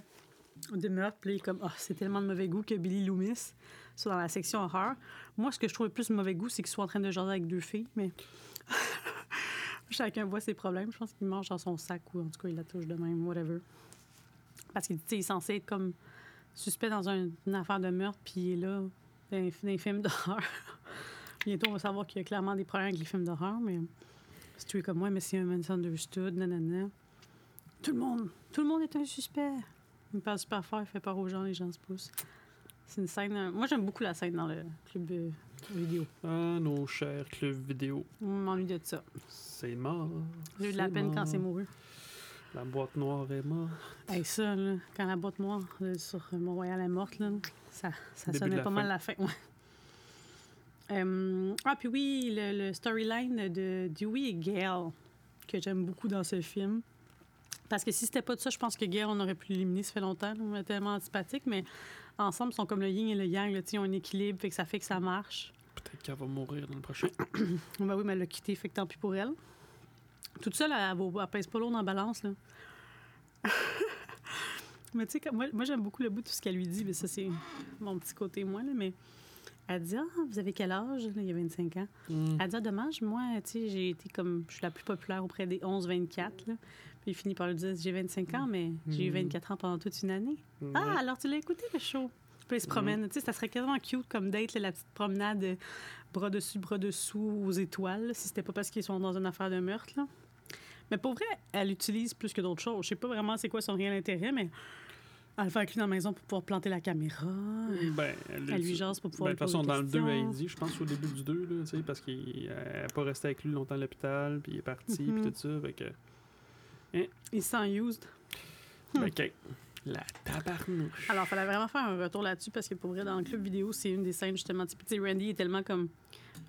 Speaker 2: de meurtre, puis là, il est comme Ah, c'est tellement de mauvais goût que Billy Loomis soit dans la section horreur. Moi, ce que je trouve le plus mauvais goût, c'est qu'il soit en train de jaser avec deux filles, mais chacun voit ses problèmes. Je pense qu'il mange dans son sac ou en tout cas il la touche de même, whatever. Parce qu'il tu sais, il est censé être comme suspect dans un- une affaire de meurtre, puis il est là dans un, dans un film d'horreur. Bientôt, on va savoir qu'il y a clairement des problèmes avec les films d'horreur, mais si tu es comme moi, mais c'est un misunderstood, nanana. Tout le monde, tout le monde est un suspect. Il parle super fort, il fait peur aux gens, les gens se poussent. C'est une scène. euh, Moi, j'aime beaucoup la scène dans le club de vidéo.
Speaker 3: Ah, nos chers clubs vidéo,
Speaker 2: On m'ennuie de ça.
Speaker 3: c'est mort.
Speaker 2: J'ai eu de la peine quand c'est
Speaker 3: mort.
Speaker 2: mouru.
Speaker 3: La boîte noire est morte.
Speaker 2: Avec ça, là, quand la boîte noire là, sur Mont-Royal est morte, là, ça, ça
Speaker 3: Début de
Speaker 2: sonnait
Speaker 3: la
Speaker 2: pas
Speaker 3: fin.
Speaker 2: mal la fin. ouais. Euh, ah, puis oui, le, le storyline de Dewey et Gale, que j'aime beaucoup dans ce film. Parce que si c'était pas de ça, je pense que Gale, on aurait pu l'éliminer, ça fait longtemps. là, On est tellement antipathique, mais ensemble, ils sont comme le yin et le yang, là, tu sais, ils ont un équilibre, fait que ça fait que ça marche.
Speaker 3: Peut-être qu'elle va mourir dans le prochain.
Speaker 2: Ben oui, mais elle l'a quitté, fait que tant pis pour elle. Toute seule, elle, elle, elle pèse pas lourd dans la balance, là. mais tu sais, quand- moi, moi, j'aime beaucoup le bout de tout ce qu'elle lui dit, mais ça, c'est mon petit côté, moi, là, mais... Elle dit, ah, vous avez quel âge? Là, il y a 25 ans.
Speaker 3: Mm.
Speaker 2: Elle dit, ah, dommage, moi, tu sais, j'ai été comme, je suis la plus populaire auprès des 11-24. là. Puis il finit par lui dire, j'ai 25 ans, mais j'ai eu
Speaker 3: Mm.
Speaker 2: 24 ans pendant toute une année. Ah, alors tu l'as écouté le show. Puis
Speaker 3: Mm.
Speaker 2: ils se promènent. Tu sais, ça serait quasiment cute comme date, là, la petite promenade euh, bras dessus, bras dessous aux étoiles, là, si c'était pas parce qu'ils sont dans une affaire de meurtre. là. Mais pour vrai, elle utilise plus que d'autres choses. Je sais pas vraiment c'est quoi son réel intérêt, mais elle fait un cul dans la maison pour pouvoir planter la caméra.
Speaker 3: Ben, elle,
Speaker 2: Elle lui
Speaker 3: dit-
Speaker 2: jase pour
Speaker 3: Ben,
Speaker 2: pouvoir.
Speaker 3: de
Speaker 2: lui
Speaker 3: toute
Speaker 2: poser
Speaker 3: façon,
Speaker 2: des
Speaker 3: dans le 2, elle
Speaker 2: questions.
Speaker 3: dit, je pense au début du 2, là, tu sais, parce qu'elle n'est pas restée avec lui longtemps à l'hôpital, puis il est parti,
Speaker 2: Mhm.
Speaker 3: puis tout ça. Fait que,
Speaker 2: Il s'en used. Hmm.
Speaker 3: ben, OK. La tabarnouche.
Speaker 2: Alors, fallait vraiment faire un retour là-dessus parce que pour vrai, dans le club vidéo, c'est une des scènes justement. Tu sais, Randy est tellement comme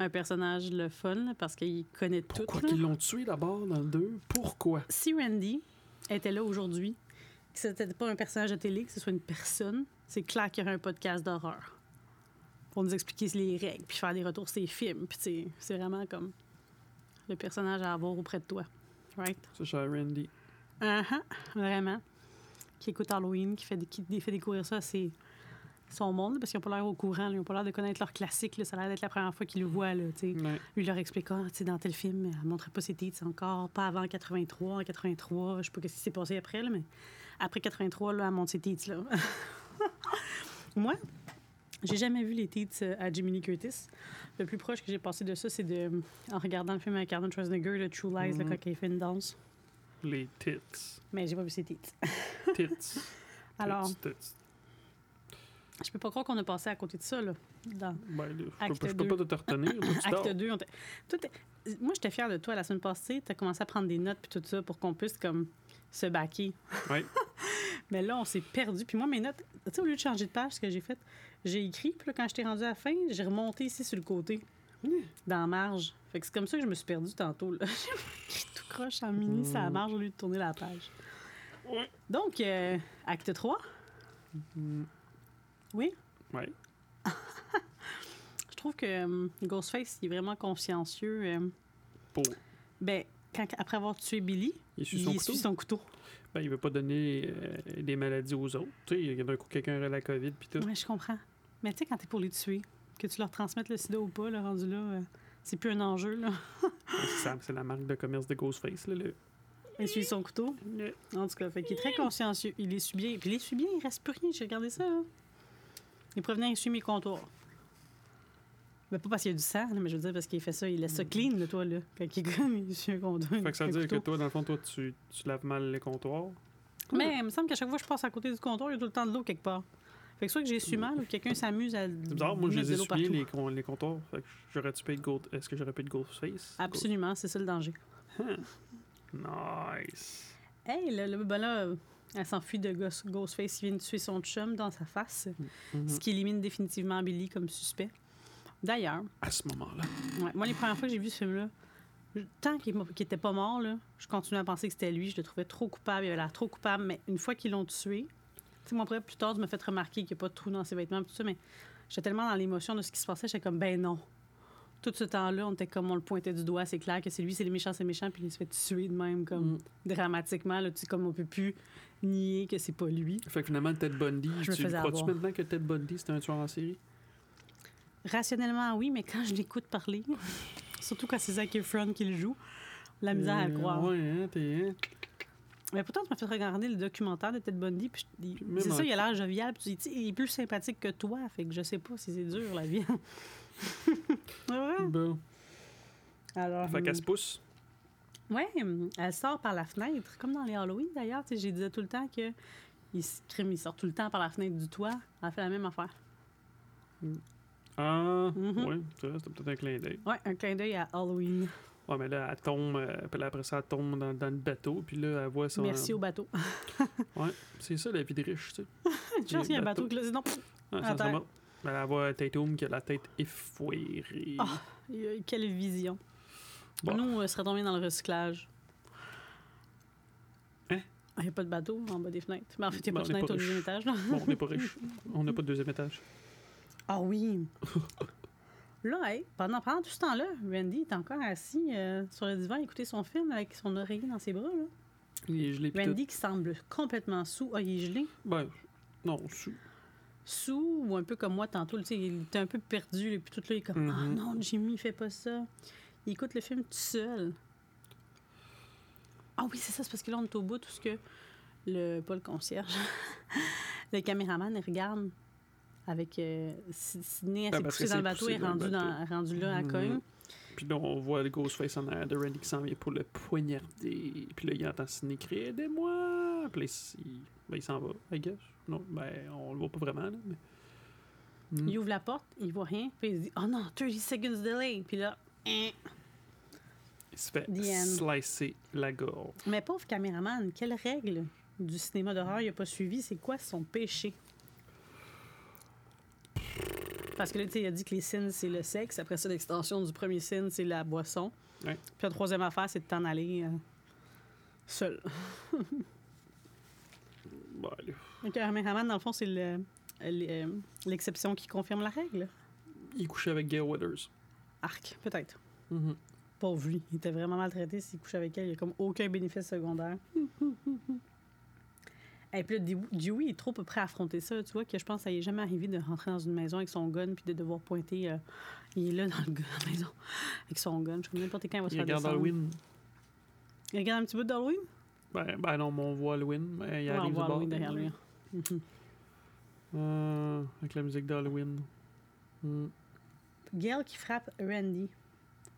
Speaker 2: un personnage le fun là, parce qu'il connaît tout.
Speaker 3: Pourquoi
Speaker 2: là.
Speaker 3: qu'ils l'ont tué d'abord dans le 2? Pourquoi?
Speaker 2: si Randy était là aujourd'hui, que ce n'était pas un personnage de télé, que ce soit une personne, c'est clair qu'il y aurait un podcast d'horreur pour nous expliquer les règles, puis faire des retours sur les films. Puis tu sais, c'est vraiment comme le personnage à avoir auprès de toi. Right?
Speaker 3: Ça, cher Randy.
Speaker 2: Uh-huh, vraiment. Qui écoute Halloween, qui fait, qui fait découvrir ça à ses, son monde, là, parce qu'ils n'ont pas l'air au courant, là, ils n'ont pas l'air de connaître leur classique. là. Ça a l'air d'être la première fois qu'ils le voient. Là, tu sais.
Speaker 1: Ouais.
Speaker 2: Lui leur expliquant, tu sais, dans tel film, elle montrait pas ses titres c'est encore, pas avant 83, en 83, je sais pas ce qui s'est passé après, là, mais après 83, là, elle montre ses titres. Là. Moi, j'ai jamais vu les titres à Jimmy Lee Curtis. Le plus proche que j'ai passé de ça, c'est de, en regardant le film avec Arnold Schwarzenegger, le True Lies, là,
Speaker 3: Mhm.
Speaker 2: quand il fait une danse.
Speaker 3: Les tits.
Speaker 2: Mais j'ai pas vu ses titres.
Speaker 3: Tits.
Speaker 2: Alors,
Speaker 3: Tits, tits.
Speaker 2: je peux pas croire qu'on a passé à côté de ça, là, dans
Speaker 3: Ben, là, je peux
Speaker 2: Acte
Speaker 3: pas- je peux pas te retenir. toi, tu dors.
Speaker 2: Acte 2, Ah, on t'a- toi, t'es- moi, j'étais fière de toi la semaine passée. Tu as commencé à prendre des notes puis tout ça pour qu'on puisse comme se baquer.
Speaker 3: Oui.
Speaker 2: Mais là, on s'est perdu. Puis moi, mes notes, tu sais, au lieu de changer de page, ce que j'ai fait, j'ai écrit. Puis là, quand je t'ai rendu à la fin, j'ai remonté ici sur le côté, dans la marge. Fait que c'est comme ça que je me suis perdue tantôt. là. J'ai écrit tout croche en mini, ça
Speaker 3: Mm.
Speaker 2: la marge au lieu de tourner la page.
Speaker 3: Ouais.
Speaker 2: Donc, euh, acte 3.
Speaker 3: Mm.
Speaker 2: Oui?
Speaker 3: Ouais.
Speaker 2: Je trouve que hum, Ghostface, il est vraiment consciencieux. euh,
Speaker 3: Pour.
Speaker 2: ben, quand, après avoir tué Billy,
Speaker 3: Il suit
Speaker 2: il
Speaker 3: son couteau.
Speaker 2: essuie son couteau.
Speaker 3: Ben, il veut pas donner euh, des maladies aux autres. Tu sais, il y a d'un coup quelqu'un aurait la COVID, puis tout.
Speaker 2: Ouais, je comprends. Mais tu sais, quand t'es pour les tuer, que tu leur transmettes le sida ou pas, le rendu là, euh, c'est plus un enjeu, là.
Speaker 3: C'est ça, C'est la marque de commerce de Ghostface, là. le-
Speaker 2: Il essuie son couteau.
Speaker 3: le-
Speaker 2: En tout cas, fait qu'il est très consciencieux. Il essuie bien. Puis il essuie bien, il reste plus rien. J'ai regardé ça, là. Il prévenait essuie mes contours. Mais pas parce qu'il y a du sang, là, mais je veux dire parce qu'il fait ça, il laisse ça clean, le toit, là. Quand il comme, il essuie un contour.
Speaker 3: Mm. Fait que ça
Speaker 2: un
Speaker 3: veut dire que
Speaker 2: couteau.
Speaker 3: toi, dans le fond, toi, tu, tu laves mal les comptoirs.
Speaker 2: Mais il me semble qu'à chaque fois que je passe à côté du comptoir, il y a tout le temps de l'eau quelque part. Fait que soit que j'ai su mal ou que quelqu'un s'amuse à.
Speaker 3: Mm. C'est bizarre, moi, je
Speaker 2: mettre
Speaker 3: les
Speaker 2: de
Speaker 3: ai
Speaker 2: l'eau
Speaker 3: essuyés,
Speaker 2: partout.
Speaker 3: les, con- les comptoirs. Fait que j'aurais-tu pu être Gold... Est-ce que j'aurais pu être Ghostface?
Speaker 2: Absolument, c'est ça le danger.
Speaker 3: Go- Nice.
Speaker 2: Hey, le, le- ben là, elle s'enfuit de Ghost- Ghostface qui vient de tuer son chum dans sa face, ce qui élimine définitivement Billy comme suspect. D'ailleurs,
Speaker 3: À ce moment-là.
Speaker 2: ouais, moi, les premières fois que j'ai vu ce film-là, je- tant qu'il m'a- qu'il était pas mort, là, je continuais à penser que c'était lui. Je le trouvais trop coupable, il avait l'air trop coupable. Mais une fois qu'ils l'ont tué, tu sais, moi, après, plus tard, je me fait remarquer qu'il n'y a pas de trou dans ses vêtements, tout ça, mais j'étais tellement dans l'émotion de ce qui se passait, j'étais comme, ben non. Tout ce temps-là, on était comme, on le pointait du doigt, c'est clair que c'est lui, c'est les méchants, c'est méchant, puis il se fait tuer de même,
Speaker 3: Mm.
Speaker 2: comme, dramatiquement, là, tu sais, comme on peut plus nier que c'est pas lui.
Speaker 3: Fait que finalement, Ted Bundy,
Speaker 2: Je me
Speaker 3: tu
Speaker 2: faisais
Speaker 3: crois-tu
Speaker 2: avoir.
Speaker 3: maintenant que Ted Bundy, c'était un tueur en série?
Speaker 2: Rationnellement, oui, mais quand je l'écoute parler, surtout quand c'est Zac Efron qui le joue, la misère à
Speaker 3: Euh,
Speaker 2: croire. Ah.
Speaker 3: Ouais, hein, t'es... hein.
Speaker 2: Mais pourtant, tu m'as fait regarder le documentaire de Ted Bundy. Puis je- il-
Speaker 3: Même
Speaker 2: c'est
Speaker 3: en-
Speaker 2: ça, il a l'air jovial. Puis tu dis, il est plus sympathique que toi. Fait que je sais pas si c'est dur, la vie. Ouais, ouais.
Speaker 3: Bon.
Speaker 2: Alors, hum,
Speaker 3: Fait qu'elle se pousse.
Speaker 2: ouais, hum, elle sort par la fenêtre, comme dans les Halloween d'ailleurs. Tu sais, j'ai dit tout le temps que il, s- crime, il sort tout le temps par la fenêtre du toit. Elle fait la même affaire.
Speaker 3: Ah,
Speaker 2: Mhm.
Speaker 3: ouais, c'est vrai, c'était peut-être un clin d'œil.
Speaker 2: Ouais, un clin d'œil à Halloween.
Speaker 3: Ouais, mais là, elle tombe, euh, puis là, après ça, elle tombe dans, dans le bateau, puis là, elle voit son...
Speaker 2: Merci au bateau.
Speaker 3: C'est ça, la vie de riche, tu sais.
Speaker 2: Une chance qu'il y a un bateau qui l'a dit non.
Speaker 3: Ah,
Speaker 2: Ah,
Speaker 3: ça,
Speaker 2: t'as-
Speaker 3: ça va. Ben, elle voit Tatum qui a la tête effouérée.
Speaker 2: Ah. Euh, Quelle vision.
Speaker 3: Bon.
Speaker 2: Nous, on serait tombés dans le recyclage.
Speaker 3: Hein?
Speaker 2: Il n'y a pas de bateau en bas des fenêtres. Mais en fait, il n'y a
Speaker 3: Ben,
Speaker 2: pas de
Speaker 3: on est
Speaker 2: fenêtre
Speaker 3: pas
Speaker 2: au deuxième
Speaker 3: riche.
Speaker 2: étage. là.
Speaker 3: Bon, on n'est pas riche. On n'a pas de deuxième étage.
Speaker 2: Ah oui! là, hey, pendant, pendant tout ce temps-là, Randy est encore assis euh, sur le divan à écouter son film avec son oreiller dans ses bras. là.
Speaker 3: Il est gelé, puis tout.
Speaker 2: Randy qui semble complètement sous. Ah, il est gelé.
Speaker 3: Ben, non, sous.
Speaker 2: Sous ou un peu comme moi tantôt. là, tu sais, Il était un peu perdu. Et puis tout là, il est comme Ah
Speaker 3: Mhm.
Speaker 2: non, Jimmy, fais pas ça. Il écoute le film tout seul. Ah oui, c'est ça, c'est parce que là, on est au bout tout ce que le. pas le concierge. le caméraman, il regarde avec euh, Sy- Sydney, elle
Speaker 3: Ah,
Speaker 2: s'est
Speaker 3: parce
Speaker 2: poussée
Speaker 3: que
Speaker 2: dans le
Speaker 3: c'est
Speaker 2: bateau, elle est
Speaker 3: poussé dans le
Speaker 2: rendue, dans, rendue là, à
Speaker 3: Mhm.
Speaker 2: cogne.
Speaker 3: Puis là, on voit le Ghostface en arrière de Randy qui s'en vient pour le poignarder. Puis là, il entend Sidney crier Aidez-moi Puis là, il, ben, il s'en va, I guess. Non, ben, on le voit pas vraiment, là. Mais... Mm.
Speaker 2: Il ouvre la porte, il voit rien, puis il se dit Oh non, 30 seconds delay. Puis là, hein.
Speaker 3: Il se fait
Speaker 2: The end.
Speaker 3: slicer la gorge.
Speaker 2: mais pauvre caméraman, quelle règle du cinéma d'horreur il n'a pas suivi C'est quoi son péché Parce que là, tu sais, il a dit que les sins, c'est le sexe. Après ça, l'extension du premier sin, c'est la boisson.
Speaker 3: Ouais.
Speaker 2: Puis la troisième affaire, c'est de t'en aller euh, seul.
Speaker 3: Ben, là,
Speaker 2: Donc, le caméraman, dans le fond, c'est le- le- euh, l'exception qui confirme la règle.
Speaker 3: il couchait avec Gail Weathers.
Speaker 2: Arc, peut-être. Mm-hmm.
Speaker 3: Mhm.
Speaker 2: Pauvre lui. Il était vraiment maltraité s'il couche avec elle. Il n'y a comme aucun bénéfice secondaire. Et puis là, Dewey- Dewey est trop prêt à affronter ça. Tu vois que je pense que ça y est jamais arrivé de rentrer dans une maison avec son gun puis de devoir pointer. euh, il est là dans le gun- la maison avec son gun. Je sais pas, n'importe quand il va se
Speaker 3: Il
Speaker 2: faire
Speaker 3: regarde
Speaker 2: descendre.
Speaker 3: Halloween.
Speaker 2: Il regarde un petit bout d'Halloween.
Speaker 3: Ben, ben non, mais on voit Halloween. mais il
Speaker 2: Ouais, on
Speaker 3: arrive de
Speaker 2: voit
Speaker 3: bord.
Speaker 2: Halloween derrière lui. Mhm.
Speaker 3: Euh, avec la musique d'Halloween. Hmm.
Speaker 2: Gail qui frappe Randy.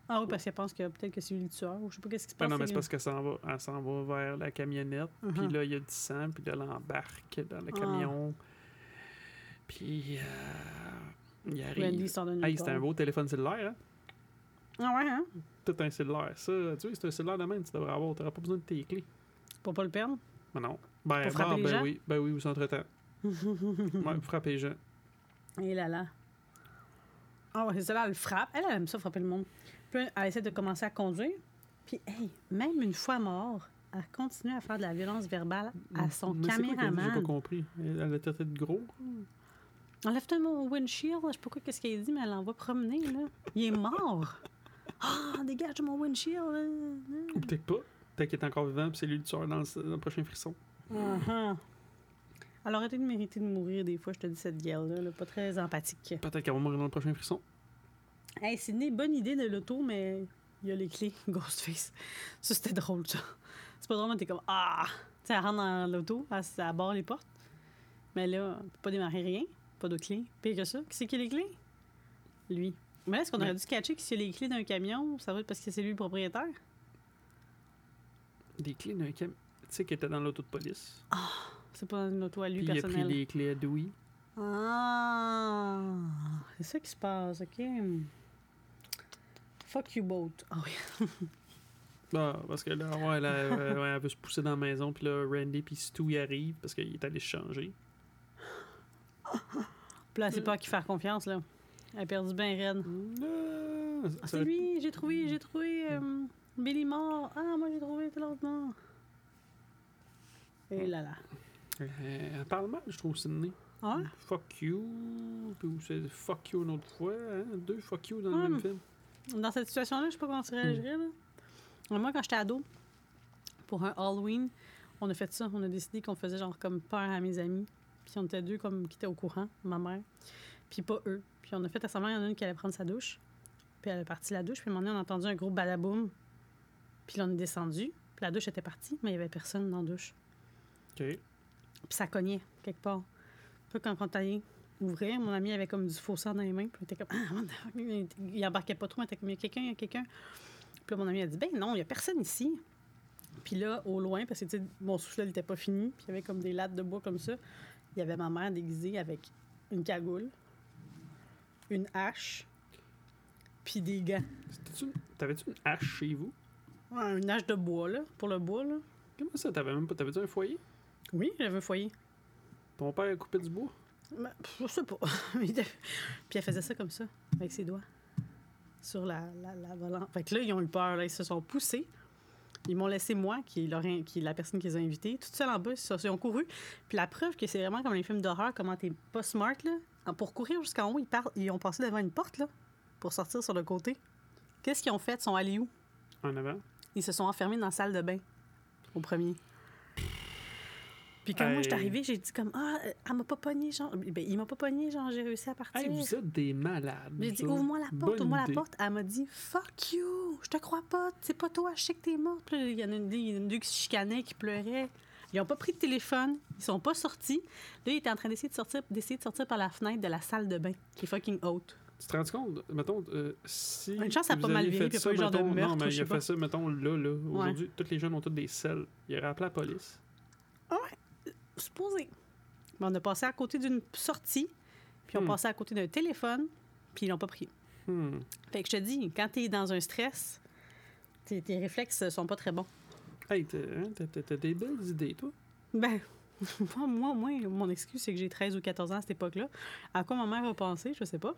Speaker 2: Ah oui, parce qu'elle pense que peut-être que c'est lui le tueur. Ou je sais pas qu'est-ce qui se
Speaker 3: Ben
Speaker 2: passe.
Speaker 3: non, mais c'est
Speaker 2: c'est
Speaker 3: parce qu'elle s'en va, elle s'en va vers la camionnette. Puis
Speaker 2: Mhm.
Speaker 3: là, il y a du sang. Puis là, elle embarque dans le
Speaker 2: Ah.
Speaker 3: camion. Puis, euh, il
Speaker 2: que Randy
Speaker 3: arrive.
Speaker 2: sort de nulle
Speaker 3: Hey, c'était
Speaker 2: part.
Speaker 3: un beau téléphone cellulaire, hein?
Speaker 2: Ah ouais, hein?
Speaker 3: Tout un cellulaire. Ça, tu vois, c'est un cellulaire de même, tu devrais avoir. T'auras pas besoin de tes clés.
Speaker 2: Pour pas le perdre.
Speaker 3: Ben non. Ben,
Speaker 2: Pour frapper
Speaker 3: ben,
Speaker 2: les
Speaker 3: ben
Speaker 2: gens?
Speaker 3: oui. Ben oui, vous entretemps. ouais, pour frapper les gens.
Speaker 2: Et Eh là là. Ah ouais, c'est ça, là, elle frappe. Elle, elle aime ça, frapper le monde. Puis elle essaie de commencer à conduire. Puis, hey, même une fois mort, elle continue à faire de la violence verbale à son
Speaker 3: Mais c'est quoi qu'elle dit? J'ai
Speaker 2: caméraman.
Speaker 3: pas compris. Elle elle a tête de gros.
Speaker 2: Enlève ton mon windshield. Je sais pas quoi qu'est-ce qu'elle dit, mais elle l'envoie promener, là. Il est mort. Ah, dégage de mon windshield. euh, euh.
Speaker 3: Ou peut-être pas. Peut-être qu'il est encore vivant, puis c'est lui le tueur dans le, dans le prochain frisson. Uh-huh.
Speaker 2: Ah Alors, arrêtez de mériter de mourir des fois, je te dis cette gueule-là, là, pas très empathique.
Speaker 3: Peut-être qu'elle va mourir dans le prochain frisson.
Speaker 2: Hey, c'est une bonne idée de l'auto, mais il y a les clés, Ghostface. Ça, c'était drôle, ça. C'est pas drôle, mais t'es comme Ah! Tu sais, elle rentre dans l'auto, elle, s- elle barre les portes. Mais là, elle peut pas démarrer rien, pas de clés. Pire que ça, qui c'est qui a les clés? Lui. Mais là, est-ce qu'on
Speaker 3: Mais-
Speaker 2: aurait dû catcher que s'il y a les clés d'un camion, ça va être parce que c'est lui le propriétaire?
Speaker 3: Des clés d'un cam. Tu sais qu'il était dans l'auto de police.
Speaker 2: Ah, C'est pas une auto à lui
Speaker 3: puis il a pris
Speaker 2: personnelle.
Speaker 3: les clés à Dewey.
Speaker 2: Ah, c'est ça qui se passe, ok. Fuck you both. Ah oui.
Speaker 3: Ah, parce que là, ouais, là, euh, ouais, elle veut se pousser dans la maison, puis là, Randy, puis Stu, il arrive, parce qu'il est allé se changer.
Speaker 2: Puis là, c'est
Speaker 3: Mm.
Speaker 2: pas à qui faire confiance, là. Elle a perdu ben Red.
Speaker 3: Ah, ça-
Speaker 2: c'est lui, j'ai trouvé, j'ai trouvé euh, Billy mort. Ah, moi j'ai trouvé tout l'autre mort. Et là là.
Speaker 3: Euh, elle parle mal, je trouve, Sidney.
Speaker 2: Ah,
Speaker 3: Fuck you, puis c'est fuck you une autre fois, hein? deux fuck you dans le
Speaker 2: Ouais,
Speaker 3: même
Speaker 2: mais-
Speaker 3: film.
Speaker 2: dans cette situation-là, je sais pas comment tu réagirais, là. Moi, quand j'étais ado, pour un Halloween, on a fait ça. On a décidé qu'on faisait genre comme peur à mes amis. Puis on était deux comme qui étaient au courant, ma mère, puis pas eux. Puis on a fait à sa mère, il y en a une qui allait prendre sa douche. Puis elle est partie la douche, puis à un moment donné, on a entendu un gros balaboum. Puis là, on est descendu, puis la douche était partie, mais il y avait personne dans la douche.
Speaker 3: Ok.
Speaker 2: Puis ça cognait, quelque part. Puis quand, quand t'allais ouvrir, mon ami avait comme du faux sang dans les mains. Puis il était comme, ah, what the fuck? Il- il embarquait pas trop, mais il était comme, il y a quelqu'un, il y a quelqu'un. Puis là, mon ami a dit, ben non, il y a personne ici. Puis là, au loin, parce que tu sais, mon souffle n'était pas fini, puis il y avait comme des lattes de bois comme ça, il y avait ma mère déguisée avec une cagoule, une hache, puis des gants.
Speaker 3: C'était-tu une- T'avais-tu une hache chez vous?
Speaker 2: Ouais, une hache de bois, là, pour le bois, là.
Speaker 3: Comment ça, t'avais même pas, t'avais-tu un foyer?
Speaker 2: Oui, j'avais un foyer.
Speaker 3: Ton père a coupé du bois?
Speaker 2: Ben, pff, je sais pas. Il était- Puis elle faisait ça comme ça, avec ses doigts, sur la, la, la volante. Fait que là, ils ont eu peur. Là. Ils se sont poussés. Ils m'ont laissé moi, qui est, leur in- qui est la personne qu'ils ont invitée, toute seule en bas. Ils, se sont- ils ont couru. Puis la preuve que c'est vraiment comme les films d'horreur, comment t'es pas smart, là. En- Pour courir jusqu'en haut, ils, par- ils ont passé devant une porte, là, pour sortir sur le côté. Qu'est-ce qu'ils ont fait? Ils sont allés où?
Speaker 3: En avant.
Speaker 2: Ils se sont enfermés dans la salle de bain, au premier. Puis quand moi, je suis
Speaker 3: Hey.
Speaker 2: arrivée, j'ai dit comme « Ah, elle m'a pas pogné, genre... » Ben, il m'a pas pogné, genre, j'ai réussi à partir.
Speaker 3: Hey, vous êtes des malades.
Speaker 2: j'ai dit oh, «
Speaker 3: vous autres.
Speaker 2: Ouvre-moi la porte,
Speaker 3: Bonne
Speaker 2: ouvre-moi la
Speaker 3: idée.
Speaker 2: porte. » Elle m'a dit « Fuck you, je te crois pas, c'est pas toi, je sais que t'es mort. » Puis là, il y en a une, il y en a deux qui se chicanaient, qui pleuraient. Ils ont pas pris de téléphone, ils sont pas sortis. Là, ils étaient en train d'essayer de sortir, d'essayer de sortir par la fenêtre de la salle de bain, qui est fucking haute.
Speaker 3: Tu te rends compte, mettons, euh, si.
Speaker 2: Une chance, ça a
Speaker 3: vous
Speaker 2: pas mal
Speaker 3: aviez
Speaker 2: viré,
Speaker 3: fait
Speaker 2: puis
Speaker 3: ça,
Speaker 2: pas eu genre de
Speaker 3: mettons-
Speaker 2: meurtre,
Speaker 3: Non,
Speaker 2: je
Speaker 3: mais il
Speaker 2: sais
Speaker 3: a
Speaker 2: pas.
Speaker 3: fait ça, mettons, là, là. Aujourd'hui, tous les jeunes ont toutes des selles. Il aurait appelé la police.
Speaker 2: supposé. Mais on a passé à côté d'une sortie, puis on
Speaker 3: Hmm.
Speaker 2: passait à côté d'un téléphone, puis ils l'ont pas pris.
Speaker 3: Hmm.
Speaker 2: Fait que je te dis, quand t'es dans un stress, tes, tes réflexes sont pas très bons.
Speaker 3: Hey, t'as hein, t'as- t'as- t'as des belles idées, toi.
Speaker 2: Ben, moi, moi, moi, mon excuse, c'est que j'ai 13 ou 14 ans à cette époque-là. À quoi ma mère a pensé, je sais pas.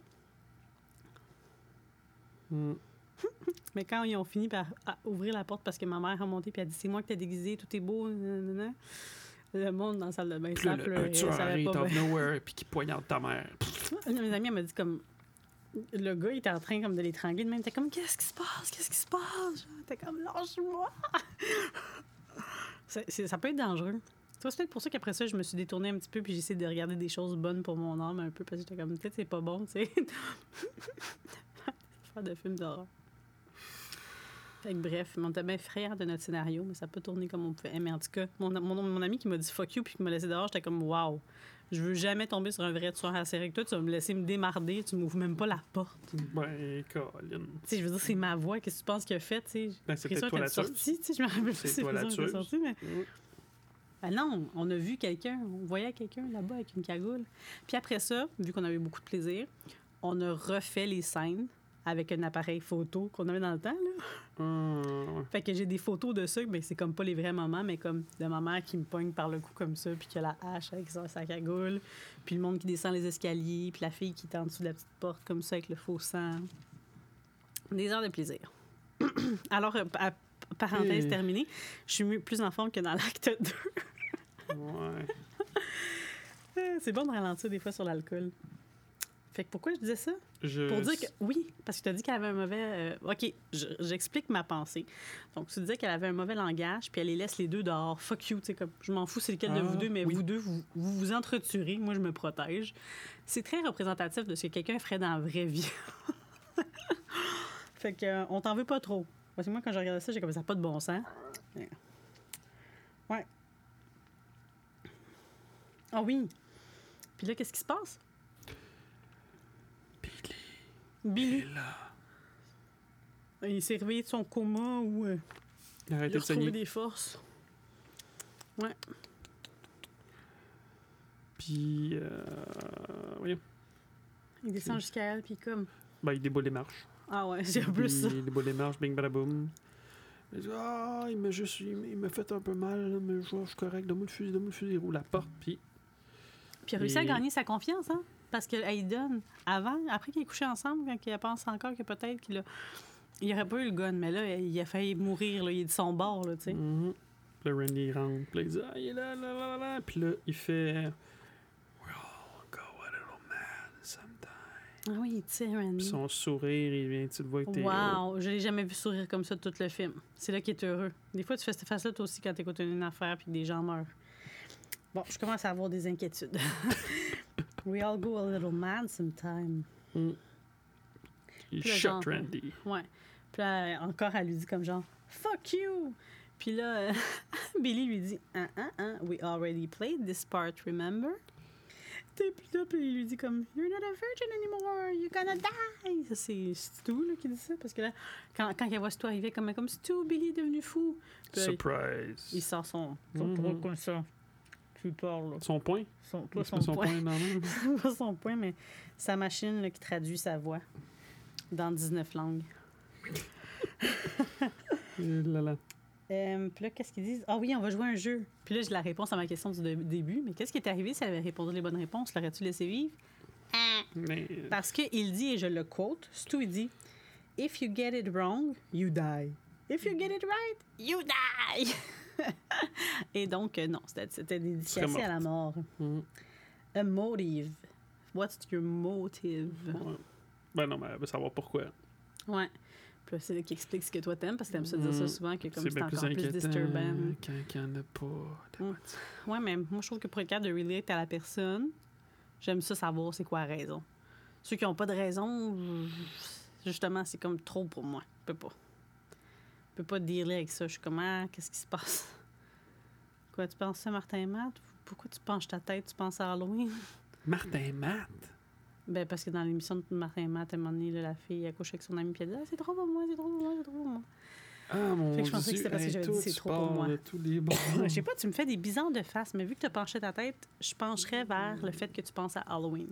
Speaker 3: Hmm.
Speaker 2: Mais quand ils ont fini par à- ouvrir la porte parce que ma mère a monté puis a dit c'est moi qui t'ai déguisé, tout est beau, nanana. le monde dans la salle de bain,
Speaker 3: Puis
Speaker 2: ça
Speaker 3: là, le- un
Speaker 2: pleurait,
Speaker 3: tueur
Speaker 2: ça allait
Speaker 3: arrive
Speaker 2: pas bien.
Speaker 3: out of nowhere, puis qui poignarde ta mère.
Speaker 2: Une de mes amies, elle m'a dit comme. Le gars, il était en train comme de l'étrangler de même. T'es comme, qu'est-ce qui se passe? Qu'est-ce qui se passe? T'es comme, lâche-moi! C'est- c'est- ça peut être dangereux. Tu Toi, c'est peut-être pour ça qu'après ça, je me suis détournée un petit peu, puis j'essaie de regarder des choses bonnes pour mon âme un peu, parce que j'étais comme, peut-être c'est pas bon, tu sais. Faire de films d'horreur. Fait que bref, on était bien frère de notre scénario, mais ça peut tourner comme on pouvait. Mais en tout cas, mon, mon, mon ami qui m'a dit fuck you, puis qui m'a laissé dehors, j'étais comme, waouh, je veux jamais tomber sur un vrai tueur à série que toi, tu vas me laisser me démarder, tu m'ouvres même pas la porte.
Speaker 3: Ben,
Speaker 2: Tu
Speaker 3: Colin.
Speaker 2: sais, je veux dire, c'est ma voix, qu'est-ce que tu penses qu'il a fait, tu sais?
Speaker 3: Ben, c'est
Speaker 2: J'ai l'impression
Speaker 3: peut-être toi
Speaker 2: qu'elle
Speaker 3: la
Speaker 2: est
Speaker 3: tueuse.
Speaker 2: sortie, tu sais, je me rappelle
Speaker 3: C'est
Speaker 2: plus c'est
Speaker 3: toi la
Speaker 2: présent qu'elle est
Speaker 3: tueuse.
Speaker 2: sortie, mais...
Speaker 3: Mm.
Speaker 2: Ben non, on a vu quelqu'un, on voyait quelqu'un là-bas avec une cagoule. Puis après ça, vu qu'on avait eu beaucoup de plaisir, on a refait les scènes avec un appareil photo qu'on avait dans le temps, là.
Speaker 3: Hum, ouais.
Speaker 2: Fait que j'ai des photos de ça, mais c'est comme pas les vrais moments, mais comme de ma mère qui me pogne par le cou comme ça, puis qui a la hache avec sa, sa cagoule, puis le monde qui descend les escaliers, puis la fille qui est en dessous de la petite porte comme ça avec le faux sang. Des heures de plaisir. Alors, euh, pa- parenthèse
Speaker 3: Et-
Speaker 2: terminée, je suis mieux- plus en forme que dans l'acte 2.
Speaker 3: Ouais.
Speaker 2: C'est bon de ralentir des fois sur l'alcool. Fait que pourquoi je disais ça?
Speaker 3: Je-
Speaker 2: Pour dire que oui, parce que tu as dit qu'elle avait un mauvais. euh, OK, je- j'explique ma pensée. Donc, tu disais qu'elle avait un mauvais langage, puis elle les laisse les deux dehors. Fuck you, tu sais, comme je m'en fous, c'est lequel de
Speaker 3: Ah,
Speaker 2: vous deux, mais
Speaker 3: oui.
Speaker 2: vous deux, vous vous, vous entreturez, moi, je me protège. C'est très représentatif de ce que quelqu'un ferait dans la vraie vie. fait que, euh, on t'en veut pas trop. Parce que moi, quand j'ai regardé ça, j'ai comme ça, pas de bon sens. Ouais. Ouais. Ah oui. Puis là, qu'est-ce qui se passe? Billy.
Speaker 3: Et là,
Speaker 2: Il s'est réveillé de son coma ou euh, il
Speaker 3: Arrêtez
Speaker 2: a
Speaker 3: de
Speaker 2: retrouvé
Speaker 3: saigner.
Speaker 2: des forces.
Speaker 3: Puis, euh, voyons.
Speaker 2: Il descend jusqu'à elle, puis comme...
Speaker 3: Ben, il déboule les marches.
Speaker 2: Ah ouais, c'est un peu ça.
Speaker 3: Il déboule les marches, bing badaboum. Il dit Ah, il m'a juste. Il m'a- il m'a fait un peu mal, là, mais je je suis correct. Donne-moi le fusil, donne-moi le fusil. Il roule la porte, puis.
Speaker 2: Puis il a réussi à
Speaker 3: Et-
Speaker 2: gagner sa confiance, hein? Parce qu'elle lui donne, avant, après qu'ils aient couché ensemble, quand il pense encore que peut-être qu'il a... Il aurait pas eu le gun, mais là, il a failli mourir, là, il est de son bord, là, tu sais.
Speaker 3: Mhm. Le Randy il rentre, puis là, il dit Ah, il est là, là, là, là, là. Puis là, il fait We all go a little mad sometimes.
Speaker 2: Ah oui, tu sais,
Speaker 3: Puis
Speaker 2: Randy.
Speaker 3: son sourire, il vient, tu le vois que t'es. euh,
Speaker 2: Wow, je l'ai jamais vu sourire comme ça de tout le film. C'est là qu'il est heureux. Des fois, tu fais cette face-là toi aussi quand t'écoutes une affaire puis que des gens meurent. Bon, je commence à avoir des inquiétudes. We all go a little mad sometime.
Speaker 3: Il
Speaker 2: Puis là,
Speaker 3: shot
Speaker 2: genre-
Speaker 3: Randy.
Speaker 2: Ouais. Puis là, encore, elle lui dit comme genre Fuck you! Puis là, euh, Billy lui dit Ah, ah, ah, we already played this part, remember? T'es plus là, puis il lui dit comme You're not a virgin anymore, you're gonna die! Ça, c'est Stu là, qui dit ça, parce que là, quand, quand elle voit Stu arriver, comme, comme Stu, Billy est devenu fou. Puis là, il-
Speaker 3: Surprise.
Speaker 2: il sort son.
Speaker 3: Mhm.
Speaker 5: comme Mm-hmm. ça. Tu parles, là.
Speaker 3: Son point
Speaker 5: Son,
Speaker 3: Il
Speaker 5: toi,
Speaker 3: se
Speaker 5: son
Speaker 3: met son
Speaker 5: poing.
Speaker 3: point dans la main.
Speaker 2: pas son point, mais sa machine là, qui traduit sa voix dans 19 langues.
Speaker 3: Et là, là.
Speaker 2: Euh, puis là, qu'est-ce qu'ils disent? Ah oui, on va jouer à un jeu. Puis là, j'ai la réponse à ma question du dé- début, mais qu'est-ce qui est arrivé si elle avait répondu les bonnes réponses? L'aurais-tu laissé vivre?
Speaker 3: Mais.
Speaker 2: Parce qu'il dit, et je le quote, Stu, il dit « If you get it wrong, you die. If you get it right, you die! » Et donc, euh, non, c'était- c'était dédicacé à la mort.
Speaker 3: Mhm.
Speaker 2: A motive. What's your motive?
Speaker 3: Ouais. Ben non, mais elle veut savoir pourquoi.
Speaker 2: Ouais. Puis là, c'est là qu'il explique ce que toi t'aimes, parce que t'aimes ça dire ça
Speaker 3: Mhm.
Speaker 2: souvent, que comme
Speaker 3: C'est
Speaker 2: c'est
Speaker 3: bien
Speaker 2: encore
Speaker 3: plus
Speaker 2: plus,
Speaker 3: inquiétant
Speaker 2: disturbant.
Speaker 3: quand il n'y en a pas.
Speaker 2: Mm. Ouais, mais moi, je trouve que pour être capable de relate à la personne, j'aime ça savoir c'est quoi la raison. Ceux qui n'ont pas de raison, je- justement, c'est comme trop pour moi. Je peux pas. Je peux pas dealer avec ça. Je suis comme, ah, qu'est-ce qui se passe? Quoi, tu penses ça, Martin et Matt? Pourquoi tu penches ta tête? Tu penses à Halloween?
Speaker 3: Martin Matt.
Speaker 2: Ben, parce que dans l'émission de Martin et Matt, à un moment donné, là, la fille accouche avec son ami, puis elle dit, ah, c'est trop pour moi, c'est trop pour moi, c'est trop pour moi.
Speaker 3: Ah mon
Speaker 2: Fait
Speaker 3: dieu.
Speaker 2: que je pensais que c'était parce que
Speaker 3: hey,
Speaker 2: j'avais dit
Speaker 3: toi,
Speaker 2: c'est
Speaker 3: tu
Speaker 2: trop pour
Speaker 3: pars
Speaker 2: moi.
Speaker 3: de tous les bords.
Speaker 2: Je sais pas, tu me fais des bizarres de face, mais vu que tu as penché ta tête, je pencherais vers le fait que tu penses à Halloween.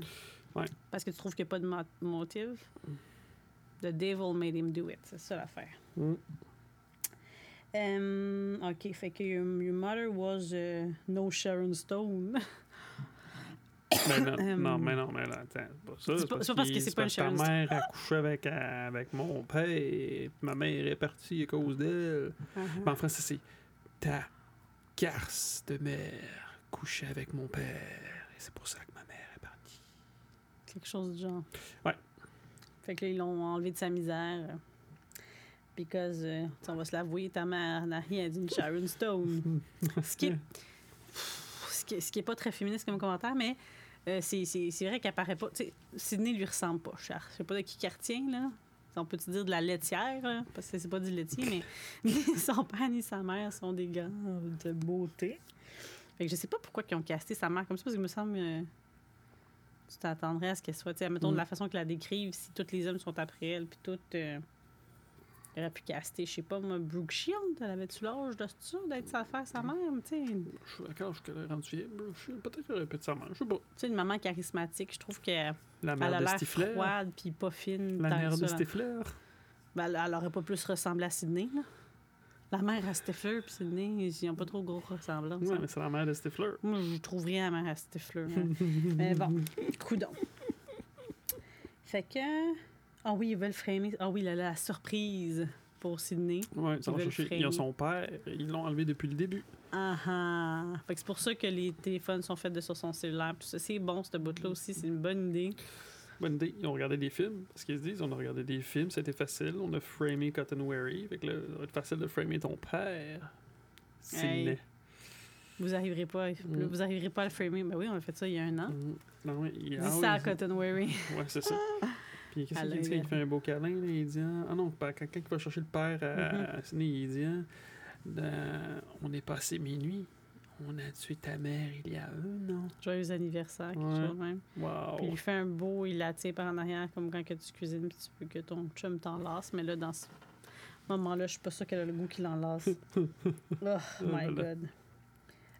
Speaker 3: Ouais.
Speaker 2: Parce que tu trouves qu'il n'y a pas de mo- motive. The devil made him do it. C'est ça l'affaire.
Speaker 3: Mm.
Speaker 2: Euh, OK, fait que your, your mother was euh, no Sharon Stone.
Speaker 3: Mais non,
Speaker 2: Euh,
Speaker 3: non, mais non, mais là, attends, c'est pas ça.
Speaker 2: c'est pas- c'est pas parce que
Speaker 3: qu'il-
Speaker 2: c'est
Speaker 3: c'est
Speaker 2: pas
Speaker 3: parce
Speaker 2: une
Speaker 3: que
Speaker 2: chose.
Speaker 3: Ta mère a couché avec, euh, avec mon père, et ma mère est partie à cause d'elle. Mais en français, c'est ta garce de mère couchait avec mon père, et c'est pour ça que ma mère est partie.
Speaker 2: Quelque chose du genre.
Speaker 3: Ouais.
Speaker 2: Fait que là, ils l'ont enlevé de sa misère. euh, Because, euh, tu sais, on va se l'avouer, ta mère n'a rien d'une Sharon Stone. Ce qui est- ce qui, ce qui est pas très féministe comme commentaire, mais euh, c'est- c'est c'est vrai qu'elle paraît pas. tu sais, Sydney lui ressemble pas, Char. Je sais pas de qui qu'elle retient, là. On peut-tu dire de la laitière, là? parce que c'est pas du laitier, mais ni son père ni sa mère sont des gars Ah, de beauté. Fait que je sais pas pourquoi ils ont casté sa mère comme ça, parce que me semble. euh, tu t'attendrais à ce qu'elle soit. tu sais, Mettons de la façon que la décrivent, si tous les hommes sont après elle, puis tout. euh, elle aurait pu caster, je sais pas, moi, Brooke Shield. Elle avait-tu l'âge de ça, d'être sa faire sa mère? Tu sais, une-
Speaker 3: Je suis d'accord, je suis rendu vieille. Je suis- Peut-être qu'elle aurait pu être sa mère, je sais pas.
Speaker 2: tu sais, une maman charismatique, je trouve qu'elle
Speaker 3: La
Speaker 2: elle
Speaker 3: mère
Speaker 2: a
Speaker 3: de
Speaker 2: l'air
Speaker 3: Stifler.
Speaker 2: froide puis pas fine.
Speaker 3: La
Speaker 2: tant que
Speaker 3: mère de
Speaker 2: ça.
Speaker 3: Stifler.
Speaker 2: Ben, elle, elle aurait pas plus ressemblé à Sydney, là. La mère à Stifler puis Sydney, ils ont pas trop gros ressemblance.
Speaker 3: Ouais,
Speaker 2: hein.
Speaker 3: mais c'est la mère de Stifler.
Speaker 2: Moi, je trouve rien à ma race Stifler. hein. Mais bon, coudon. Fait que. Ah oui, ils veulent framer. Ah oui, la, la surprise pour Sydney.
Speaker 3: Ouais, ils, sont
Speaker 2: Ils veulent
Speaker 3: chercher-
Speaker 2: freiner.
Speaker 3: ils ont son père, ils l'ont enlevé depuis le début.
Speaker 2: Ah ah. Fait que c'est pour ça que les téléphones sont faits de sur son cellulaire. Puis ça, c'est bon, ce bout-là aussi. C'est une bonne idée.
Speaker 3: Bonne idée, ils ont regardé des films. Parce qu'ils se disent, on a regardé des films, c'était facile. On a framé Cotton Wary. Fait que là, ça va être facile de framer ton père.
Speaker 2: Hey.
Speaker 3: Sidney.
Speaker 2: Vous arriverez pas, à-
Speaker 3: Mm.
Speaker 2: vous arriverez pas à le framer. Ben oui, on a fait ça il y a un an.
Speaker 3: Mhm. Non, ouais, il
Speaker 2: Dis ça à Cotton Weary.
Speaker 3: Ouais, c'est ça. Puis qu'est-ce
Speaker 2: À
Speaker 3: qu'il dit quand
Speaker 2: l'œil.
Speaker 3: il fait un beau câlin? là, il dit ah, Ah non, pas- quand quelqu'un va chercher le père
Speaker 2: Mm-hmm.
Speaker 3: à, à Sydney, il dit ah, euh, On est passé minuit. On a tué ta mère il y a un an.
Speaker 2: Joyeux anniversaire, quelque
Speaker 3: Ouais. Oh.
Speaker 2: chose de même. Puis il
Speaker 3: Wow.
Speaker 2: lui fait un beau, il l'attire par en arrière, comme quand que tu cuisines, puis tu veux que ton chum t'enlace. Mais là, dans ce moment-là, je suis pas sûre qu'elle a le goût qu'il enlace. oh my God.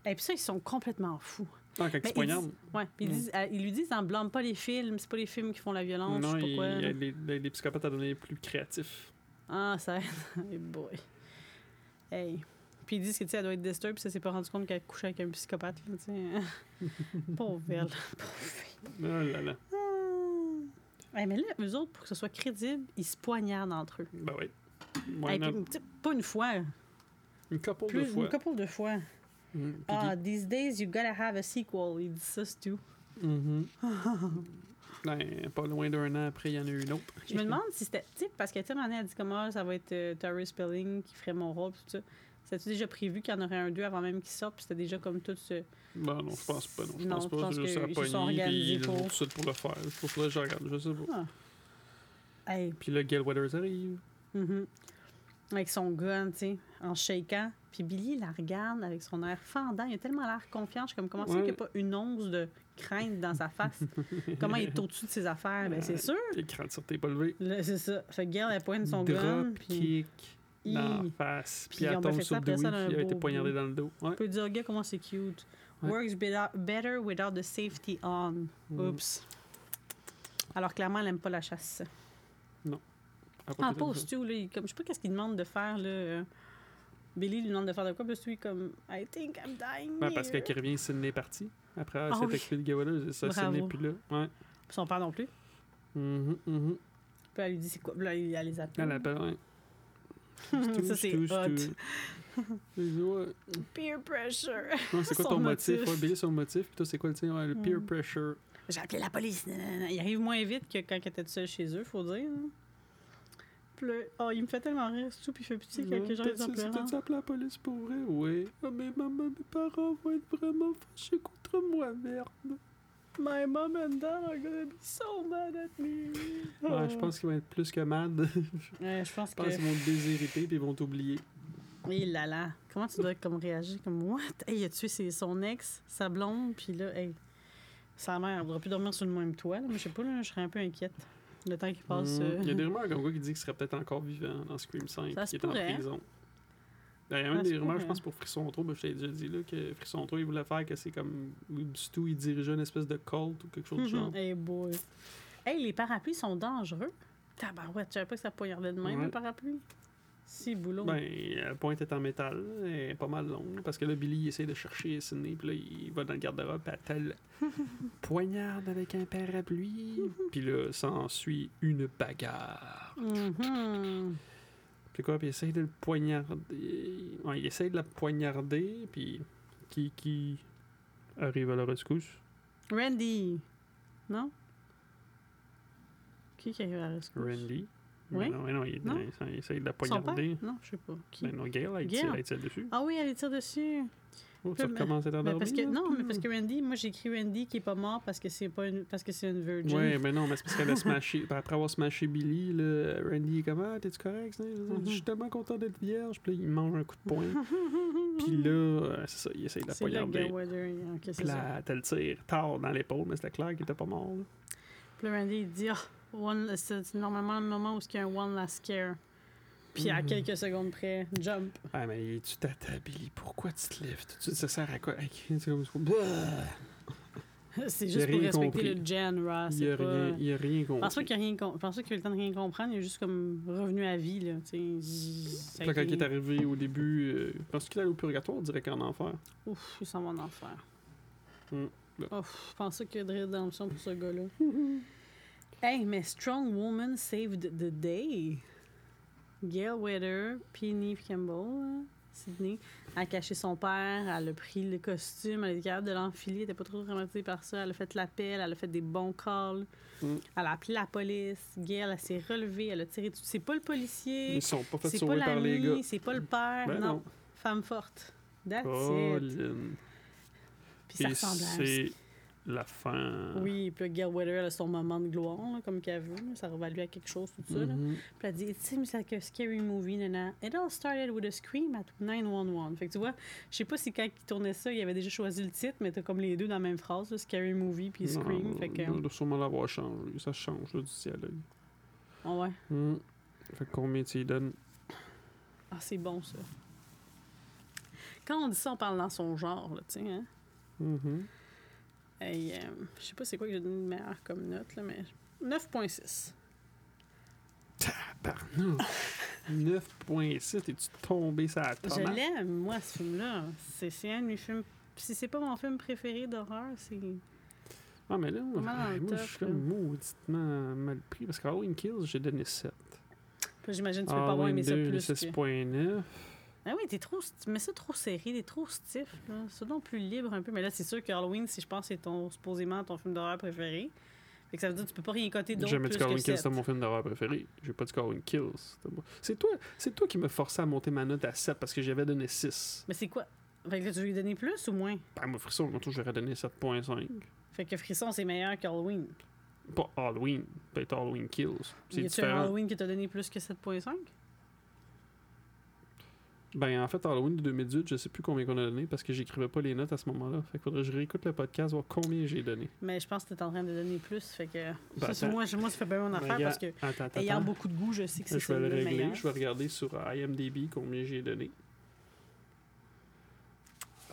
Speaker 2: Et puis ça, ils sont complètement fous.
Speaker 3: Ah,
Speaker 2: Mais
Speaker 3: quand il se
Speaker 2: il dit-
Speaker 3: poignarde.
Speaker 2: Ouais, puis ils,
Speaker 3: Mm.
Speaker 2: disent- euh, ils lui disent, en blâme pas les films, c'est pas les films qui font la violence,
Speaker 3: Non,
Speaker 2: je sais
Speaker 3: il-
Speaker 2: pas quoi.
Speaker 3: il- les, les- les ben, psychopathes à devenir plus créatifs.
Speaker 2: Ah, ça aide. boy. Hey. Puis ils disent que, tu sais, elle doit être disturbée, puis ça s'est pas rendu compte qu'elle couchait avec un psychopathe, là, tu sais. Pauvre elle. Pauvre fille.
Speaker 3: Oh là là.
Speaker 2: Ouais, mais là, eux autres, pour que ce soit crédible, ils se poignardent entre eux.
Speaker 3: Ben oui. Ouais,
Speaker 2: Hey,
Speaker 3: non,
Speaker 2: puis, tu sais, pas une fois,
Speaker 3: une couple
Speaker 2: plus
Speaker 3: de fois.
Speaker 2: une couple de fois.
Speaker 3: Mhm. Puis
Speaker 2: Ah, these days you gotta have a sequel. Il dit ça, c'est tout.
Speaker 3: il- Mhm. Ben, pas loin d'un an après, il y en a eu une autre.
Speaker 2: Je me demande si c'était. Tu sais, parce que, tu sais, Mané a dit comment ça va être euh, Terry Spelling qui ferait mon rôle, puis tout ça. C'était-tu déjà prévu qu'il y en aurait un deux avant même qu'il sorte, puis c'était déjà comme tout ce.
Speaker 3: Bon, Ben, non, je pense pas. Non, je
Speaker 2: Non,
Speaker 3: pense
Speaker 2: je
Speaker 3: pas.
Speaker 2: pense
Speaker 3: C'est juste
Speaker 2: que
Speaker 3: la
Speaker 2: ils se sont
Speaker 3: poignée, puis
Speaker 2: organisés
Speaker 3: ils ont
Speaker 2: pour.
Speaker 3: tout ça pour le faire. Je pense que je regarde, je sais pas.
Speaker 2: Ah. Hey,
Speaker 3: Puis là, Gail Weathers arrive.
Speaker 2: mhm. Avec son gun, tu sais, en shakant. Puis Billy la regarde avec son air fendant. Il a tellement l'air confiant. Je suis comme, comment ça
Speaker 3: Ouais.
Speaker 2: qu'il n'y a pas une once de crainte dans sa face? comment il est au-dessus de ses affaires? Ben, c'est sûr.
Speaker 3: Tes crans de sûreté pas levé.
Speaker 2: Là, c'est ça. Fait que Gail, elle pointe son gun.
Speaker 3: Drop
Speaker 2: Puis...
Speaker 3: kick
Speaker 2: Hi.
Speaker 3: dans la face. Puis
Speaker 2: Puis
Speaker 3: elle
Speaker 2: on m'a
Speaker 3: tombe
Speaker 2: fait
Speaker 3: sur
Speaker 2: ça après
Speaker 3: Dewey,
Speaker 2: ça
Speaker 3: puis
Speaker 2: d'un
Speaker 3: elle a été
Speaker 2: beau
Speaker 3: poignardée
Speaker 2: bout.
Speaker 3: dans le dos. Ouais.
Speaker 2: On peut dire, gars, comment c'est cute.
Speaker 3: Ouais.
Speaker 2: Works beda- better without the safety on.
Speaker 3: Mm.
Speaker 2: Oups. Alors, clairement, elle n'aime pas la chasse.
Speaker 3: Elle a
Speaker 2: En
Speaker 3: pas fait
Speaker 2: pause,
Speaker 3: ça.
Speaker 2: tu là, il- comme, je sais pas qu'est-ce qu'il demande de faire, là. euh, Billy lui demande de faire de quoi, puis lui, comme, I think I'm dying.
Speaker 3: Ouais, parce que
Speaker 2: here.
Speaker 3: quand il revient, Sidney est parti. Après, elle
Speaker 2: euh, Ah
Speaker 3: s'est
Speaker 2: oui.
Speaker 3: occupée de Gail Weathers. Ça,
Speaker 2: Bravo.
Speaker 3: Sidney n'est plus là. Ouais.
Speaker 2: Puis Son père non plus.
Speaker 3: Mhm,
Speaker 2: Mm-hmm.
Speaker 3: mhm.
Speaker 2: Puis elle lui dit, c'est quoi? Puis là, elle elle les appelle.
Speaker 3: Elle appelle, ouais.
Speaker 2: Ça, c'est
Speaker 3: Stu, Stu,
Speaker 2: hot.
Speaker 3: Stu. Il dit, ouais,
Speaker 2: Peer pressure.
Speaker 3: non, c'est quoi
Speaker 2: Son
Speaker 3: ton motif?
Speaker 2: motif. Mm.
Speaker 3: Ouais, Billy, son motif. Puis toi, c'est quoi le tien? Ouais, le peer pressure.
Speaker 2: J'ai appelé la police. nanana. Il arrive moins vite que quand il était tout seul chez eux, faut dire. hein. Puis là, oh, il me fait tellement rire, c'est tout, puis il fait petit quand les gens ils sont pleurants.
Speaker 3: T'as appelé la police pour vrai? Oui. Ah, mais maman, mes parents vont être vraiment fâchés contre moi, merde.
Speaker 2: My mom and dad are gonna be so mad at me.
Speaker 3: Ouais, je pense qu'ils vont être plus que mad. je
Speaker 2: Ouais, je pense que.
Speaker 3: pense qu'ils vont te déshériter puis ils vont t'oublier.
Speaker 2: Hé là là. Comment tu dois comme réagir? Comme, what? Hey, il a tué ses- son ex, sa blonde, puis là, hey. Sa mère, elle voudra plus dormir sur le même toit, là. Mais je sais pas, là, je serais un peu inquiète. Le temps qui passe.
Speaker 3: Mm.
Speaker 2: euh,
Speaker 3: Il y a des rumeurs comme quoi qui dit qu'il serait peut-être encore vivant dans Scream 5
Speaker 2: Ça
Speaker 3: qui
Speaker 2: se
Speaker 3: est en
Speaker 2: pourrait.
Speaker 3: prison. Ben, il y a
Speaker 2: Ça
Speaker 3: même
Speaker 2: se
Speaker 3: des rumeurs, je
Speaker 2: pourrait.
Speaker 3: pense, pour Frisson 3, ben, je t'avais déjà dit là, que Frisson 3, il voulait faire que c'est comme Stu, il dirigeait une espèce de cult ou quelque chose du genre.
Speaker 2: hey boy. Hey, les parapluies sont dangereux. Tabarouette, je savais pas que ça poignardait de même,
Speaker 3: Ouais.
Speaker 2: un parapluie. Si, boulot.
Speaker 3: Ben, la pointe est en métal, elle est pas mal longue, parce que là, Billy, il essaie de chercher Sidney, puis là, il va dans le garde-robe, puis elle te poignarde avec un parapluie. puis là, s'ensuit une bagarre.
Speaker 2: Mhm.
Speaker 3: Puis quoi, puis il essaie de le poignarder. Ouais, il essaie de la poignarder, puis qui, qui arrive à la rescousse?
Speaker 2: Randy. Non? Qui qui arrive à la rescousse?
Speaker 3: Randy.
Speaker 2: Oui?
Speaker 3: Mais Non, mais non, il,
Speaker 2: Non?
Speaker 3: il essaie de la
Speaker 2: Son père?
Speaker 3: poignarder.
Speaker 2: Non, je sais pas. Qui?
Speaker 3: Ben non, Gail,
Speaker 2: Gail.
Speaker 3: elle tire, elle tire dessus.
Speaker 2: Ah oui, elle les tire dessus.
Speaker 3: Oh, tu
Speaker 2: Mais-
Speaker 3: recommences à
Speaker 2: Mais
Speaker 3: t'endormir?
Speaker 2: parce que,
Speaker 3: là? hmm.
Speaker 2: non, mais parce que Randy, moi j'écris Randy qui est pas mort parce que c'est pas une, parce que c'est une virgin.
Speaker 3: Hmm. Ouais, mais non, mais c'est parce qu'elle a smashé. ben, après avoir smashé Billy, là, Randy est comme Ah, t'es-tu correct? ça?
Speaker 2: Mhm.
Speaker 3: Je suis tellement content d'être vierge. Puis là, il mange un coup de poing. Puis là, euh, c'est ça, il essaye de la
Speaker 2: c'est là que
Speaker 3: poignarder.
Speaker 2: Gayweather, ok, c'est
Speaker 3: Puis
Speaker 2: ça.
Speaker 3: là, elle te le tire tard dans l'épaule, mais c'était clair qu'il était pas mort. là.
Speaker 2: Puis là, Randy il dit Ah, one- c'est c'est normalement le moment où il y a un one last scare. Puis à
Speaker 3: Mhm.
Speaker 2: quelques secondes près, jump.
Speaker 3: Ah, mais tu t'attends, Billy. Pourquoi tu te lèves? Tu te ça sert à quoi? Hey, c'est comme ça. Bah!
Speaker 2: c'est
Speaker 3: Il a
Speaker 2: juste pour
Speaker 3: rien
Speaker 2: respecter
Speaker 3: compris.
Speaker 2: le gen, Ross.
Speaker 3: Il a,
Speaker 2: Ah, c'est pas-
Speaker 3: rien, il a rien
Speaker 2: Je pense pas
Speaker 3: compris.
Speaker 2: qu'il a rien com- je pense pas qu'il a eu le temps de rien comprendre, il est juste comme revenu à vie là, tu sais.
Speaker 3: Puis
Speaker 2: Ça a
Speaker 3: là, quand il
Speaker 2: été-
Speaker 3: est arrivé au début, euh, parce qu'il allait au purgatoire, on dirait qu'en enfer.
Speaker 2: Ouf, il s'en va en enfer.
Speaker 3: Mm.
Speaker 2: Ouf, je pensais qu'il y a de rédemption pour ce gars-là. hey, mais Strong Woman saved the day. Gail Weather, puis Neve Campbell, hein, Sydney, a caché son père, elle a pris le costume, elle était capable de l'enfiler, elle était pas trop traumatisée par ça, elle a fait l'appel, elle a fait des bons calls,
Speaker 3: Mm.
Speaker 2: elle a appelé la police, Gail, elle s'est relevée, elle a tiré dessus. C'est pas le policier,
Speaker 3: Ils sont pas fait
Speaker 2: c'est pas
Speaker 3: sauver par les gars.
Speaker 2: l'ami, c'est pas le père,
Speaker 3: Ben
Speaker 2: non.
Speaker 3: non.
Speaker 2: Femme forte. That's it.
Speaker 3: Colin.
Speaker 2: Puis ça
Speaker 3: Et
Speaker 2: ressemble à un
Speaker 3: c'est euh, la fin.
Speaker 2: Oui, puis là, Gail Weather, elle a son moment de gloire, là, comme qu'elle veut. là. Ça revalue à quelque chose, tout ça. là.
Speaker 3: Mhm.
Speaker 2: Puis elle dit, It seems like a scary movie, nana. It all started with a scream at 911. Fait que tu vois, je sais pas si quand ils tournaient ça, ils avaient déjà choisi le titre, mais t'as comme les deux dans la même phrase, là, scary movie puis
Speaker 3: Non,
Speaker 2: scream. fait que,
Speaker 3: Il doit sûrement l'avoir changé. Ça change là, du dialogue.
Speaker 2: oh ouais.
Speaker 3: Hmm. Fait que combien tu lui donnes
Speaker 2: Ah, c'est bon, ça. Quand on dit ça, on parle dans son genre, là, tu sais, hein.
Speaker 3: Mhm.
Speaker 2: Hey, euh, je sais pas c'est quoi que j'ai donné de meilleur comme note, là, mais 9.6.
Speaker 3: Tabarnouche. 9.7 et tu tombé sur la
Speaker 2: Je
Speaker 3: tomate?
Speaker 2: l'aime, moi, ce film-là. C'est c'est un de mes films. Si c'est pas mon film préféré d'horreur, c'est.
Speaker 3: Ah, mais là, moi,
Speaker 2: Pas mal dans le
Speaker 3: moi, je
Speaker 2: top,
Speaker 3: suis comme mauditement mal pris parce qu'Halloween Kills, j'ai donné 7.
Speaker 2: Puis J'imagine que tu peux pas avoir
Speaker 3: Halloween
Speaker 2: aimé ça
Speaker 3: 2, le
Speaker 2: plus. que-
Speaker 3: 6.9.
Speaker 2: Ah oui, t'es trop. Tu mets ça trop serré, t'es trop stiff, là. C'est donc plus libre un peu. Mais là, c'est sûr que Halloween, si je pense, c'est ton, supposément ton film d'horreur préféré. Fait que ça veut dire que tu peux pas rien coter
Speaker 3: J'ai
Speaker 2: d'autre.
Speaker 3: jamais
Speaker 2: plus
Speaker 3: dit
Speaker 2: que
Speaker 3: Halloween Kills,
Speaker 2: sept.
Speaker 3: c'était mon film d'horreur préféré. J'ai pas dit Halloween Kills. c'était moi. C'est toi, c'est toi qui me forçais à monter ma note à 7 parce que j'avais donné 6.
Speaker 2: Mais c'est quoi Fait que là, tu veux lui donner plus ou moins
Speaker 3: Ben, moi, frisson, je j'aurais donné 7.5.
Speaker 2: Fait que Frisson, c'est meilleur qu'Halloween.
Speaker 3: Pas Halloween, peut-être Halloween Kills. C'est
Speaker 2: Y a-tu un
Speaker 3: différent.
Speaker 2: Halloween qui t'a donné plus que 7.5
Speaker 3: Ben, en fait, Halloween de 2018, je sais plus combien qu'on a donné parce que j'écrivais pas les notes à ce moment-là. Fait que faudrait que je réécoute le podcast, voir combien j'ai donné.
Speaker 2: Mais je pense que t'es en train de donner plus. Fait que.
Speaker 3: Ben,
Speaker 2: ça, c'est
Speaker 3: attends.
Speaker 2: moi, je- moi, ça fait bien mon
Speaker 3: Ben,
Speaker 2: affaire
Speaker 3: gars,
Speaker 2: parce que.
Speaker 3: Attends, attends,
Speaker 2: Ayant
Speaker 3: attends.
Speaker 2: beaucoup de goût, je sais que c'est
Speaker 3: Je vais
Speaker 2: celui
Speaker 3: le
Speaker 2: le
Speaker 3: régler.
Speaker 2: meilleur.
Speaker 3: Je vais regarder sur IMDb combien j'ai donné.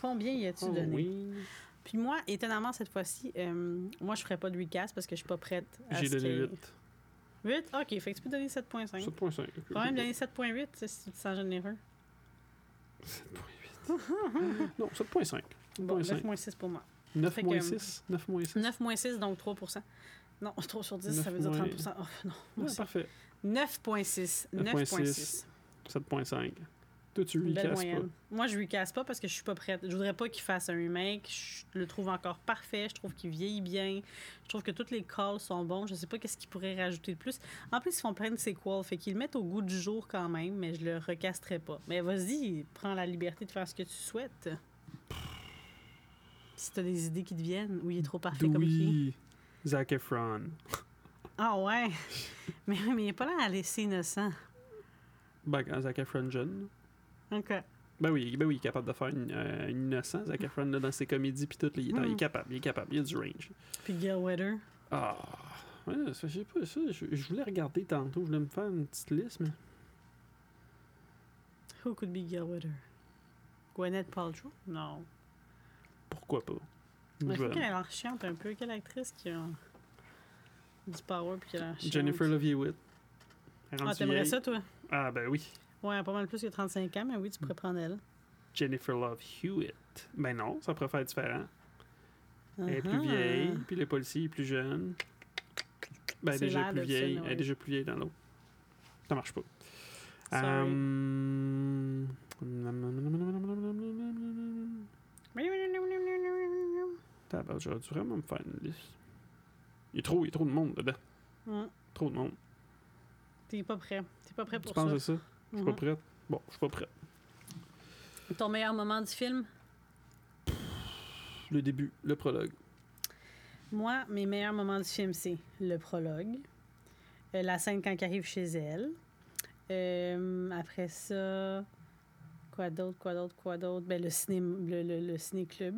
Speaker 2: Combien y
Speaker 3: Oh,
Speaker 2: as-tu donné?
Speaker 3: Halloween.
Speaker 2: Puis moi, étonnamment, cette fois-ci, euh, moi, je ferai pas de recast parce que je suis pas prête. à
Speaker 3: J'ai
Speaker 2: ce
Speaker 3: donné
Speaker 2: que-
Speaker 3: 8.
Speaker 2: 8? OK, fait que tu peux donner 7.5. Tu
Speaker 3: 7.5.
Speaker 2: peux même donner 7.8 tu sais, si tu te sens généreux.
Speaker 3: 7.8. non, 7.5.
Speaker 2: Bon,
Speaker 3: 7.5.
Speaker 2: 9 6 pour moi. Fait
Speaker 3: 9
Speaker 2: que,
Speaker 3: moins
Speaker 2: euh,
Speaker 3: 6. 9 moins 6.
Speaker 2: 9 6, donc 3 Non, 3 sur 10, ça veut dire
Speaker 3: 9
Speaker 2: 30 Oh non, moi aussi.
Speaker 3: parfait.
Speaker 2: 9.6. 9.6.
Speaker 3: 7.5 Toi, tu
Speaker 2: Une Belle
Speaker 3: recasses
Speaker 2: moyenne.
Speaker 3: pas.
Speaker 2: Moi, je recasse pas parce que je suis pas prête. Je voudrais pas qu'il fasse un remake. Je le trouve encore parfait. Je trouve qu'il vieillit bien. Je trouve que toutes les calls sont bons. Je sais pas qu'est-ce qu'ils pourraient rajouter de plus. En plus, ils font plein de sequels. Fait qu'ils le mettent au goût du jour quand même, mais je le recasterai pas. Mais vas-y, prends la liberté de faire ce que tu souhaites. Si t'as des idées qui te viennent, ou il est trop parfait comme qui.
Speaker 3: Dewey, Zac Efron.
Speaker 2: Ah ouais! mais, oui, mais il est pas là à laisser innocent.
Speaker 3: Ben, quand Zac Efron jeune.
Speaker 2: OK.
Speaker 3: Ben oui, ben oui, il est capable de faire une, euh, une innocence. Zac Efron, là, dans ses comédies, puis tout, là, il, est-
Speaker 2: Mm.
Speaker 3: il est capable, il est capable, il a du range.
Speaker 2: Puis Gail Weather.
Speaker 3: Ah, ouais, ça, je sais pas, ça, je, je voulais regarder tantôt, je voulais me faire une petite liste, mais...
Speaker 2: Who could be Gail Weather? Gwyneth Paltrow? Non.
Speaker 3: Pourquoi pas?
Speaker 2: Mais je
Speaker 3: Jeune.
Speaker 2: trouve qu'elle a l'air chiante un peu. Quelle actrice qui a du power puis qui a l'air chiante.
Speaker 3: Jennifer Love Hewitt. Elle est
Speaker 2: Ah,
Speaker 3: rendue
Speaker 2: t'aimerais
Speaker 3: vieille.
Speaker 2: ça, toi?
Speaker 3: Ah, ben oui.
Speaker 2: Ouais, pas mal plus que 35 ans, mais oui, tu
Speaker 3: Mm.
Speaker 2: pourrais prendre elle.
Speaker 3: Jennifer Love Hewitt. Ben non, ça pourrait faire différent. Elle est plus
Speaker 2: Uh-huh.
Speaker 3: vieille, puis le policier est plus jeune. Ben,
Speaker 2: C'est
Speaker 3: déjà
Speaker 2: l'air de
Speaker 3: plus
Speaker 2: ça,
Speaker 3: vieille. Elle
Speaker 2: ouais.
Speaker 3: est déjà plus vieille dans l'eau. Ça marche pas.
Speaker 2: Sorry.
Speaker 3: Hum, tabarnak, J'aurais dû vraiment me faire une liste. Il y a trop, il y a trop de monde dedans.
Speaker 2: Hum,
Speaker 3: Trop de monde.
Speaker 2: T'es pas prêt. T'es pas prêt
Speaker 3: Tu
Speaker 2: pour ça.
Speaker 3: penses à ça? Je suis pas
Speaker 2: Mhm.
Speaker 3: prête. Bon, je suis pas prête.
Speaker 2: Ton meilleur moment du film?
Speaker 3: le début, le prologue.
Speaker 2: Moi, mes meilleurs moments du film, c'est le prologue, euh, la scène quand il arrive chez elle. Euh, après ça, quoi d'autre, quoi d'autre, quoi d'autre? Ben, le ciné le, le, le ciné-club,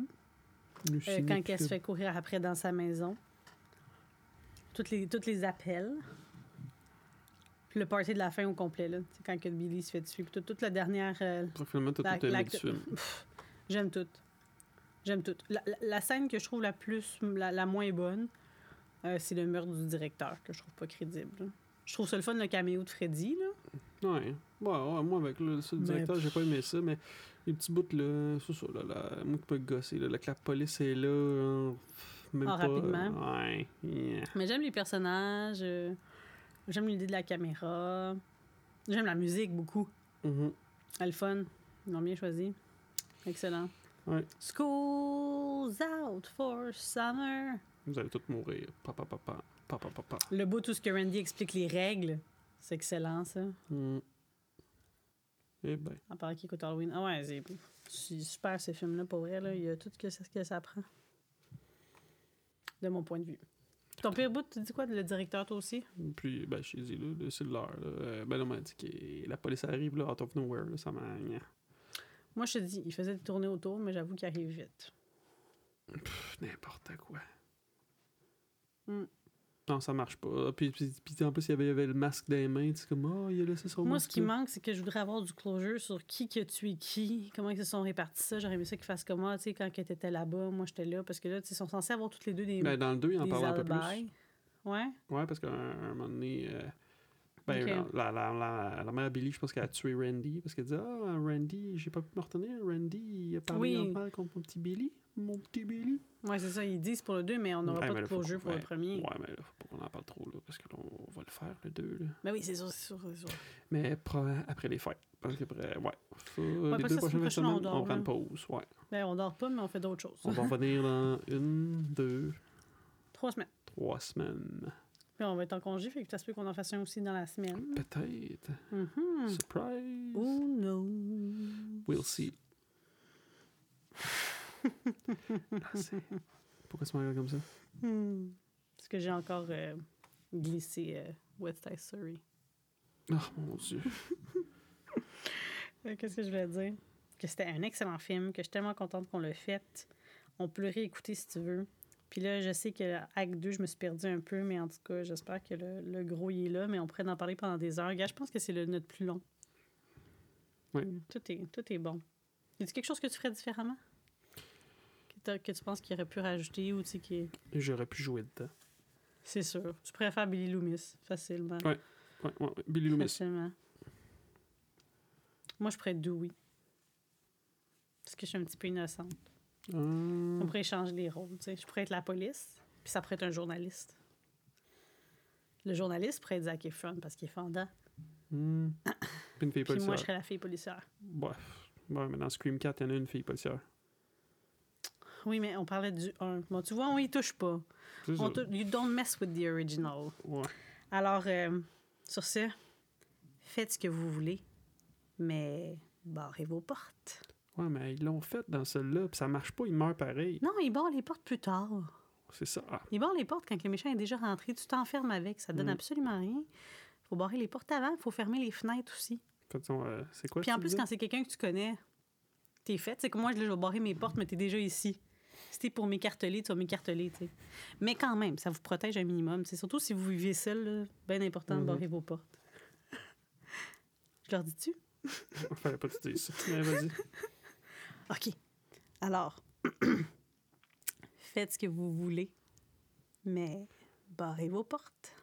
Speaker 3: Le
Speaker 2: euh,
Speaker 3: ciné-
Speaker 2: quand elle se fait courir après dans sa maison. Toutes les, toutes les appels. Puis le party de la fin au complet, là. C'est quand que Billy se fait tuer. Puis toute, toute la dernière... euh,
Speaker 3: Donc, Finalement, t'as
Speaker 2: la-
Speaker 3: tout aimé
Speaker 2: la-
Speaker 3: du film.
Speaker 2: Pff, J'aime tout. J'aime tout. La, la- la scène que je trouve la plus, la, la moins bonne, euh, c'est le meurtre du directeur que je trouve pas crédible. là. Je trouve ça le fun le caméo de Freddy là.
Speaker 3: Ouais. Ouais, ouais, moi, avec le, ça, le
Speaker 2: Mais
Speaker 3: directeur, j'ai pas aimé ça, mais les petits bouts, là, c'est ça, là, la- moi qui peux gosser, là, la clap police est là, genre, pff, même
Speaker 2: Ah,
Speaker 3: pas.
Speaker 2: rapidement.
Speaker 3: Ouais. yeah.
Speaker 2: Mais j'aime les personnages, euh, j'aime l'idée de la caméra, j'aime la musique beaucoup.
Speaker 3: Mhm.
Speaker 2: Elle est Ah, fun. Ils l'ont bien choisi. Excellent.
Speaker 3: Ouais.
Speaker 2: School's out for summer.
Speaker 3: Vous allez tous mourir. Papa, papa, papa, papa.
Speaker 2: Le bout tout ce que Randy explique les règles, c'est excellent ça.
Speaker 3: Mm. Eh ben.
Speaker 2: À part qu'il écoute Halloween. Ah ouais, c'est c'est super ce film-là, pour vrai. Là. Il y a tout que- ce que ça prend. De mon point de vue. Ton pire bout, tu dis quoi, le directeur, toi aussi?
Speaker 3: Puis, ben, je dit, là, là, c'est l'heure. là. Euh, Ben, là, on m'a dit que la police arrive, là, out of nowhere, là, ça m'a. gna.
Speaker 2: Moi, je te dis, il faisait des tournées autour, mais j'avoue qu'il arrive vite.
Speaker 3: Pff, n'importe quoi.
Speaker 2: Mm.
Speaker 3: Non, ça marche pas. Ah, Puis, puis, puis, en plus, il y avait, il y avait le masque des mains, tu sais, comme, oh, il a laissé son
Speaker 2: Moi,
Speaker 3: masque.
Speaker 2: ce qui
Speaker 3: là.
Speaker 2: manque, c'est que je voudrais avoir du closure sur qui que tu es qui, comment ils se sont répartis ça. J'aurais aimé ça qu'ils fassent comme moi, tu sais, quand tu étais là-bas, moi j'étais là. Parce que là, tu sais, ils sont censés avoir toutes les deux des.
Speaker 3: Ben, dans le 2, il en
Speaker 2: des
Speaker 3: parlait un peu plus.
Speaker 2: alibis. Ouais.
Speaker 3: Ouais, parce qu'à un, un moment donné, euh, ben,
Speaker 2: Ok.
Speaker 3: la, la, la, la mère Billy, je pense qu'elle a tué Randy, parce qu'elle dit, ah, Randy, j'ai pas pu me retenir. Randy, il a
Speaker 2: Oui.
Speaker 3: parlé en mal contre mon petit Billy. Mon petit Billy.
Speaker 2: Ouais, c'est ça, ils disent pour le 2, mais on n'aura
Speaker 3: Ouais,
Speaker 2: pas
Speaker 3: mais
Speaker 2: de
Speaker 3: là, faut
Speaker 2: closure
Speaker 3: qu'on-
Speaker 2: pour le
Speaker 3: ouais.
Speaker 2: premier.
Speaker 3: Ouais, mais là, faut pas qu'on en parle trop, là, parce que là, on va le faire, le 2, là.
Speaker 2: Mais Ben oui, c'est sûr, c'est sûr, c'est sûr.
Speaker 3: Mais probablement après les fêtes. Parce qu'après, ouais. Ça,
Speaker 2: parce
Speaker 3: les
Speaker 2: que
Speaker 3: deux
Speaker 2: la semaine
Speaker 3: prochaines
Speaker 2: prochaine, on
Speaker 3: semaines, on,
Speaker 2: dort,
Speaker 3: prend
Speaker 2: hein.
Speaker 3: une pause, ouais.
Speaker 2: Ben, on dort pas, mais on fait d'autres choses.
Speaker 3: On va revenir dans une, deux,
Speaker 2: Trois semaines.
Speaker 3: trois semaines.
Speaker 2: Puis on va être en congé, fait que ça se peut qu'on en fasse un aussi dans la semaine.
Speaker 3: Peut-être.
Speaker 2: Mhm.
Speaker 3: Surprise.
Speaker 2: Oh no.
Speaker 3: We'll see. Ah, c'est- Pourquoi tu me regardes comme ça?
Speaker 2: Hmm. Parce que j'ai encore euh, glissé euh, West Side Story.
Speaker 3: Oh mon dieu.
Speaker 2: Euh, Qu'est-ce que je voulais dire? Que c'était un excellent film, que je suis tellement contente qu'on l'a fait. On peut le réécouter si tu veux. Puis là, je sais que Acte 2, je me suis perdue un peu, mais en tout cas, j'espère que le, le gros il est là, mais on pourrait en parler pendant des heures. Gars, je pense que c'est le notre plus long.
Speaker 3: Ouais.
Speaker 2: Hmm, Tout est, tout est bon. Y a-t-il quelque chose que tu ferais différemment? Que, t'as- que tu penses qu'il aurait pu rajouter ou tu sais qui est-
Speaker 3: J'aurais pu jouer dedans.
Speaker 2: C'est sûr. Tu pourrais faire Billy Loomis facilement.
Speaker 3: Ouais, ouais, ouais. Billy Loomis.
Speaker 2: Facilement. Moi, je pourrais être Dewey. Parce que je suis un petit peu innocente.
Speaker 3: Hum,
Speaker 2: On pourrait échanger les rôles. tu sais. Je pourrais être la police, puis ça pourrait être un journaliste. Le journaliste pourrait être Zac Efron parce qu'il est fendant.
Speaker 3: hum. Puis une fille
Speaker 2: Puis moi,
Speaker 3: policière.
Speaker 2: je serais la fille policière.
Speaker 3: Bref. Ouais, mais dans Scream 4, il y en a une fille policière.
Speaker 2: Oui, mais on parlait du 1. Bon, tu vois, on y touche pas.
Speaker 3: C'est
Speaker 2: On
Speaker 3: ça.
Speaker 2: tou- you don't mess with the original.
Speaker 3: Ouais.
Speaker 2: Alors, euh, sur ce, faites ce que vous voulez, mais barrez vos portes.
Speaker 3: Ouais, mais ils l'ont fait dans celle-là, puis ça marche pas, ils meurent pareil.
Speaker 2: Non, ils barrent les portes plus tard.
Speaker 3: C'est ça. Ah,
Speaker 2: Ils barrent les portes quand le méchant est déjà rentré. Tu t'enfermes avec, ça donne
Speaker 3: Mm.
Speaker 2: absolument rien. faut barrer les portes avant, faut fermer les fenêtres aussi.
Speaker 3: fait, disons, euh, c'est quoi
Speaker 2: Puis
Speaker 3: tu
Speaker 2: en plus,
Speaker 3: disais?
Speaker 2: quand c'est quelqu'un que tu connais, t'es fait. C'est que moi, là, je vais barrer mes portes, mais t'es déjà ici. Si t'es pour m'écarteler, tu vas m'écarteler, tu sais. Mais quand même, ça vous protège un minimum. C'est surtout si vous vivez seul, bien important de
Speaker 3: Mhm.
Speaker 2: barrer vos portes. je leur dis-tu?
Speaker 3: Fallait pas que tu dises ça. Mais vas-y.
Speaker 2: OK. Alors, faites ce que vous voulez, mais barrez vos portes.